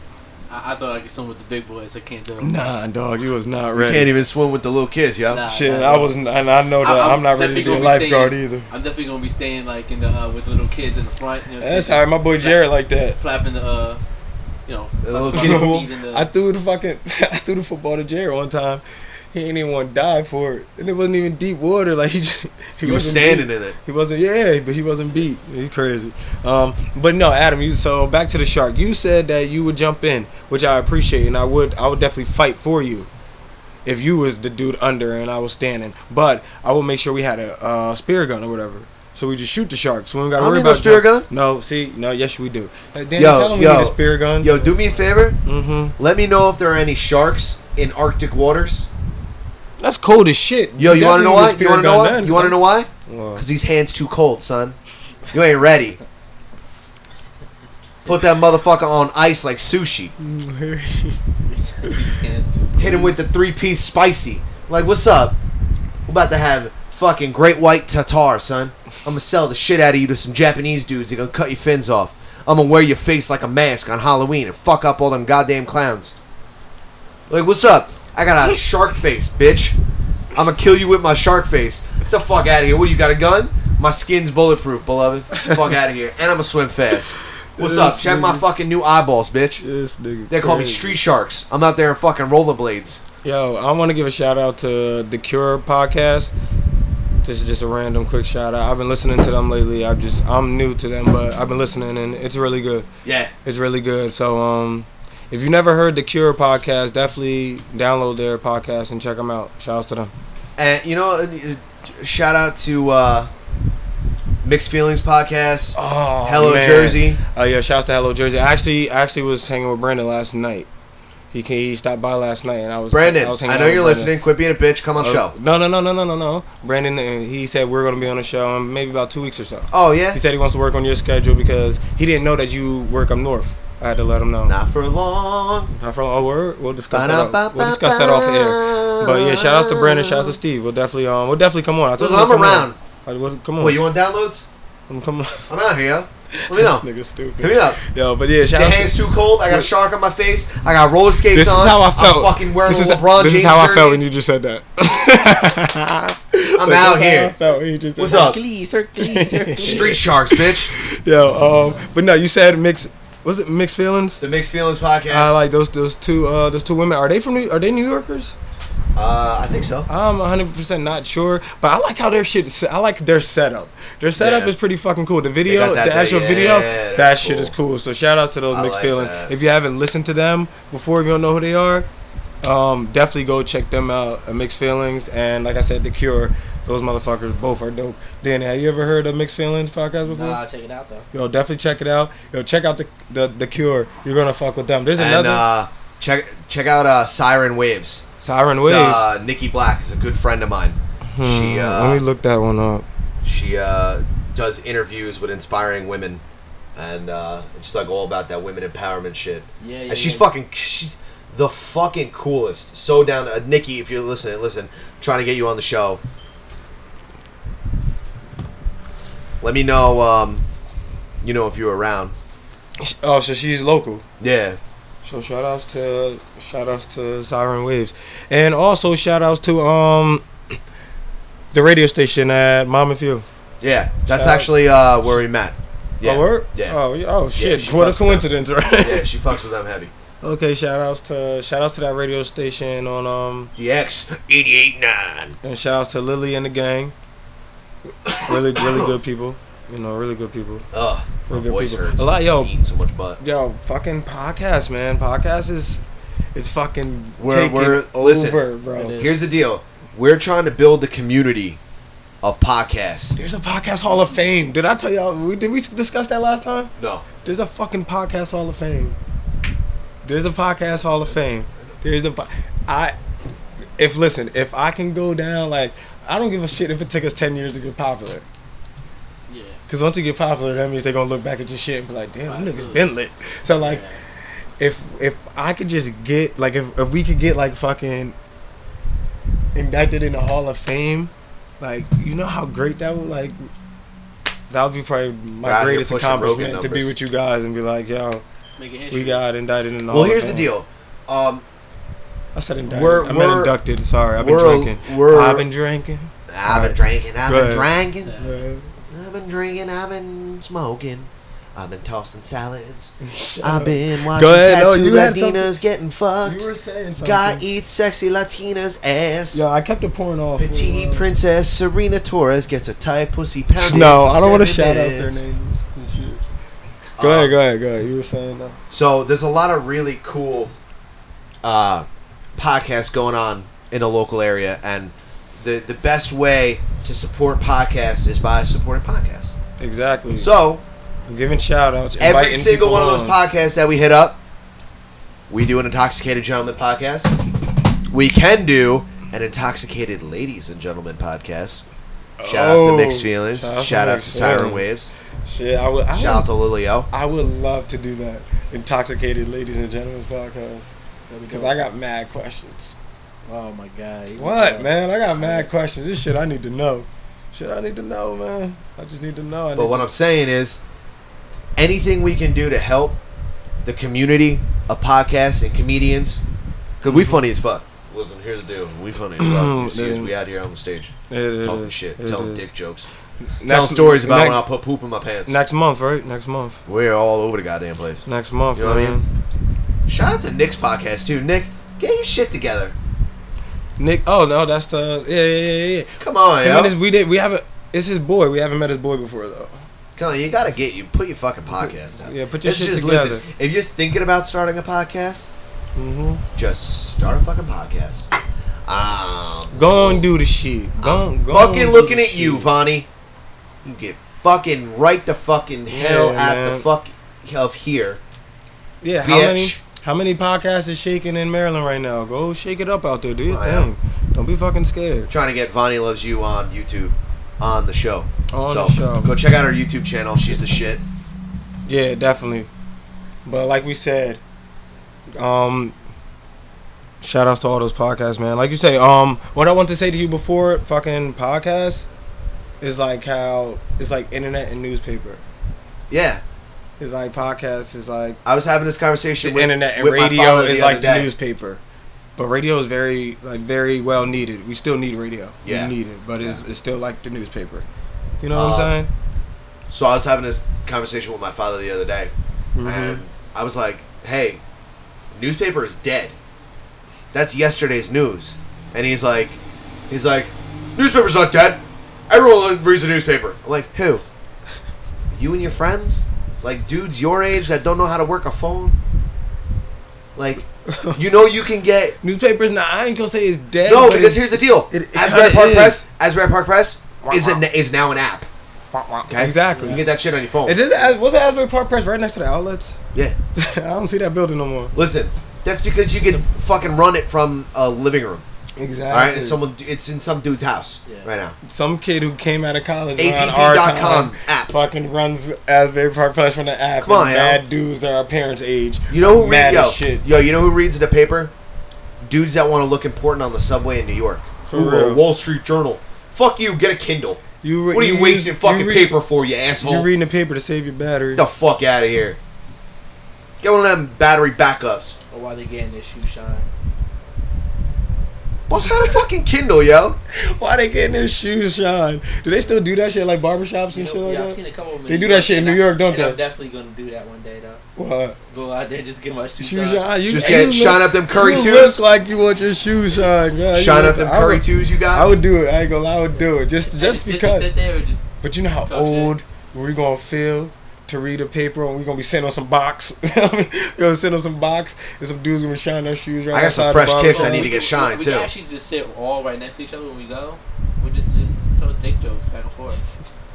Speaker 4: I, I thought I could swim with the big boys. I can't do it.
Speaker 1: nah, dog, you was not
Speaker 3: You
Speaker 1: ready.
Speaker 3: can't even swim with the little kids, yo.
Speaker 4: Nah.
Speaker 1: Shit, I was, and I know that I, am not ready to be a
Speaker 4: definitely gonna be
Speaker 1: lifeguard
Speaker 4: staying-
Speaker 1: either.
Speaker 4: I'm definitely gonna be staying like in the uh, with little kids in the front. You know what I'm
Speaker 1: That's
Speaker 4: saying?
Speaker 1: how my boy Jared like that.
Speaker 4: Flapping the, uh, you know,
Speaker 3: little
Speaker 4: flapping
Speaker 1: You
Speaker 4: my
Speaker 1: know,
Speaker 4: (laughs) feet in
Speaker 1: (laughs)
Speaker 4: the-
Speaker 1: I threw the fucking I threw the football to Jared one time. He ain't even want to die for it, and it wasn't even deep water. Like (laughs) he, just,
Speaker 3: He was
Speaker 1: wasn't
Speaker 3: standing
Speaker 1: deep.
Speaker 3: in it.
Speaker 1: He wasn't, yeah, but he wasn't beat. He crazy. Um, but no, Adam. You so back to the shark. You said that you would jump in, which I appreciate, and I would, I would definitely fight for you, if you was the dude under and I was standing. But I will make sure we had a, uh spear gun or whatever, so we just shoot the sharks. we don't got
Speaker 3: I
Speaker 1: to
Speaker 3: don't
Speaker 1: worry
Speaker 3: need no
Speaker 1: about
Speaker 3: spear
Speaker 1: jump-
Speaker 3: gun. Uh,
Speaker 1: No, see, no, yes, we do. Hey, Danny,
Speaker 3: Yo,
Speaker 1: tell him
Speaker 3: yo.
Speaker 1: we need a spear gun.
Speaker 3: Yo, do me a favor.
Speaker 1: Mm-hmm.
Speaker 3: Let me know if there are any sharks in Arctic waters.
Speaker 1: That's cold as shit.
Speaker 3: Yo, you want to know why?
Speaker 1: definitely
Speaker 3: You want to know why?
Speaker 1: need a
Speaker 3: You want to know why?
Speaker 1: spear gun then.
Speaker 3: Because these hands too cold, son. You ain't ready. Put that motherfucker on ice like sushi. Hit him with the three piece spicy. Like, what's up? We're about to have fucking great white tatar, son. I'm gonna sell the shit out of you to some Japanese dudes. They're gonna cut your fins off. I'm gonna wear your face like a mask on Halloween and fuck up all them goddamn clowns. Like, what's up? I got a shark face, bitch. I'm gonna kill you with my shark face. Get the fuck out of here. What, you got a gun? My skin's bulletproof, beloved. Fuck out of here. And I'm gonna swim fast. What's up? Check my fucking new eyeballs, bitch.
Speaker 1: (laughs) This nigga
Speaker 3: They call me
Speaker 1: crazy.
Speaker 3: street sharks. I'm out there in fucking rollerblades.
Speaker 1: Yo, I want to give a shout out to the Cure podcast. This is just a random quick shout out. I've been listening to them lately. I just I'm new to them, but I've been listening and it's really good.
Speaker 3: Yeah.
Speaker 1: It's really good. So um, if you never heard the Cure podcast, definitely download their podcast and check them out. Shout out to them.
Speaker 3: And you know, uh, uh, shout out to uh, Mixed Feelings podcast.
Speaker 1: Oh,
Speaker 3: Hello Jersey.
Speaker 1: Oh yeah, shout out to Hello Jersey. I actually I actually was hanging with Brandon last night. He came, he stopped by last night and I was
Speaker 3: Brandon,
Speaker 1: I, was
Speaker 3: I,
Speaker 1: hanging
Speaker 3: know
Speaker 1: out with
Speaker 3: you're
Speaker 1: Brandon.
Speaker 3: listening. Quit being a bitch. Come on,
Speaker 1: Uh,
Speaker 3: show.
Speaker 1: No, no, no, no, no, no, no. Brandon, uh, he said we're gonna be on the show in maybe about two weeks or so.
Speaker 3: Oh yeah.
Speaker 1: He said he wants to work on your schedule because he didn't know that you work up north. I had to let him know.
Speaker 3: Not for long.
Speaker 1: Not from oh, we're, we'll discuss that. Off,
Speaker 3: Ba-da-ba-ba-ba.
Speaker 1: we'll discuss that off air. But yeah, shout outs to Brandon. Shout outs to Steve. We'll definitely um, we'll definitely come on. I told him
Speaker 3: Listen,
Speaker 1: to
Speaker 3: I'm
Speaker 1: come on.
Speaker 3: around.
Speaker 1: I was, come on.
Speaker 3: What
Speaker 1: (laughs)
Speaker 3: you want downloads?
Speaker 1: I'm coming.
Speaker 3: I'm out here. yo. Let me know.
Speaker 1: (laughs) This nigga stupid.
Speaker 3: Hit me up.
Speaker 1: Yo, but yeah, shout
Speaker 3: The
Speaker 1: outs to-
Speaker 3: hands too cold. I got a shark on my face. I got roller skates
Speaker 1: This is
Speaker 3: on.
Speaker 1: how I felt.
Speaker 3: I'm fucking wearing
Speaker 1: this
Speaker 3: a
Speaker 1: is,
Speaker 3: LeBron
Speaker 1: this
Speaker 3: James
Speaker 1: is how I
Speaker 3: jersey.
Speaker 1: felt when you just said
Speaker 3: (laughs)
Speaker 1: that.
Speaker 3: I'm out here. What's up? (laughs)
Speaker 4: Hercules, Hercules, Hercules.
Speaker 3: Street sharks, bitch.
Speaker 1: Yo, um, but no, you said mixed. Was it mixed feelings?
Speaker 3: The Mixed Feelings podcast.
Speaker 1: I like those those two uh those two women. Are they from New are they New Yorkers?
Speaker 3: uh, I think so.
Speaker 1: I'm 100% not sure, but I like how their shit is- I like their setup. Their setup
Speaker 3: Yeah.
Speaker 1: is pretty fucking cool. The
Speaker 3: got
Speaker 1: video,
Speaker 3: that
Speaker 1: the
Speaker 3: there.
Speaker 1: actual
Speaker 3: Yeah,
Speaker 1: video,
Speaker 3: that's
Speaker 1: that shit is
Speaker 3: cool.
Speaker 1: cool. So shout out to those
Speaker 3: I
Speaker 1: mixed
Speaker 3: like
Speaker 1: feelings.
Speaker 3: that.
Speaker 1: If you haven't listened to them before, if you don't know who they are, um definitely go check them out. Uh, mixed feelings and like I said, The Cure. Those motherfuckers both are dope. Danny, have you ever heard of Mixed Feelings podcast before?
Speaker 4: Nah, check it out though.
Speaker 1: Yo, definitely check it out. Yo, check out the the, the Cure. You're gonna fuck with them. There's
Speaker 3: And
Speaker 1: another
Speaker 3: uh, check check out uh, Siren Waves.
Speaker 1: Siren
Speaker 3: It's,
Speaker 1: Waves.
Speaker 3: Uh, Nikki Black is a good friend of mine. She
Speaker 1: Hmm, let me
Speaker 3: uh,
Speaker 1: look that one up.
Speaker 3: she uh, does interviews with inspiring women, and uh, it's like all about that women empowerment shit.
Speaker 4: Yeah, yeah.
Speaker 3: And she's
Speaker 1: Mm.
Speaker 4: yeah.
Speaker 3: fucking she's the fucking coolest. So down, uh, Nikki. If you're listening, listen. Trying to get you on the show. Let me know. Um, you know if you're around.
Speaker 1: Oh, so she's local.
Speaker 3: Yeah.
Speaker 1: So shout outs to shout outs to Siren Waves. And also shout outs to um (clears throat) the radio station at Mom and Few.
Speaker 3: Yeah, that's
Speaker 1: Shout out.
Speaker 3: actually uh, where we met. Yeah.
Speaker 1: Oh, word?
Speaker 3: Yeah.
Speaker 1: Oh, yeah. oh shit.
Speaker 3: she
Speaker 1: what a
Speaker 3: fucks with them.
Speaker 1: coincidence, right?
Speaker 3: (laughs) Yeah, she fucks with them heavy.
Speaker 1: (laughs) Okay, shout outs to shout outs to that radio station on um
Speaker 3: DX 889.
Speaker 1: and shout outs to Lily and the gang. Really really good people. You know, really good people.
Speaker 3: Ugh, my
Speaker 1: We're good
Speaker 3: voice
Speaker 1: people.
Speaker 3: hurts.
Speaker 1: A lot- yo.
Speaker 3: Eating so much butt.
Speaker 1: Yo, fucking podcast, man. Podcast is it's fucking
Speaker 3: We're-
Speaker 1: taking
Speaker 3: we're-
Speaker 1: over,
Speaker 3: listen.
Speaker 1: bro.
Speaker 4: It is.
Speaker 3: Here's the deal. We're trying to build the community of podcasts.
Speaker 1: There's a podcast Hall of Fame. Did I tell y'all? We, did we discuss that last time?
Speaker 3: No.
Speaker 1: There's a fucking podcast Hall of Fame. There's a podcast Hall of Fame. There's a po- I if listen if I can go down like I don't give a shit if it took us ten years to get popular.
Speaker 4: Yeah.
Speaker 1: Cause once you get popular, that means they're gonna look back at your shit and be like, damn, them niggas
Speaker 4: Absolutely.
Speaker 1: been lit. So like,
Speaker 4: yeah.
Speaker 1: if if I could just get like if if we could get like fucking inducted in the Hall of Fame, like you know how great that would like that would be probably
Speaker 3: We're
Speaker 1: my
Speaker 3: out here
Speaker 1: greatest
Speaker 3: pushing Rogan
Speaker 1: accomplishment to be
Speaker 3: numbers.
Speaker 1: with you guys and be like, yo,
Speaker 4: Let's make it history.
Speaker 1: we got indicted in the Hall
Speaker 3: well,
Speaker 1: of
Speaker 3: here's the
Speaker 1: Fame.
Speaker 3: deal. Um,
Speaker 1: I said indicted.
Speaker 3: We're-
Speaker 1: I meant
Speaker 3: we're-
Speaker 1: inducted. Sorry, I've been
Speaker 3: we're-
Speaker 1: drinking.
Speaker 3: we're-
Speaker 1: I've been drinking.
Speaker 3: I've been drinking. I've
Speaker 1: Right.
Speaker 3: been drinking.
Speaker 4: Yeah.
Speaker 3: I've been drinking. I've been smoking.
Speaker 6: I've been tossing salads. I've been watching
Speaker 7: Go ahead, no,
Speaker 6: tattoo
Speaker 7: you had
Speaker 6: Latinas getting
Speaker 7: You
Speaker 6: fucked.
Speaker 7: were saying something.
Speaker 6: Guy
Speaker 3: e-
Speaker 6: eats sexy Latina's ass.
Speaker 7: Yo, I kept it pouring off.
Speaker 6: Petite
Speaker 1: uh,
Speaker 7: Oh.
Speaker 6: princess Serena Torres gets a Thai pussy pounded.
Speaker 7: No,
Speaker 6: for
Speaker 7: I don't want to shout
Speaker 6: seven
Speaker 7: out their
Speaker 6: minutes.
Speaker 7: names and shit. Go
Speaker 3: Uh,
Speaker 7: ahead, go ahead, go ahead. You were saying that.
Speaker 3: So there's a lot of really cool uh, podcasts going on in the local area, and the the best way to support podcasts is by supporting podcasts.
Speaker 7: Mm.
Speaker 1: Exactly.
Speaker 3: So
Speaker 1: I'm giving shout outs.
Speaker 3: every single one of those podcasts that we hit up, we do an intoxicated gentleman podcast. We can do an intoxicated ladies and gentlemen podcast. Shout out
Speaker 7: Oh,
Speaker 3: to Mixed Feelings.
Speaker 7: shout
Speaker 3: Shout
Speaker 7: out to
Speaker 3: out, to,
Speaker 7: Mixed
Speaker 3: Siren
Speaker 7: Feelings.
Speaker 3: Waves.
Speaker 7: Shit, I
Speaker 1: Oh.
Speaker 7: would, I
Speaker 3: Shout out
Speaker 7: would,
Speaker 3: to Lilio.
Speaker 7: I would love to do that. Intoxicated ladies and gentlemen podcast. Because I got mad questions.
Speaker 4: Oh my god. here we
Speaker 7: What,
Speaker 4: go.
Speaker 7: man? I got mad questions. This shit I need to know. Shit I need to know, man. I just need to know. I
Speaker 3: But
Speaker 7: need
Speaker 3: what I'm saying is, anything we can do to help the community of podcasts and comedians, because
Speaker 1: Mm-hmm.
Speaker 3: we funny as fuck. Listen, here's the deal. We funny
Speaker 1: (clears throat)
Speaker 3: as fuck. You see us, we out here on the stage
Speaker 7: It is,
Speaker 3: talking shit,
Speaker 7: it
Speaker 3: telling
Speaker 7: is.
Speaker 3: dick jokes, telling
Speaker 1: Next-
Speaker 3: stories about
Speaker 1: next-
Speaker 3: when I put poop in my pants.
Speaker 1: Next month, right? Next month.
Speaker 3: We're all over the goddamn place.
Speaker 1: Next month,
Speaker 3: You know what I
Speaker 1: man.
Speaker 3: Shout out to Nick's podcast too. Nick, get your shit together.
Speaker 1: Nick. Oh no, that's the yeah yeah yeah yeah.
Speaker 3: Come on,
Speaker 1: Him
Speaker 3: yo.
Speaker 1: and his- we did. We haven't. It's his boy. We haven't met his boy before though.
Speaker 3: Come on, you gotta get you put your fucking podcast out.
Speaker 1: Yeah, put your
Speaker 3: Let's
Speaker 1: shit
Speaker 3: just
Speaker 1: together.
Speaker 3: Listen, if you're thinking about starting a podcast, Mm-hmm.
Speaker 1: hmm
Speaker 3: just start a fucking podcast. Um,
Speaker 1: Go and do the shit. Go.
Speaker 3: I'm
Speaker 1: go and
Speaker 3: fucking
Speaker 1: do
Speaker 3: looking
Speaker 1: the
Speaker 3: at you,
Speaker 1: shit.
Speaker 3: Vonnie. You get fucking right the fucking hell
Speaker 1: Yeah,
Speaker 3: out the
Speaker 1: man.
Speaker 3: fuck of here,
Speaker 1: Yeah. How many?
Speaker 3: bitch.
Speaker 1: How many podcasts is shaking in Maryland right now? Go shake it up out there. Do your
Speaker 3: I am.
Speaker 1: thing. Don't be fucking scared.
Speaker 3: Trying to get Vonnie loves you on YouTube, on the show.
Speaker 1: On
Speaker 3: so
Speaker 1: the show.
Speaker 3: go check out her YouTube channel. She's the shit.
Speaker 1: Yeah, definitely. But like we said, um, shout outs to all those podcasts, man. Like you say, um, what I want to say to you before fucking podcast is like how it's like internet and newspaper.
Speaker 3: Yeah,
Speaker 1: It's like podcast is like
Speaker 3: I was having this conversation
Speaker 1: the
Speaker 3: with
Speaker 1: internet and
Speaker 3: with my
Speaker 1: radio
Speaker 3: father the
Speaker 1: is
Speaker 3: other
Speaker 1: like the
Speaker 3: day.
Speaker 1: newspaper. But radio is very like very well needed. We still need radio.
Speaker 3: Yeah.
Speaker 1: We need it, but it's, it's still like the newspaper. You know
Speaker 3: Uh,
Speaker 1: what I'm saying?
Speaker 3: So I was having this conversation with my father the other day, and I was like, "Hey, newspaper is dead. That's yesterday's news." And he's like, "He's like, newspaper's not dead. Everyone reads the newspaper." I'm like, "Who? You and your friends? Like dudes your age that don't know how to work a phone? Like, you know you
Speaker 1: (laughs)
Speaker 3: can get
Speaker 1: Newspapers. Nah, I ain't gonna say it's dead.
Speaker 3: no
Speaker 1: but
Speaker 3: because
Speaker 1: it's-
Speaker 3: here's the deal.
Speaker 1: it- it
Speaker 3: Asbury
Speaker 1: kinda
Speaker 3: Park
Speaker 1: is.
Speaker 3: Press, Asbury Park Press is a, is now an app. Okay,
Speaker 1: Exactly.
Speaker 3: You can get that shit on your phone.
Speaker 1: Is this As- was it Asbury Park Press right next to the outlets? (laughs)
Speaker 3: yeah.
Speaker 1: I don't see that building no more.
Speaker 3: Listen, that's because you can fucking run it from a living room.
Speaker 1: Exactly.
Speaker 3: All right, and someone it's in some dude's house
Speaker 4: Yeah.
Speaker 3: right now.
Speaker 1: some kid who came out of college around our time
Speaker 3: APP.com app.
Speaker 1: fucking runs Asbury Park Press from the app.
Speaker 3: Come on,
Speaker 1: and
Speaker 3: yo.
Speaker 1: mad dudes are our parents' age.
Speaker 3: You know who
Speaker 1: mad
Speaker 3: reads yo,
Speaker 1: as shit.
Speaker 3: yo? You know who reads the paper? Dudes that want to look important on the subway in New York.
Speaker 1: For
Speaker 3: Ooh, a
Speaker 1: real.
Speaker 3: Wall Street Journal. Fuck you. Get a Kindle.
Speaker 1: You re-
Speaker 3: What are you,
Speaker 1: you
Speaker 3: wasting
Speaker 1: read-
Speaker 3: fucking
Speaker 1: you read-
Speaker 3: paper for, you
Speaker 1: You're
Speaker 3: asshole?
Speaker 1: reading the paper to save your battery.
Speaker 3: Get the fuck out of here. Get one of them battery backups.
Speaker 4: Or why they getting their shoe shine.
Speaker 3: What's out a fucking Kindle, yo?
Speaker 1: Why they getting their shoes shined? Do they still do that shit like barbershops
Speaker 4: You
Speaker 1: and
Speaker 4: know,
Speaker 1: shit like
Speaker 4: yeah, I've
Speaker 1: that?
Speaker 4: seen a couple of them
Speaker 1: They do that shit in
Speaker 4: and
Speaker 1: New
Speaker 4: I-
Speaker 1: York, don't
Speaker 4: and
Speaker 1: they?
Speaker 4: I'm definitely gonna do that one day though.
Speaker 1: What?
Speaker 4: Go out there and just get my shoe,
Speaker 1: Shoes
Speaker 4: shine.
Speaker 1: shined? You,
Speaker 3: Just
Speaker 1: you
Speaker 3: get shine up them curry
Speaker 1: you
Speaker 3: twos.
Speaker 1: look like you want your shoes shined. God, you
Speaker 3: Shine
Speaker 1: want
Speaker 3: up them
Speaker 1: the- I
Speaker 3: curry
Speaker 1: would-
Speaker 3: twos you got.
Speaker 1: I would do it. I ain't gonna lie. I would do it just
Speaker 4: And
Speaker 1: just
Speaker 4: (laughs) Just to
Speaker 1: because.
Speaker 4: sit there and just
Speaker 1: But you know how
Speaker 4: Tough shit.
Speaker 1: old we gonna feel to read a paper and we gonna be sitting on some box. (laughs) we gonna sit on some box and some dudes gonna be shining their shoes. Right
Speaker 3: I got
Speaker 1: outside
Speaker 3: some
Speaker 1: the
Speaker 3: fresh
Speaker 1: barber
Speaker 3: kicks I
Speaker 1: shop.
Speaker 3: need to
Speaker 4: we
Speaker 3: get
Speaker 4: can-
Speaker 3: shine,
Speaker 4: we
Speaker 3: too.
Speaker 4: can actually just sit all right next to each other when we go. We just just tell dick jokes back and forth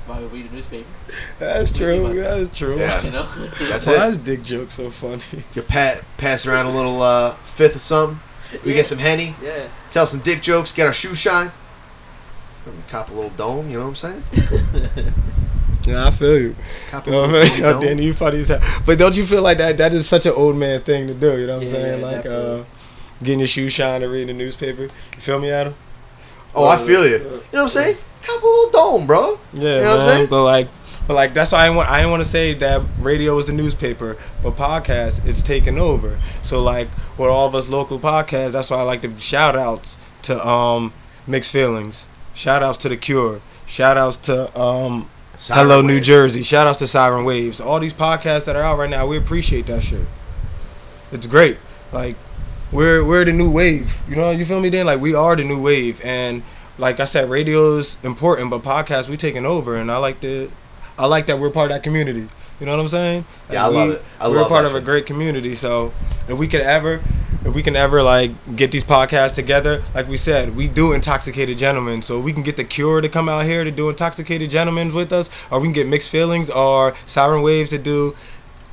Speaker 4: while we read the newspaper.
Speaker 1: That's true. That's true.
Speaker 3: Yeah.
Speaker 4: You know.
Speaker 3: (laughs) That's
Speaker 1: Why
Speaker 3: it.
Speaker 1: is dick joke so funny? (laughs)
Speaker 3: You pat pass around a little uh, fifth or something.
Speaker 4: (laughs)
Speaker 3: We
Speaker 4: Yeah.
Speaker 3: get some henny.
Speaker 4: yeah.
Speaker 3: tell some dick jokes, get our shoe shine. Cop a little dome, you know what I'm saying?
Speaker 1: Yeah, I feel you.
Speaker 3: Cop a
Speaker 1: You know
Speaker 3: little
Speaker 1: what (laughs) I mean?
Speaker 3: dome.
Speaker 1: Danny, you funny as hell. But don't you feel like that? That is such an old man thing to do. You know what I'm
Speaker 4: Yeah,
Speaker 1: saying?
Speaker 4: yeah,
Speaker 1: like uh,
Speaker 4: definitely.
Speaker 1: getting your shoes shined and reading the newspaper. You feel me, Adam?
Speaker 3: Oh, I feel you. You know what I'm saying? Cop a little dome, bro.
Speaker 1: Yeah,
Speaker 3: You know what I'm
Speaker 1: man,
Speaker 3: saying?
Speaker 1: But like, but like that's why I didn't want I didn't want to say that radio is the newspaper, but podcast is taking over. So like, with all of us local podcasts, that's why I like to shout outs to um mixed feelings, shout outs to the Cure, shout outs to um
Speaker 3: Siren
Speaker 1: Hello, New
Speaker 3: Wave.
Speaker 1: Jersey. Shout outs to Siren Waves. All these podcasts that are out right now, we appreciate that shit. It's great. Like, we're we're the new wave. You know, you feel me, Dan? Like, we are the new wave. And like I said, radio's important, but podcasts we taking over. And I like to, I like that we're part of that community. You know what I'm saying?
Speaker 3: Yeah,
Speaker 1: Like,
Speaker 3: I love
Speaker 1: we-
Speaker 3: it. I
Speaker 1: we're
Speaker 3: love
Speaker 1: part
Speaker 3: that
Speaker 1: of a
Speaker 3: shit.
Speaker 1: great community. So if we could ever, if we can ever like get these podcasts together, like we said, we do intoxicated gentlemen. So we can get the Cure to come out here to do intoxicated gentlemen with us, or we can get mixed feelings or Siren Waves to do.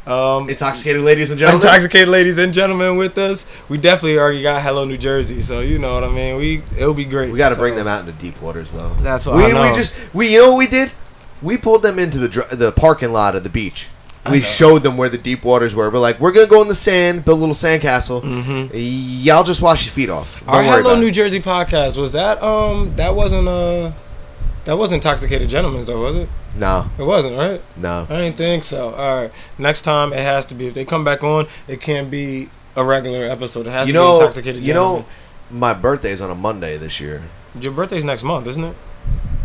Speaker 1: Um,
Speaker 3: Intoxicated ladies and gentlemen.
Speaker 1: Intoxicated ladies and gentlemen with us. We definitely already got Hello New Jersey, so you know what I mean. We it'll be great.
Speaker 3: we got to
Speaker 1: So,
Speaker 3: bring them out into deep waters, though.
Speaker 1: That's what
Speaker 3: we
Speaker 1: I know.
Speaker 3: we just we you know what we did? We pulled them into the dr- the parking lot of the beach. We showed them where the deep waters were. We're like, we're gonna go in the sand, build a little sandcastle. Mm-hmm. Y'all just wash your feet off. Don't
Speaker 1: Our
Speaker 3: worry
Speaker 1: Hello
Speaker 3: about
Speaker 1: New
Speaker 3: it.
Speaker 1: Jersey podcast was that um that wasn't uh that was intoxicated gentlemen though was it?
Speaker 3: No,
Speaker 1: It wasn't right.
Speaker 3: no.
Speaker 1: I didn't think so. All right, next time it has to be. If they come back on, it can't be a regular episode. It has
Speaker 3: You
Speaker 1: to be
Speaker 3: know,
Speaker 1: intoxicated.
Speaker 3: you know,
Speaker 1: gentlemen.
Speaker 3: my birthday's on a Monday this year,
Speaker 1: your birthday's next month, isn't it?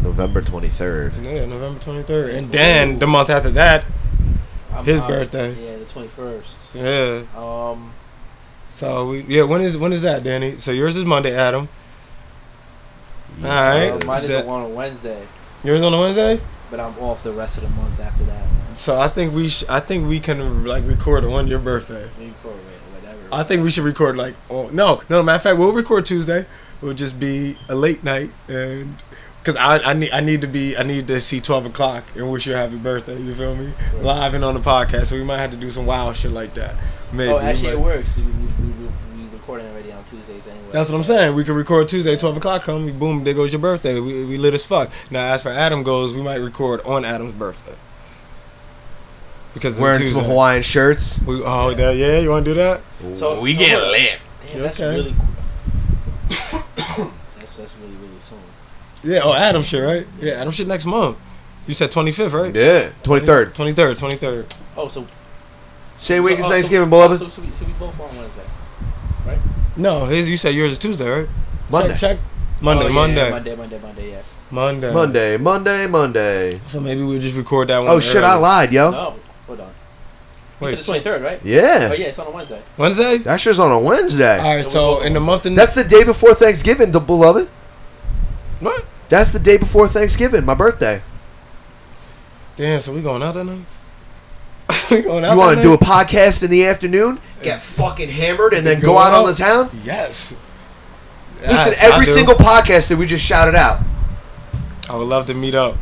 Speaker 3: November twenty third.
Speaker 1: Yeah, November twenty third, and then the month after that,
Speaker 4: I'm
Speaker 1: His
Speaker 4: out.
Speaker 1: birthday.
Speaker 4: Yeah, the 21st.
Speaker 1: yeah.
Speaker 4: Um,
Speaker 1: So we, yeah, when is when is that, Danny? So yours is Monday, Adam.
Speaker 4: uh,
Speaker 1: Alright.
Speaker 4: mine is
Speaker 1: That-
Speaker 4: the one on Wednesday,
Speaker 1: Yours on a Wednesday.
Speaker 4: but I'm off the rest of the month after that.
Speaker 1: So I think we sh- I think we can like record on your birthday.
Speaker 4: Maybe corporate, whatever.
Speaker 1: I think we should record like oh no no matter of fact we'll record Tuesday. It'll just be a late night and because I, I need I need to be I need to see twelve o'clock and wish you a happy birthday. You feel me? Live and on the podcast, so we might have to do some wild shit like that. Maybe.
Speaker 4: oh, actually,
Speaker 1: Like-
Speaker 4: it works. We, we, we, we- we recording already on Tuesdays anyway.
Speaker 1: That's what I'm saying. We can record Tuesday, twelve o'clock. Come, we- boom, there goes your birthday. We, we lit as fuck. Now, as for Adam goes, we might record on Adam's birthday because it's
Speaker 3: Wearing
Speaker 1: Tuesday.
Speaker 3: some Hawaiian shirts.
Speaker 1: We, oh, that, yeah, you want to do that?
Speaker 4: So-
Speaker 3: we
Speaker 4: so
Speaker 3: get
Speaker 4: look.
Speaker 3: lit.
Speaker 4: Damn, that's
Speaker 1: Okay.
Speaker 4: really cool.
Speaker 1: (coughs)
Speaker 4: that's, that's really, really soon.
Speaker 1: Yeah. Oh, Adam shit, right? Yeah, Adam shit next month. You said twenty fifth, right?
Speaker 3: Yeah, twenty third.
Speaker 1: Twenty third. Twenty third.
Speaker 4: Oh, so.
Speaker 3: Same week as
Speaker 4: so, oh,
Speaker 3: Thanksgiving,
Speaker 4: so,
Speaker 3: beloved.
Speaker 4: So, so, we, so we both on Wednesday.
Speaker 1: No, Oh, his. You said yours is Tuesday, right?
Speaker 3: Monday.
Speaker 1: Check. check. Monday.
Speaker 4: Oh, yeah,
Speaker 1: Monday.
Speaker 4: Yeah, Monday, Monday, Monday, yeah.
Speaker 1: Monday.
Speaker 3: Monday, Monday, Monday.
Speaker 1: So maybe we'll just record that one.
Speaker 3: Oh shit, I
Speaker 1: early.
Speaker 3: lied, yo.
Speaker 4: No, hold on.
Speaker 1: Wait,
Speaker 4: It's the 23rd, right? Oh,
Speaker 3: Yeah.
Speaker 4: yeah, it's on a Wednesday.
Speaker 1: Wednesday.
Speaker 3: That shit's on a Wednesday.
Speaker 1: All right.
Speaker 4: So we
Speaker 1: So
Speaker 4: both
Speaker 1: in the
Speaker 4: on
Speaker 1: month of
Speaker 3: That's the day before Thanksgiving, the beloved.
Speaker 1: what?
Speaker 3: That's the day before Thanksgiving, my birthday.
Speaker 1: Damn. So we going out that night? (laughs) we going out.
Speaker 3: You want to
Speaker 1: that
Speaker 3: do a
Speaker 1: night?
Speaker 3: podcast in the afternoon, get fucking hammered, and then go out on the town?
Speaker 1: Yes.
Speaker 3: Listen,
Speaker 1: Yes, I
Speaker 3: every
Speaker 1: do.
Speaker 3: single podcast that we just shouted out,
Speaker 1: I would love to meet up.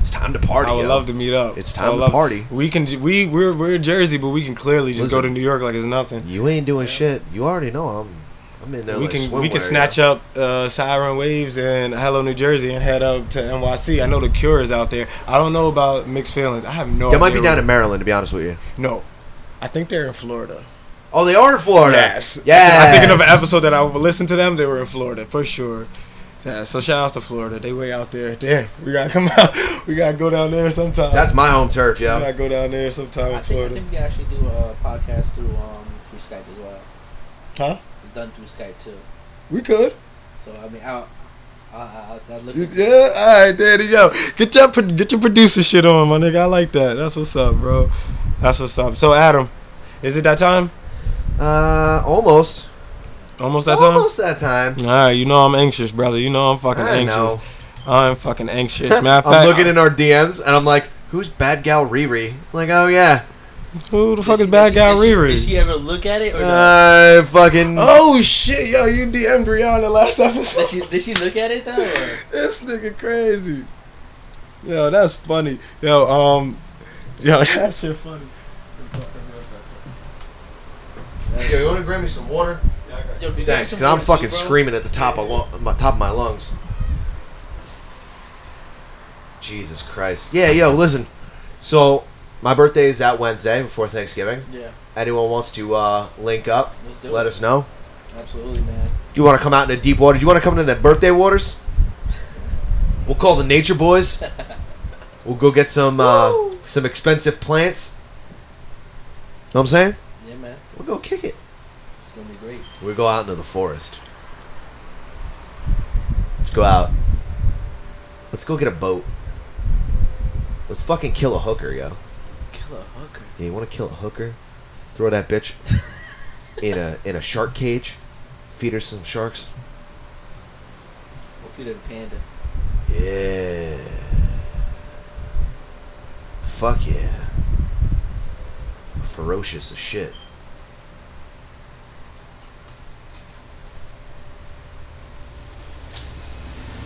Speaker 3: it's time to party.
Speaker 1: I would
Speaker 3: yo.
Speaker 1: love to meet up.
Speaker 3: It's
Speaker 1: I
Speaker 3: time
Speaker 1: would
Speaker 3: to
Speaker 1: love-
Speaker 3: party.
Speaker 1: We can. ju- We we're we're in Jersey, but we can clearly just go
Speaker 3: Listen.
Speaker 1: to New York like it's nothing.
Speaker 3: You ain't doing shit. You already know I'm. I'm in there.
Speaker 1: we
Speaker 3: like
Speaker 1: can we
Speaker 3: swimwear,
Speaker 1: can snatch
Speaker 3: yo.
Speaker 1: up uh, Siren Waves and Hello New Jersey and head up to NYC. I know the Cure is out there. I don't know about mixed feelings. I have no.
Speaker 3: They might be
Speaker 1: idea
Speaker 3: down in Maryland, to be honest with you.
Speaker 1: where- No, I think they're in Florida.
Speaker 3: Oh, they are in Florida.
Speaker 1: Yeah. (laughs)
Speaker 3: Yeah.
Speaker 1: I'm thinking of an episode that I would listen to them. They were in Florida for sure. Yeah. So shout outs to Florida. They way out there. Damn. We gotta come (laughs) out. We gotta go down there sometime.
Speaker 3: That's my home turf,
Speaker 1: We
Speaker 3: yo.
Speaker 1: gotta go down there sometime
Speaker 4: I
Speaker 1: in
Speaker 4: think, I
Speaker 1: Florida.
Speaker 4: think we can actually do a podcast through um through Skype as well.
Speaker 1: Huh?
Speaker 4: It's done through Skype too.
Speaker 1: We could.
Speaker 4: So I mean, I'll I'll, I'll, I'll look. into
Speaker 1: Yeah,
Speaker 4: it.
Speaker 1: all right, Daddy. Yo, get your pro- get your producer shit on, my nigga. I like that. That's what's up, bro. That's what's up. So, Adam, is it that time?
Speaker 3: Uh, almost.
Speaker 1: Almost that
Speaker 3: almost that time.
Speaker 1: (laughs) time. All right, you know I'm anxious, brother. You know I'm fucking
Speaker 3: I
Speaker 1: anxious.
Speaker 3: know.
Speaker 1: I'm fucking anxious. Matter of fact,
Speaker 3: (laughs) I'm looking in our DMs and I'm like, who's bad gal Riri? I'm like, oh yeah.
Speaker 1: who the
Speaker 4: Did
Speaker 1: fuck
Speaker 4: she-
Speaker 1: is bad
Speaker 4: did she-
Speaker 1: guy
Speaker 4: did she-
Speaker 1: Riri?
Speaker 4: Did she ever look at it or no?
Speaker 3: I Uh, fucking.
Speaker 1: oh shit, yo, you DM Brianna last episode.
Speaker 4: did she did she look at it though? or-
Speaker 1: (laughs) This nigga crazy. Yo, that's funny. Yo, um, yo, (laughs) that shit funny.
Speaker 3: Yo, you want to grab me some water?
Speaker 4: Yo, can
Speaker 3: Thanks,
Speaker 4: you get
Speaker 3: because
Speaker 4: some
Speaker 3: I'm
Speaker 4: water,
Speaker 3: fucking
Speaker 4: too, bro?
Speaker 3: screaming at the top of lung- my top of my lungs. Jesus Christ. Yeah, yo, listen. So, my birthday is that Wednesday before Thanksgiving.
Speaker 4: Yeah,
Speaker 3: Anyone wants to uh, link up,
Speaker 4: let's do
Speaker 3: let
Speaker 4: it.
Speaker 3: us know.
Speaker 4: Absolutely, man.
Speaker 3: You want to come out in the deep water? You want to come into the birthday waters? We'll call the nature
Speaker 4: (laughs)
Speaker 3: boys. We'll go get some uh, some expensive plants. Know what I'm saying?
Speaker 4: Yeah, man.
Speaker 3: We'll go kick it.
Speaker 4: It's gonna be great.
Speaker 3: We go out into the forest. Let's go out. Let's go get a boat. Let's fucking kill a hooker, yo.
Speaker 4: Kill a hooker.
Speaker 3: Yeah, you want to kill a hooker? Throw that bitch in a in a shark cage. Feed her some sharks.
Speaker 4: We'll feed her the panda.
Speaker 3: Yeah. Fuck yeah. Ferocious as shit.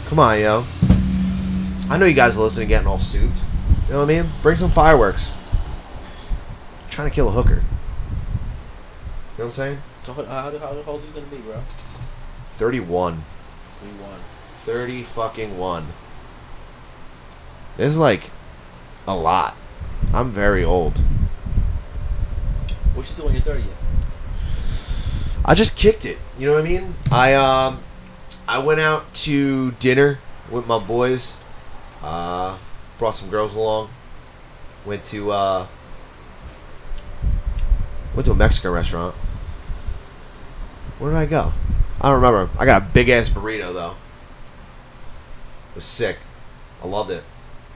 Speaker 3: Come on, yo. I know you guys are listening, getting all souped. You know what I mean? Bring some fireworks. trying to kill a hooker. You know what I'm saying?
Speaker 4: So how, how, how old are you gonna be, bro?
Speaker 3: 31.
Speaker 4: We won.
Speaker 3: 30 fucking 1. This is like a lot. I'm very old.
Speaker 4: What you do on your thirtieth?
Speaker 3: I just kicked it. You know what I mean? I um I went out to dinner with my boys. Uh brought some girls along. Went to uh went to a Mexican restaurant. Where did I go? I don't remember. I got a big ass burrito though. It was sick. I loved it.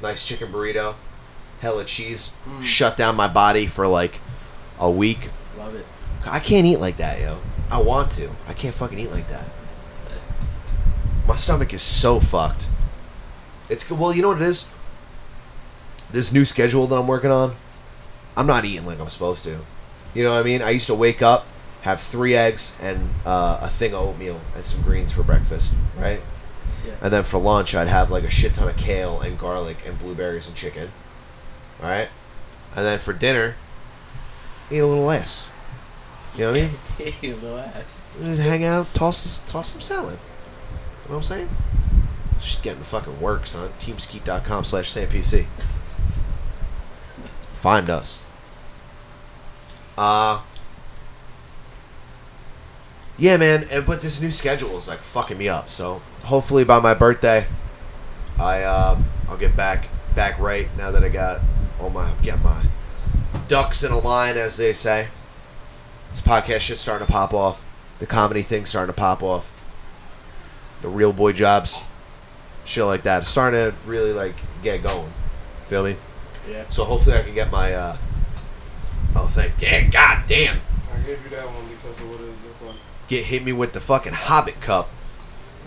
Speaker 3: Nice chicken burrito. Hella cheese.
Speaker 4: Mm.
Speaker 3: Shut down my body for like a week.
Speaker 4: Love it.
Speaker 3: I can't eat like that, yo. I want to. I can't fucking eat like that. My stomach is so fucked. It's well, you know what it is. This new schedule that I'm working on, I'm not eating like I'm supposed to. You know what I mean? I used to wake up, have three eggs and uh, a thing of oatmeal and some greens for breakfast, right?
Speaker 4: Yeah. (laughs)
Speaker 3: And then for lunch, I'd have like a shit ton of kale and garlic and blueberries and chicken, all right? And then for dinner, eat a little less. You know what I mean?
Speaker 4: Your little ass.
Speaker 3: Just hang out, toss toss some salad. You know what I'm saying? She's getting the fucking works on teamskeet.com slash SamPC. Find us. Uh Yeah man, and, but this new schedule is like fucking me up, so hopefully by my birthday I uh I'll get back back right now that I got all my get my ducks in a line as they say. This podcast shit's starting to pop off. The comedy thing's starting to pop off. The real boy jobs, shit like that. It's starting to really like get going. Feel me?
Speaker 4: Yeah.
Speaker 3: So hopefully I can get my. uh Oh, thank damn, god damn!
Speaker 1: I gave you that one because of what it looked like.
Speaker 3: Get hit me with the fucking Hobbit cup.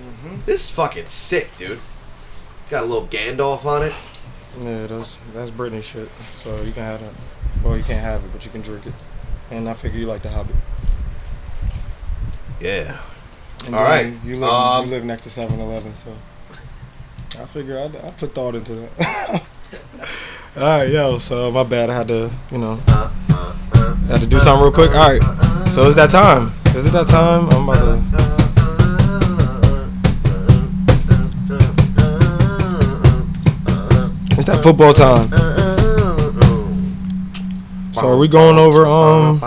Speaker 1: Mm-hmm.
Speaker 3: This is fucking sick, dude. Got a little Gandalf on it.
Speaker 1: Yeah, that's that's Britney shit. So you can have that. Well, you can't have it, but you can drink it. And I figure you like the Hobbit.
Speaker 3: Yeah.
Speaker 1: And
Speaker 3: All
Speaker 1: you
Speaker 3: right,
Speaker 1: live- You live,
Speaker 3: um,
Speaker 1: you live next to 7-Eleven, so I figure I, I put thought into that. (laughs) All right, yo. So my bad. I had to, you know,
Speaker 3: Uh, uh, uh,
Speaker 1: had to do something real quick. All right. So it's that time. Is it that time? I'm about to. It's that football time. So are we going over? Um,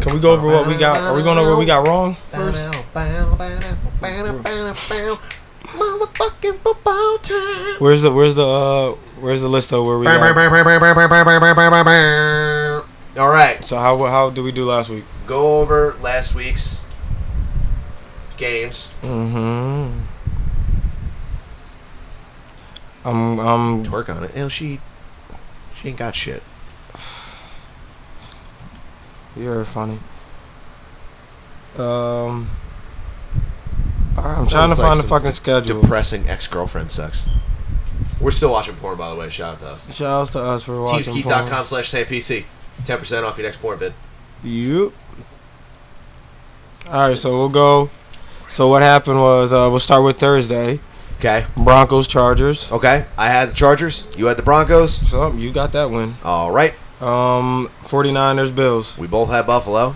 Speaker 1: can we go over what we got? Are we going over what we got wrong? First?
Speaker 3: Motherfucking football time.
Speaker 1: Where's the Where's the uh, Where's the list though? Where we? At?
Speaker 3: All right,
Speaker 1: So how how did we do last week?
Speaker 3: go over last week's games.
Speaker 1: Mm-hmm. I'm I'm
Speaker 3: Work on it. Hell, she she ain't got shit.
Speaker 1: You're funny. Um. Alright, I'm trying to
Speaker 3: was like
Speaker 1: find the
Speaker 3: some
Speaker 1: fucking schedule.
Speaker 3: Depressing ex-girlfriend sex. We're still watching porn, by the way. Shout out to us.
Speaker 1: Shout outs to us for watching. porn.
Speaker 3: Teamskeet.com slash SamPC. 10% off your next porn bid.
Speaker 1: Yep. Alright, so we'll go. So what happened was uh, we'll start with Thursday.
Speaker 3: Okay.
Speaker 1: Broncos Chargers.
Speaker 3: Okay. I had the Chargers. You had the Broncos.
Speaker 1: So you got that win.
Speaker 3: All right.
Speaker 1: Um 49ers Bills.
Speaker 3: We both had Buffalo.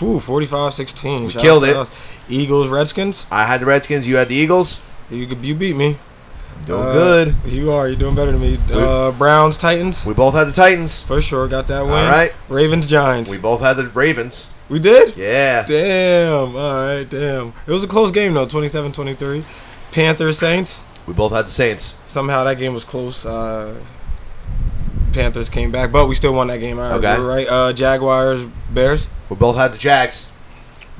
Speaker 1: Whew, 45-16. Shout out
Speaker 3: killed
Speaker 1: to
Speaker 3: it.
Speaker 1: us. Eagles Redskins.
Speaker 3: I had the Redskins. You had the Eagles.
Speaker 1: You you beat me.
Speaker 3: Doing
Speaker 1: Uh,
Speaker 3: good.
Speaker 1: You are. You're doing better than me. Uh, Browns Titans.
Speaker 3: We both had the Titans.
Speaker 1: For sure, got that win.
Speaker 3: All right.
Speaker 1: Ravens Giants.
Speaker 3: We
Speaker 1: We,
Speaker 3: both had the Ravens.
Speaker 1: did?
Speaker 3: Yeah.
Speaker 1: Damn. All right, damn. It was a close game though, 27-23. Panthers Saints.
Speaker 3: We both had the Saints.
Speaker 1: Somehow that game was close. Uh, Panthers came back, but we still won that game. All right,
Speaker 3: Okay.
Speaker 1: we were right. Uh, Jaguars Bears.
Speaker 3: We both had the Jags.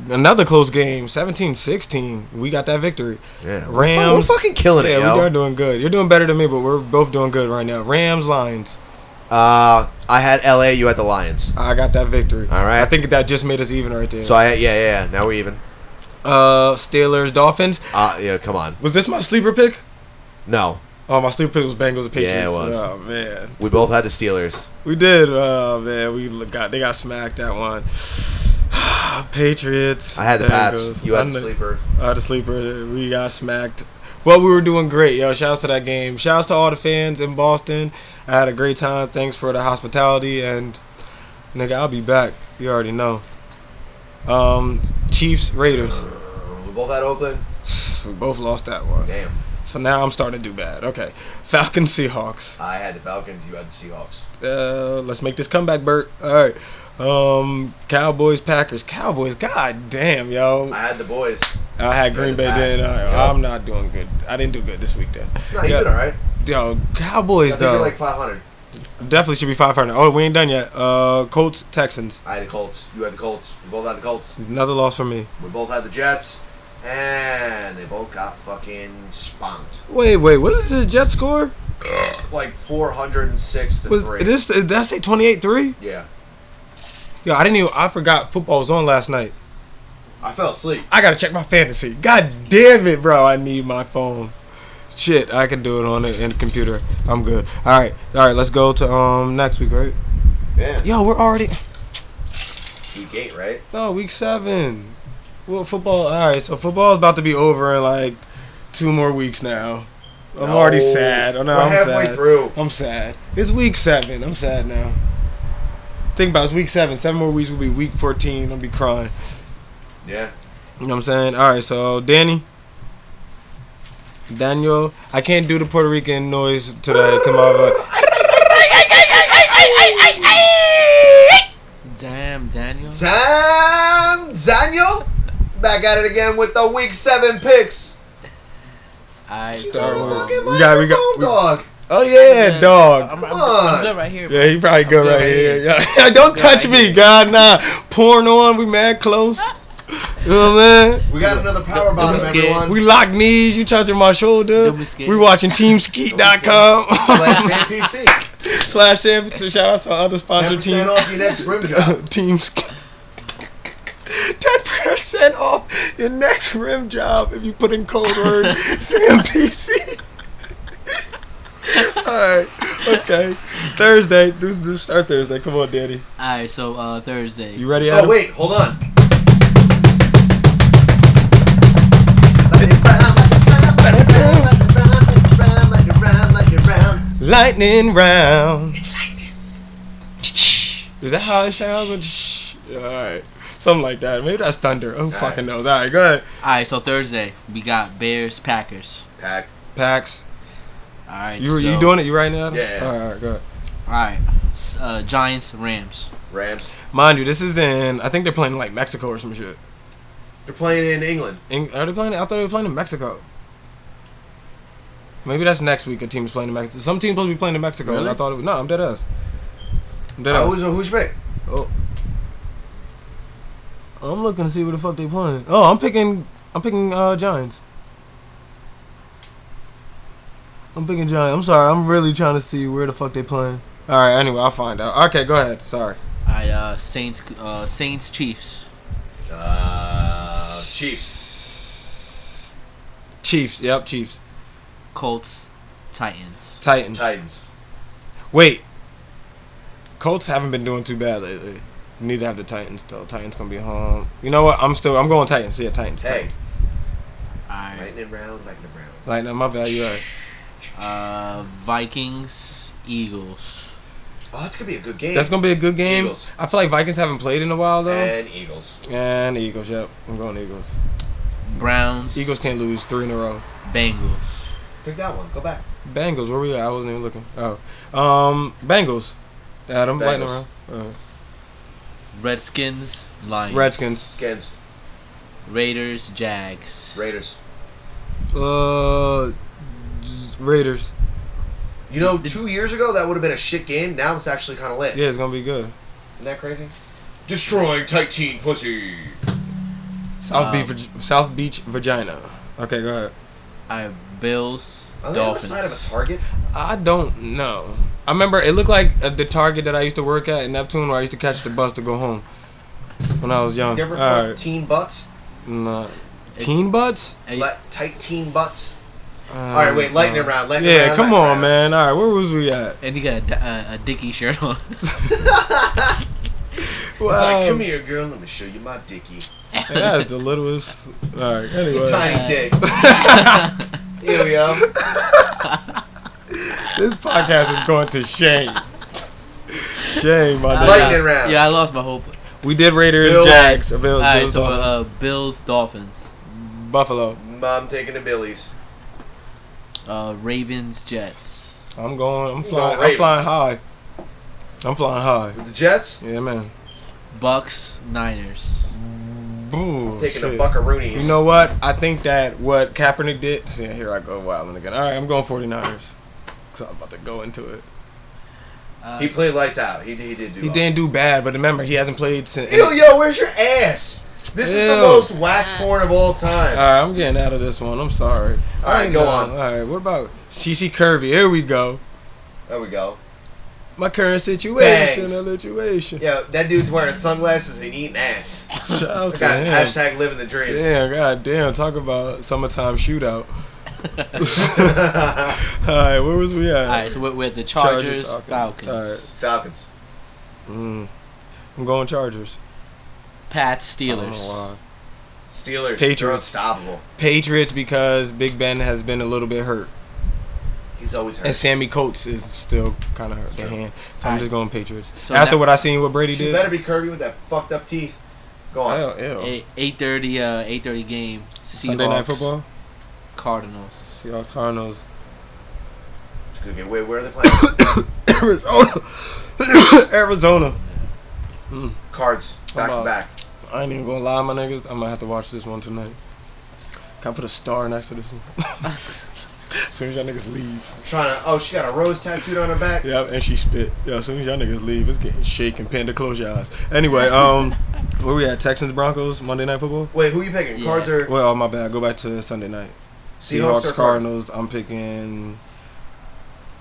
Speaker 1: another close game, 17-16. We got that victory.
Speaker 3: Yeah, we're fu-
Speaker 1: Rams.
Speaker 3: We're fucking killing it,
Speaker 1: yeah,
Speaker 3: yo.
Speaker 1: we are doing good. You're doing better than me, but we're both doing good right now. Rams, Lions.
Speaker 3: Uh, I had LA. You had the Lions.
Speaker 1: I got that victory.
Speaker 3: All right.
Speaker 1: I think that just made us even right there.
Speaker 3: So I had, yeah, yeah, yeah. Now we're even.
Speaker 1: uh, Steelers, Dolphins.
Speaker 3: Uh, yeah, come on.
Speaker 1: Was this my sleeper pick?
Speaker 3: No,
Speaker 1: Oh, my sleeper pick was Bengals and Patriots.
Speaker 3: Yeah, it was.
Speaker 1: Oh man,
Speaker 3: we both had the Steelers.
Speaker 1: we did. Oh man, we l- got they got smacked that one. (sighs) Patriots.
Speaker 3: I had the Pats.
Speaker 1: Bengals.
Speaker 3: You had
Speaker 1: I
Speaker 3: the
Speaker 1: kn-
Speaker 3: sleeper.
Speaker 1: I had Uh, the sleeper. We got smacked. But we were doing great, yo. Shouts to that game. Shouts to all the fans in Boston. I had a great time. Thanks for the hospitality and nigga, I'll be back. You already know. Um, Chiefs, Raiders.
Speaker 3: We both had Oakland.
Speaker 1: We both lost that one.
Speaker 3: Damn.
Speaker 1: So now I'm starting to do bad. Okay. Falcons, Seahawks.
Speaker 3: I had the Falcons. You had the Seahawks.
Speaker 1: Uh, let's make this comeback, Bert. All right. Um, Cowboys, Packers, Cowboys. God damn, yo.
Speaker 3: I had the boys.
Speaker 1: I had Green Bay
Speaker 3: Back.
Speaker 1: then. I,
Speaker 3: Yep.
Speaker 1: I'm not doing good. I didn't do good this week then.
Speaker 3: No, you
Speaker 1: Yeah.
Speaker 3: did all right.
Speaker 1: Yo, Cowboys
Speaker 3: I think you're
Speaker 1: though
Speaker 3: like 500.
Speaker 1: definitely should be 500. Oh, we ain't done yet. Uh, Colts, Texans.
Speaker 3: I had the Colts. You had the Colts. We both had the Colts.
Speaker 1: Another loss for me.
Speaker 3: We both had the Jets. And they both got fucking spanked.
Speaker 1: Wait, wait. What is this Jet score?
Speaker 3: Like 406 to
Speaker 1: Was
Speaker 3: 3.
Speaker 1: this? Did I say 28-3?
Speaker 3: yeah.
Speaker 1: Yo, I didn't even. I forgot football was on last night.
Speaker 3: I fell asleep.
Speaker 1: I gotta check my fantasy. God damn it, bro. I need my phone. Shit, I can do it on the, in the computer. I'm good. All right, all right. Let's go to um next week, right?
Speaker 3: Yeah.
Speaker 1: Yo, we're already.
Speaker 3: Week 8, right?
Speaker 1: No, week seven. Well, football. All right, so football's about to be over in like two more weeks now. I'm
Speaker 3: No.
Speaker 1: already sad. Oh no,
Speaker 3: We're
Speaker 1: I'm
Speaker 3: halfway
Speaker 1: sad.
Speaker 3: through.
Speaker 1: I'm sad. It's week seven. I'm sad now. Think about it, it's week seven. Seven more weeks will be week fourteen. I'll be crying.
Speaker 3: Yeah.
Speaker 1: You know what I'm saying? All right, so Danny, Daniel, I can't do the Puerto Rican noise today. Come over.
Speaker 4: Damn, Daniel.
Speaker 3: Sam Daniel back at it again with the week seven picks.
Speaker 4: I
Speaker 1: Star
Speaker 3: On the
Speaker 1: Wars.
Speaker 4: so.
Speaker 3: fucking
Speaker 1: We got- we got-
Speaker 3: microphone,
Speaker 1: we-
Speaker 3: dog.
Speaker 1: Oh yeah, dog.
Speaker 4: I'm, I'm,
Speaker 3: Come
Speaker 4: I'm
Speaker 3: on.
Speaker 4: good right here.
Speaker 1: Yeah, he probably good
Speaker 4: good
Speaker 1: right,
Speaker 4: right
Speaker 1: here.
Speaker 4: here.
Speaker 1: Yeah. (laughs) Don't
Speaker 4: good
Speaker 1: touch
Speaker 4: right
Speaker 1: me,
Speaker 4: here.
Speaker 1: God. Nah, porn on. We mad close. You know what I'm saying?
Speaker 3: We got another power bottom,
Speaker 4: scared.
Speaker 3: everyone.
Speaker 1: We lock knees. You touching my shoulder.
Speaker 4: Don't be scared.
Speaker 1: We watching TeamSkeet.com (laughs)
Speaker 3: Slash NPC.
Speaker 1: slash (laughs) champ. Shout out to our other sponsor,
Speaker 3: 10%
Speaker 1: Team
Speaker 3: off your
Speaker 1: (laughs)
Speaker 3: next rim job.
Speaker 1: Team (laughs) Ten percent off your next rim job if you put in code word
Speaker 4: (laughs)
Speaker 1: SamPC. (laughs) All right. Okay. Thursday. Do, do start Thursday. Come on, Daddy.
Speaker 4: All right, so uh, Thursday.
Speaker 1: You ready? Adam?
Speaker 3: Oh, wait, hold on.
Speaker 1: Lightning round. It's lightning. Is that how it sounds? All right. Something like that. Maybe that's thunder. Who fucking knows? All right. Go ahead.
Speaker 4: All right, so Thursday we got Bears Packers.
Speaker 3: Pack.
Speaker 1: Pax.
Speaker 4: All right.
Speaker 1: You you
Speaker 4: so-
Speaker 1: doing it? You right now?
Speaker 3: Yeah, yeah.
Speaker 1: All right. All right. Go ahead.
Speaker 4: All right. S- Uh, Giants Rams.
Speaker 3: Rams.
Speaker 1: Mind you, this is in. I think they're playing like Mexico or some shit.
Speaker 3: They're playing in England.
Speaker 1: In, are they playing? I thought they were playing in Mexico. Maybe that's next week. A team's playing in Mexico. Some team's supposed to be playing in Mexico. And I
Speaker 4: Really?
Speaker 1: thought it was no. I'm dead ass. I'm dead
Speaker 3: Uh,
Speaker 1: ass.
Speaker 3: who's, who's your pick?
Speaker 1: Oh. I'm looking to see where the fuck they playing. Oh, I'm picking. I'm picking uh, Giants. I'm picking Giants. I'm sorry. I'm really trying to see where the fuck they playing. All right. Anyway, I'll find out. Okay, go ahead. Sorry.
Speaker 4: All right. Uh, Saints. Uh, Saints Chiefs.
Speaker 3: Uh, Chiefs.
Speaker 1: Chiefs. Yep. Chiefs.
Speaker 4: Colts. Titans.
Speaker 1: Titans.
Speaker 3: Titans.
Speaker 1: Wait. Colts haven't been doing too bad lately. Neither have the Titans though. Titans gonna be home. You know what? I'm still I'm going Titans. Yeah, Titans.
Speaker 3: Hey.
Speaker 1: Titans.
Speaker 4: All right.
Speaker 3: Lightning round, lightning round.
Speaker 1: Like no, my bad. You right.
Speaker 4: Uh, Vikings. Eagles.
Speaker 3: Oh, that's gonna be a good game.
Speaker 1: That's gonna be a good game.
Speaker 3: Eagles.
Speaker 1: I feel like Vikings haven't played in a while though.
Speaker 3: And Eagles.
Speaker 1: And Eagles. Yep. I'm going Eagles.
Speaker 4: Browns.
Speaker 1: Eagles can't lose three in a row.
Speaker 4: Bengals.
Speaker 3: Pick that one. Go back.
Speaker 1: Bengals. Where we at? I wasn't even looking. Oh. Um. Bengals. Adam. Lightning
Speaker 3: Bengals.
Speaker 1: round. Uh,
Speaker 4: Redskins. Lions.
Speaker 1: Redskins.
Speaker 3: Skins.
Speaker 4: Raiders. Jags.
Speaker 3: Raiders.
Speaker 1: Uh. Raiders.
Speaker 3: You know, two years ago that would have been a shit game. Now it's actually kind of lit.
Speaker 1: Yeah, it's gonna be good.
Speaker 3: Isn't that crazy? Destroying Titan pussy.
Speaker 1: South
Speaker 4: Um,
Speaker 1: Beach, Virg- South Beach, Virginia. Okay, go ahead.
Speaker 4: I have Bills,
Speaker 3: On the other
Speaker 4: Dolphins.
Speaker 3: side of a target?
Speaker 1: I don't know. I remember it looked like uh, the Target that I used to work at in Neptune, where I used to catch the bus to go home when I was young.
Speaker 3: You ever
Speaker 1: Um, All
Speaker 3: fuck
Speaker 1: right,
Speaker 3: teen butts?
Speaker 1: nah. Teen butts?
Speaker 4: Hey,
Speaker 3: Like, tight teen butts?
Speaker 1: Um,
Speaker 3: All right, wait, lightning round, lightning
Speaker 1: Yeah,
Speaker 3: round,
Speaker 1: come
Speaker 3: lightning
Speaker 1: on,
Speaker 3: round.
Speaker 1: man. All right, where was we at?
Speaker 4: and he got a, di- a, a dicky
Speaker 3: (laughs)
Speaker 4: shirt on.
Speaker 3: It's like,
Speaker 1: Wow.
Speaker 3: come here, girl, let me show you my dicky.
Speaker 1: Um, That's the littlest. All right, anyway,
Speaker 3: Tiny dick.
Speaker 1: (laughs)
Speaker 3: here we go.
Speaker 1: this podcast is going to shame. Shame, my
Speaker 3: Lightning
Speaker 1: dude.
Speaker 4: yeah,
Speaker 3: round.
Speaker 4: Yeah, I lost my hope.
Speaker 1: We did Raiders,
Speaker 3: Bill-
Speaker 1: Jags, Bills,
Speaker 4: All right,
Speaker 1: Bills,
Speaker 4: so
Speaker 1: Dolphins,
Speaker 4: uh, Bills, Dolphins,
Speaker 1: Buffalo.
Speaker 3: Mom taking the billies.
Speaker 4: uh, Ravens, Jets.
Speaker 1: I'm going. I'm
Speaker 3: going
Speaker 1: flying. I'm
Speaker 3: Ravens.
Speaker 1: flying high. I'm flying high.
Speaker 3: With the Jets,
Speaker 1: Yeah, man.
Speaker 4: Bucks,
Speaker 1: (laughs)
Speaker 4: Niners.
Speaker 1: Boo.
Speaker 3: taking
Speaker 1: Oh, shit.
Speaker 3: the buckaroonies.
Speaker 1: You know what? I think that what Kaepernick did. See, here I go wilding again. All right, I'm going 49ers. Cause I'm about to go into it.
Speaker 4: Uh,
Speaker 3: he played lights out. He, did- he did do
Speaker 1: He
Speaker 3: all-
Speaker 1: didn't do bad, but remember he hasn't played since.
Speaker 3: Ew, yo, where's your ass? This is the
Speaker 1: Ew. uh,
Speaker 3: most whack porn of all
Speaker 1: All
Speaker 3: time.
Speaker 1: right, I'm getting out of this one. I'm sorry.
Speaker 3: All right,
Speaker 1: I
Speaker 3: go
Speaker 1: know.
Speaker 3: on.
Speaker 1: All right, what about Shishi Curvy? Here we go.
Speaker 3: There we go.
Speaker 1: My current situation.
Speaker 3: Thanks.
Speaker 1: A situation.
Speaker 3: Yo, that dude's wearing sunglasses and eating ass.
Speaker 1: (laughs) Shout out to
Speaker 3: Got
Speaker 1: him.
Speaker 3: hashtag living the dream.
Speaker 1: Damn, god damn, talk about summertime
Speaker 3: (laughs)
Speaker 1: shootout. (laughs) Alright, where was we at?
Speaker 4: all right, so we're, we're at the
Speaker 1: Chargers,
Speaker 4: Chargers,
Speaker 1: Falcons.
Speaker 4: Falcons,
Speaker 3: Falcons.
Speaker 1: Mm. I'm going Chargers.
Speaker 4: Pats,
Speaker 1: I don't know
Speaker 4: Steelers.
Speaker 1: why.
Speaker 3: Steelers. They're
Speaker 1: Patriots.
Speaker 3: unstoppable.
Speaker 1: Patriots because Big Ben has been a little bit hurt.
Speaker 3: He's always hurt.
Speaker 1: And Sammy Coates is still kind of hurt the
Speaker 3: True.
Speaker 1: hand. So I'm
Speaker 4: Alright.
Speaker 1: just going Patriots.
Speaker 4: So
Speaker 1: After
Speaker 4: now-
Speaker 1: what I seen what Brady
Speaker 3: She
Speaker 1: did.
Speaker 3: better be curvy with that fucked up teeth. Go on.
Speaker 1: Ew, ew.
Speaker 4: Eight eight thirty, uh, eight thirty game. Seahawks,
Speaker 1: Sunday Night Football.
Speaker 4: Cardinals.
Speaker 1: Seahawks Cardinals.
Speaker 3: It's gonna get- Wait, where are they
Speaker 1: (coughs)
Speaker 3: playing?
Speaker 1: Arizona. (coughs) Arizona.
Speaker 3: Cards.
Speaker 1: Come
Speaker 3: Back to
Speaker 1: on.
Speaker 3: back.
Speaker 1: I ain't even gonna lie, my niggas. I'm gonna have to watch this one tonight. Can I put a star next to this one? as (laughs) soon as y'all niggas leave.
Speaker 3: Trying to. Oh, she got a rose tattooed on her back.
Speaker 1: Yeah, and she spit. Yeah, as soon as y'all niggas leave, it's getting shaken. Panda, close your eyes. Anyway, um, where we at? Texans, Broncos, Monday Night Football.
Speaker 3: Wait, who you picking?
Speaker 4: Yeah.
Speaker 3: Cards or
Speaker 1: Well, my bad. Go back to Sunday night.
Speaker 3: Seahawks,
Speaker 1: Seahawks,
Speaker 3: or Cardinals?
Speaker 1: Cardinals. I'm picking.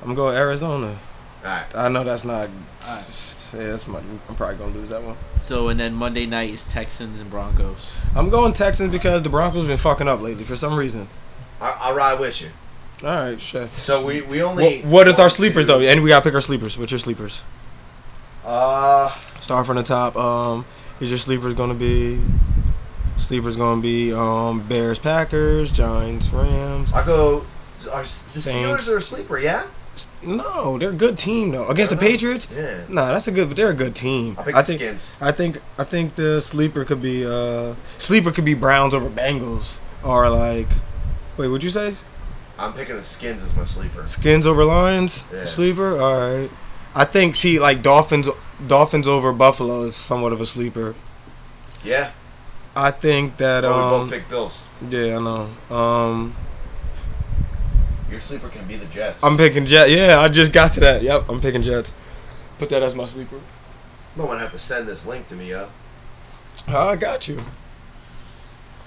Speaker 1: I'm going Arizona.
Speaker 3: All right.
Speaker 1: I know that's not. Yeah, that's my. I'm probably gonna lose that one.
Speaker 4: So and then Monday night is Texans and Broncos.
Speaker 1: I'm going Texans because the Broncos been fucking up lately for some reason.
Speaker 3: I, I'll ride with you.
Speaker 1: All right, shit.
Speaker 3: So we we only.
Speaker 1: What, what is our
Speaker 3: one,
Speaker 1: sleepers
Speaker 3: two-
Speaker 1: though? And we gotta pick our sleepers. What's your sleepers?
Speaker 3: Uh,
Speaker 1: Start from the top. Um, is your sleepers gonna be? Sleepers gonna be um Bears, Packers, Giants, Rams.
Speaker 3: I'll go. Are s- the
Speaker 1: Saints.
Speaker 3: Steelers are a sleeper? Yeah.
Speaker 1: No, they're a good team though. Against the
Speaker 3: I don't know.
Speaker 1: Patriots,
Speaker 3: Yeah.
Speaker 1: nah, that's a good. But they're a good team.
Speaker 3: I'll pick
Speaker 1: I
Speaker 3: the
Speaker 1: think.
Speaker 3: Skins.
Speaker 1: I think. I think the sleeper could be uh sleeper could be Browns over Bengals or like, wait, would you say
Speaker 3: I'm picking the Skins as my sleeper.
Speaker 1: Skins over Lions?
Speaker 3: Yeah.
Speaker 1: Sleeper. All right. I think see like Dolphins Dolphins over Buffalo is somewhat of a sleeper.
Speaker 3: Yeah.
Speaker 1: I think that
Speaker 3: Well, Oh, we
Speaker 1: um
Speaker 3: both pick Bills.
Speaker 1: yeah I know um
Speaker 3: Your sleeper can be the Jets.
Speaker 1: I'm picking Jets. Yeah, I just got to that. Yep, I'm picking Jets. Put that as my sleeper.
Speaker 3: no one have to send this link to me, yo.
Speaker 1: I got you.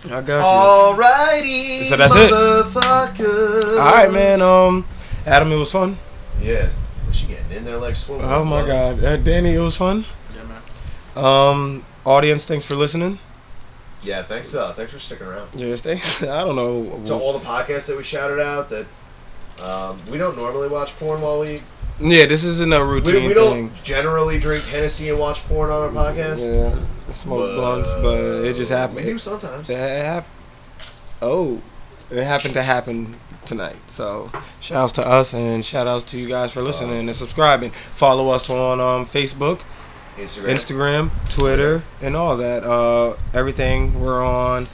Speaker 1: I got you.
Speaker 3: Oh. Alrighty.
Speaker 1: So that's it.
Speaker 3: motherfucker.
Speaker 1: All right, man. Um, Adam, it was fun.
Speaker 3: Yeah. What's she getting in there like swimming?
Speaker 1: Oh my God, uh, Danny, it was fun.
Speaker 4: Yeah, man.
Speaker 1: Um, audience, thanks for listening.
Speaker 3: Yeah. Thanks. Uh, thanks for sticking around.
Speaker 1: Yes, thanks. (laughs) I don't know.
Speaker 3: So all the podcasts that we shouted out that. Um, we don't normally watch porn while we
Speaker 1: yeah, this isn't a
Speaker 3: we,
Speaker 1: routine
Speaker 3: we
Speaker 1: thing.
Speaker 3: don't generally drink Hennessy and watch porn on our podcast.
Speaker 1: Yeah, smoke
Speaker 3: But- uh,
Speaker 1: blunts, but it just
Speaker 3: We
Speaker 1: happened.
Speaker 3: do
Speaker 1: It,
Speaker 3: sometimes.
Speaker 1: that hap- oh, it happened to happen tonight. So, shout-outs to us and shout-outs to you guys for listening and subscribing. Follow us on um, Facebook.
Speaker 3: Instagram.
Speaker 1: Instagram, Twitter, and all that. Uh, everything we're on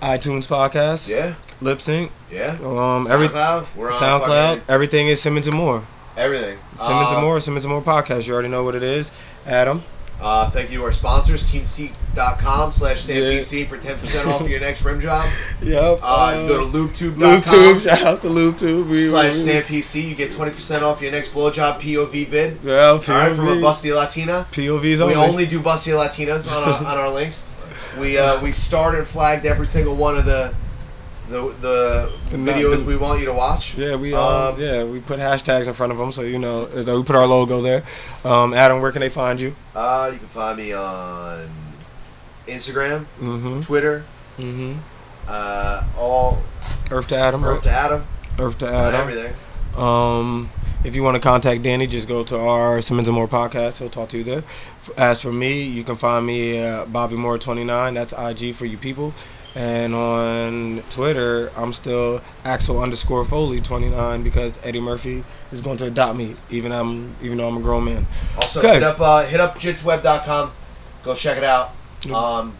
Speaker 1: iTunes podcast,
Speaker 3: Yeah.
Speaker 1: lip sync,
Speaker 3: Yeah.
Speaker 1: um, every
Speaker 3: SoundCloud. We're on
Speaker 1: SoundCloud.
Speaker 3: fucking
Speaker 1: Everything is Simmons and More.
Speaker 3: Everything.
Speaker 1: Simmons
Speaker 3: Uh,
Speaker 1: and More, Simmons and More podcast. You already know what it is. Adam,
Speaker 3: Uh, thank you to our sponsors, teamseek.com slash SamPC for 10% off your next rim job.
Speaker 1: yep.
Speaker 3: Uh, you go to
Speaker 1: LubeTube.
Speaker 3: lubetube.com
Speaker 1: Shout out to LubeTube. We,
Speaker 3: slash
Speaker 1: we,
Speaker 3: SamPC. You get 20% off your next blowjob POV bid.
Speaker 1: well, POV,
Speaker 3: All right, from a busty Latina.
Speaker 1: POVs
Speaker 3: We
Speaker 1: only.
Speaker 3: only do busty Latinas on our, on our links. We uh, we starred and flagged every single one of the the the,
Speaker 1: The not-
Speaker 3: videos
Speaker 1: the-
Speaker 3: we want you to watch.
Speaker 1: Yeah, we
Speaker 3: Um,
Speaker 1: um, yeah we put hashtags in front of them, so you know uh, we put our logo there. Um, Adam, where can they find you?
Speaker 3: Uh, you can find me on Instagram,
Speaker 1: Mm-hmm.
Speaker 3: Twitter,
Speaker 1: Mm-hmm.
Speaker 3: uh, all
Speaker 1: Earth to Adam.
Speaker 3: Earth to Adam,
Speaker 1: Earth to
Speaker 3: and
Speaker 1: Adam.
Speaker 3: everything.
Speaker 1: Um, if you want to contact Danny, just go to our Simmons and More podcast. He'll talk to you there. F- As for me, you can find me uh, Bobby Moore twenty nine. That's IG for you people. And on Twitter, I'm still Axel underscore Foley twenty nine because Eddie Murphy is going to adopt me, even I'm even though I'm a grown man.
Speaker 3: Also,
Speaker 1: Okay.
Speaker 3: hit up uh, hit up jitsweb.com. Go check it out. Um,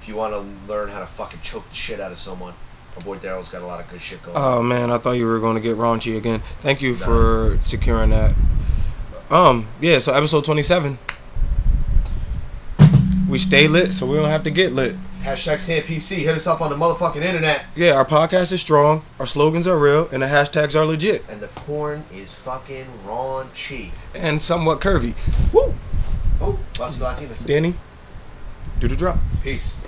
Speaker 3: if you want to learn how to fucking choke the shit out of someone, my boy Daryl's got a lot of good shit going. on.
Speaker 1: Oh man, I thought you were going to get raunchy again. Thank you
Speaker 3: Nah.
Speaker 1: for securing that. Um, yeah. So episode twenty-seven. We stay lit, so we don't have to get lit.
Speaker 3: Hashtag SandPC. Hit us up on the motherfucking internet.
Speaker 1: Yeah, our podcast is strong. Our slogans are real, and the hashtags are legit
Speaker 3: And the porn is fucking raunchy.
Speaker 1: and somewhat curvy. Woo,
Speaker 3: Oh, Bossy Latinas.
Speaker 1: Danny, do the drop.
Speaker 3: Peace.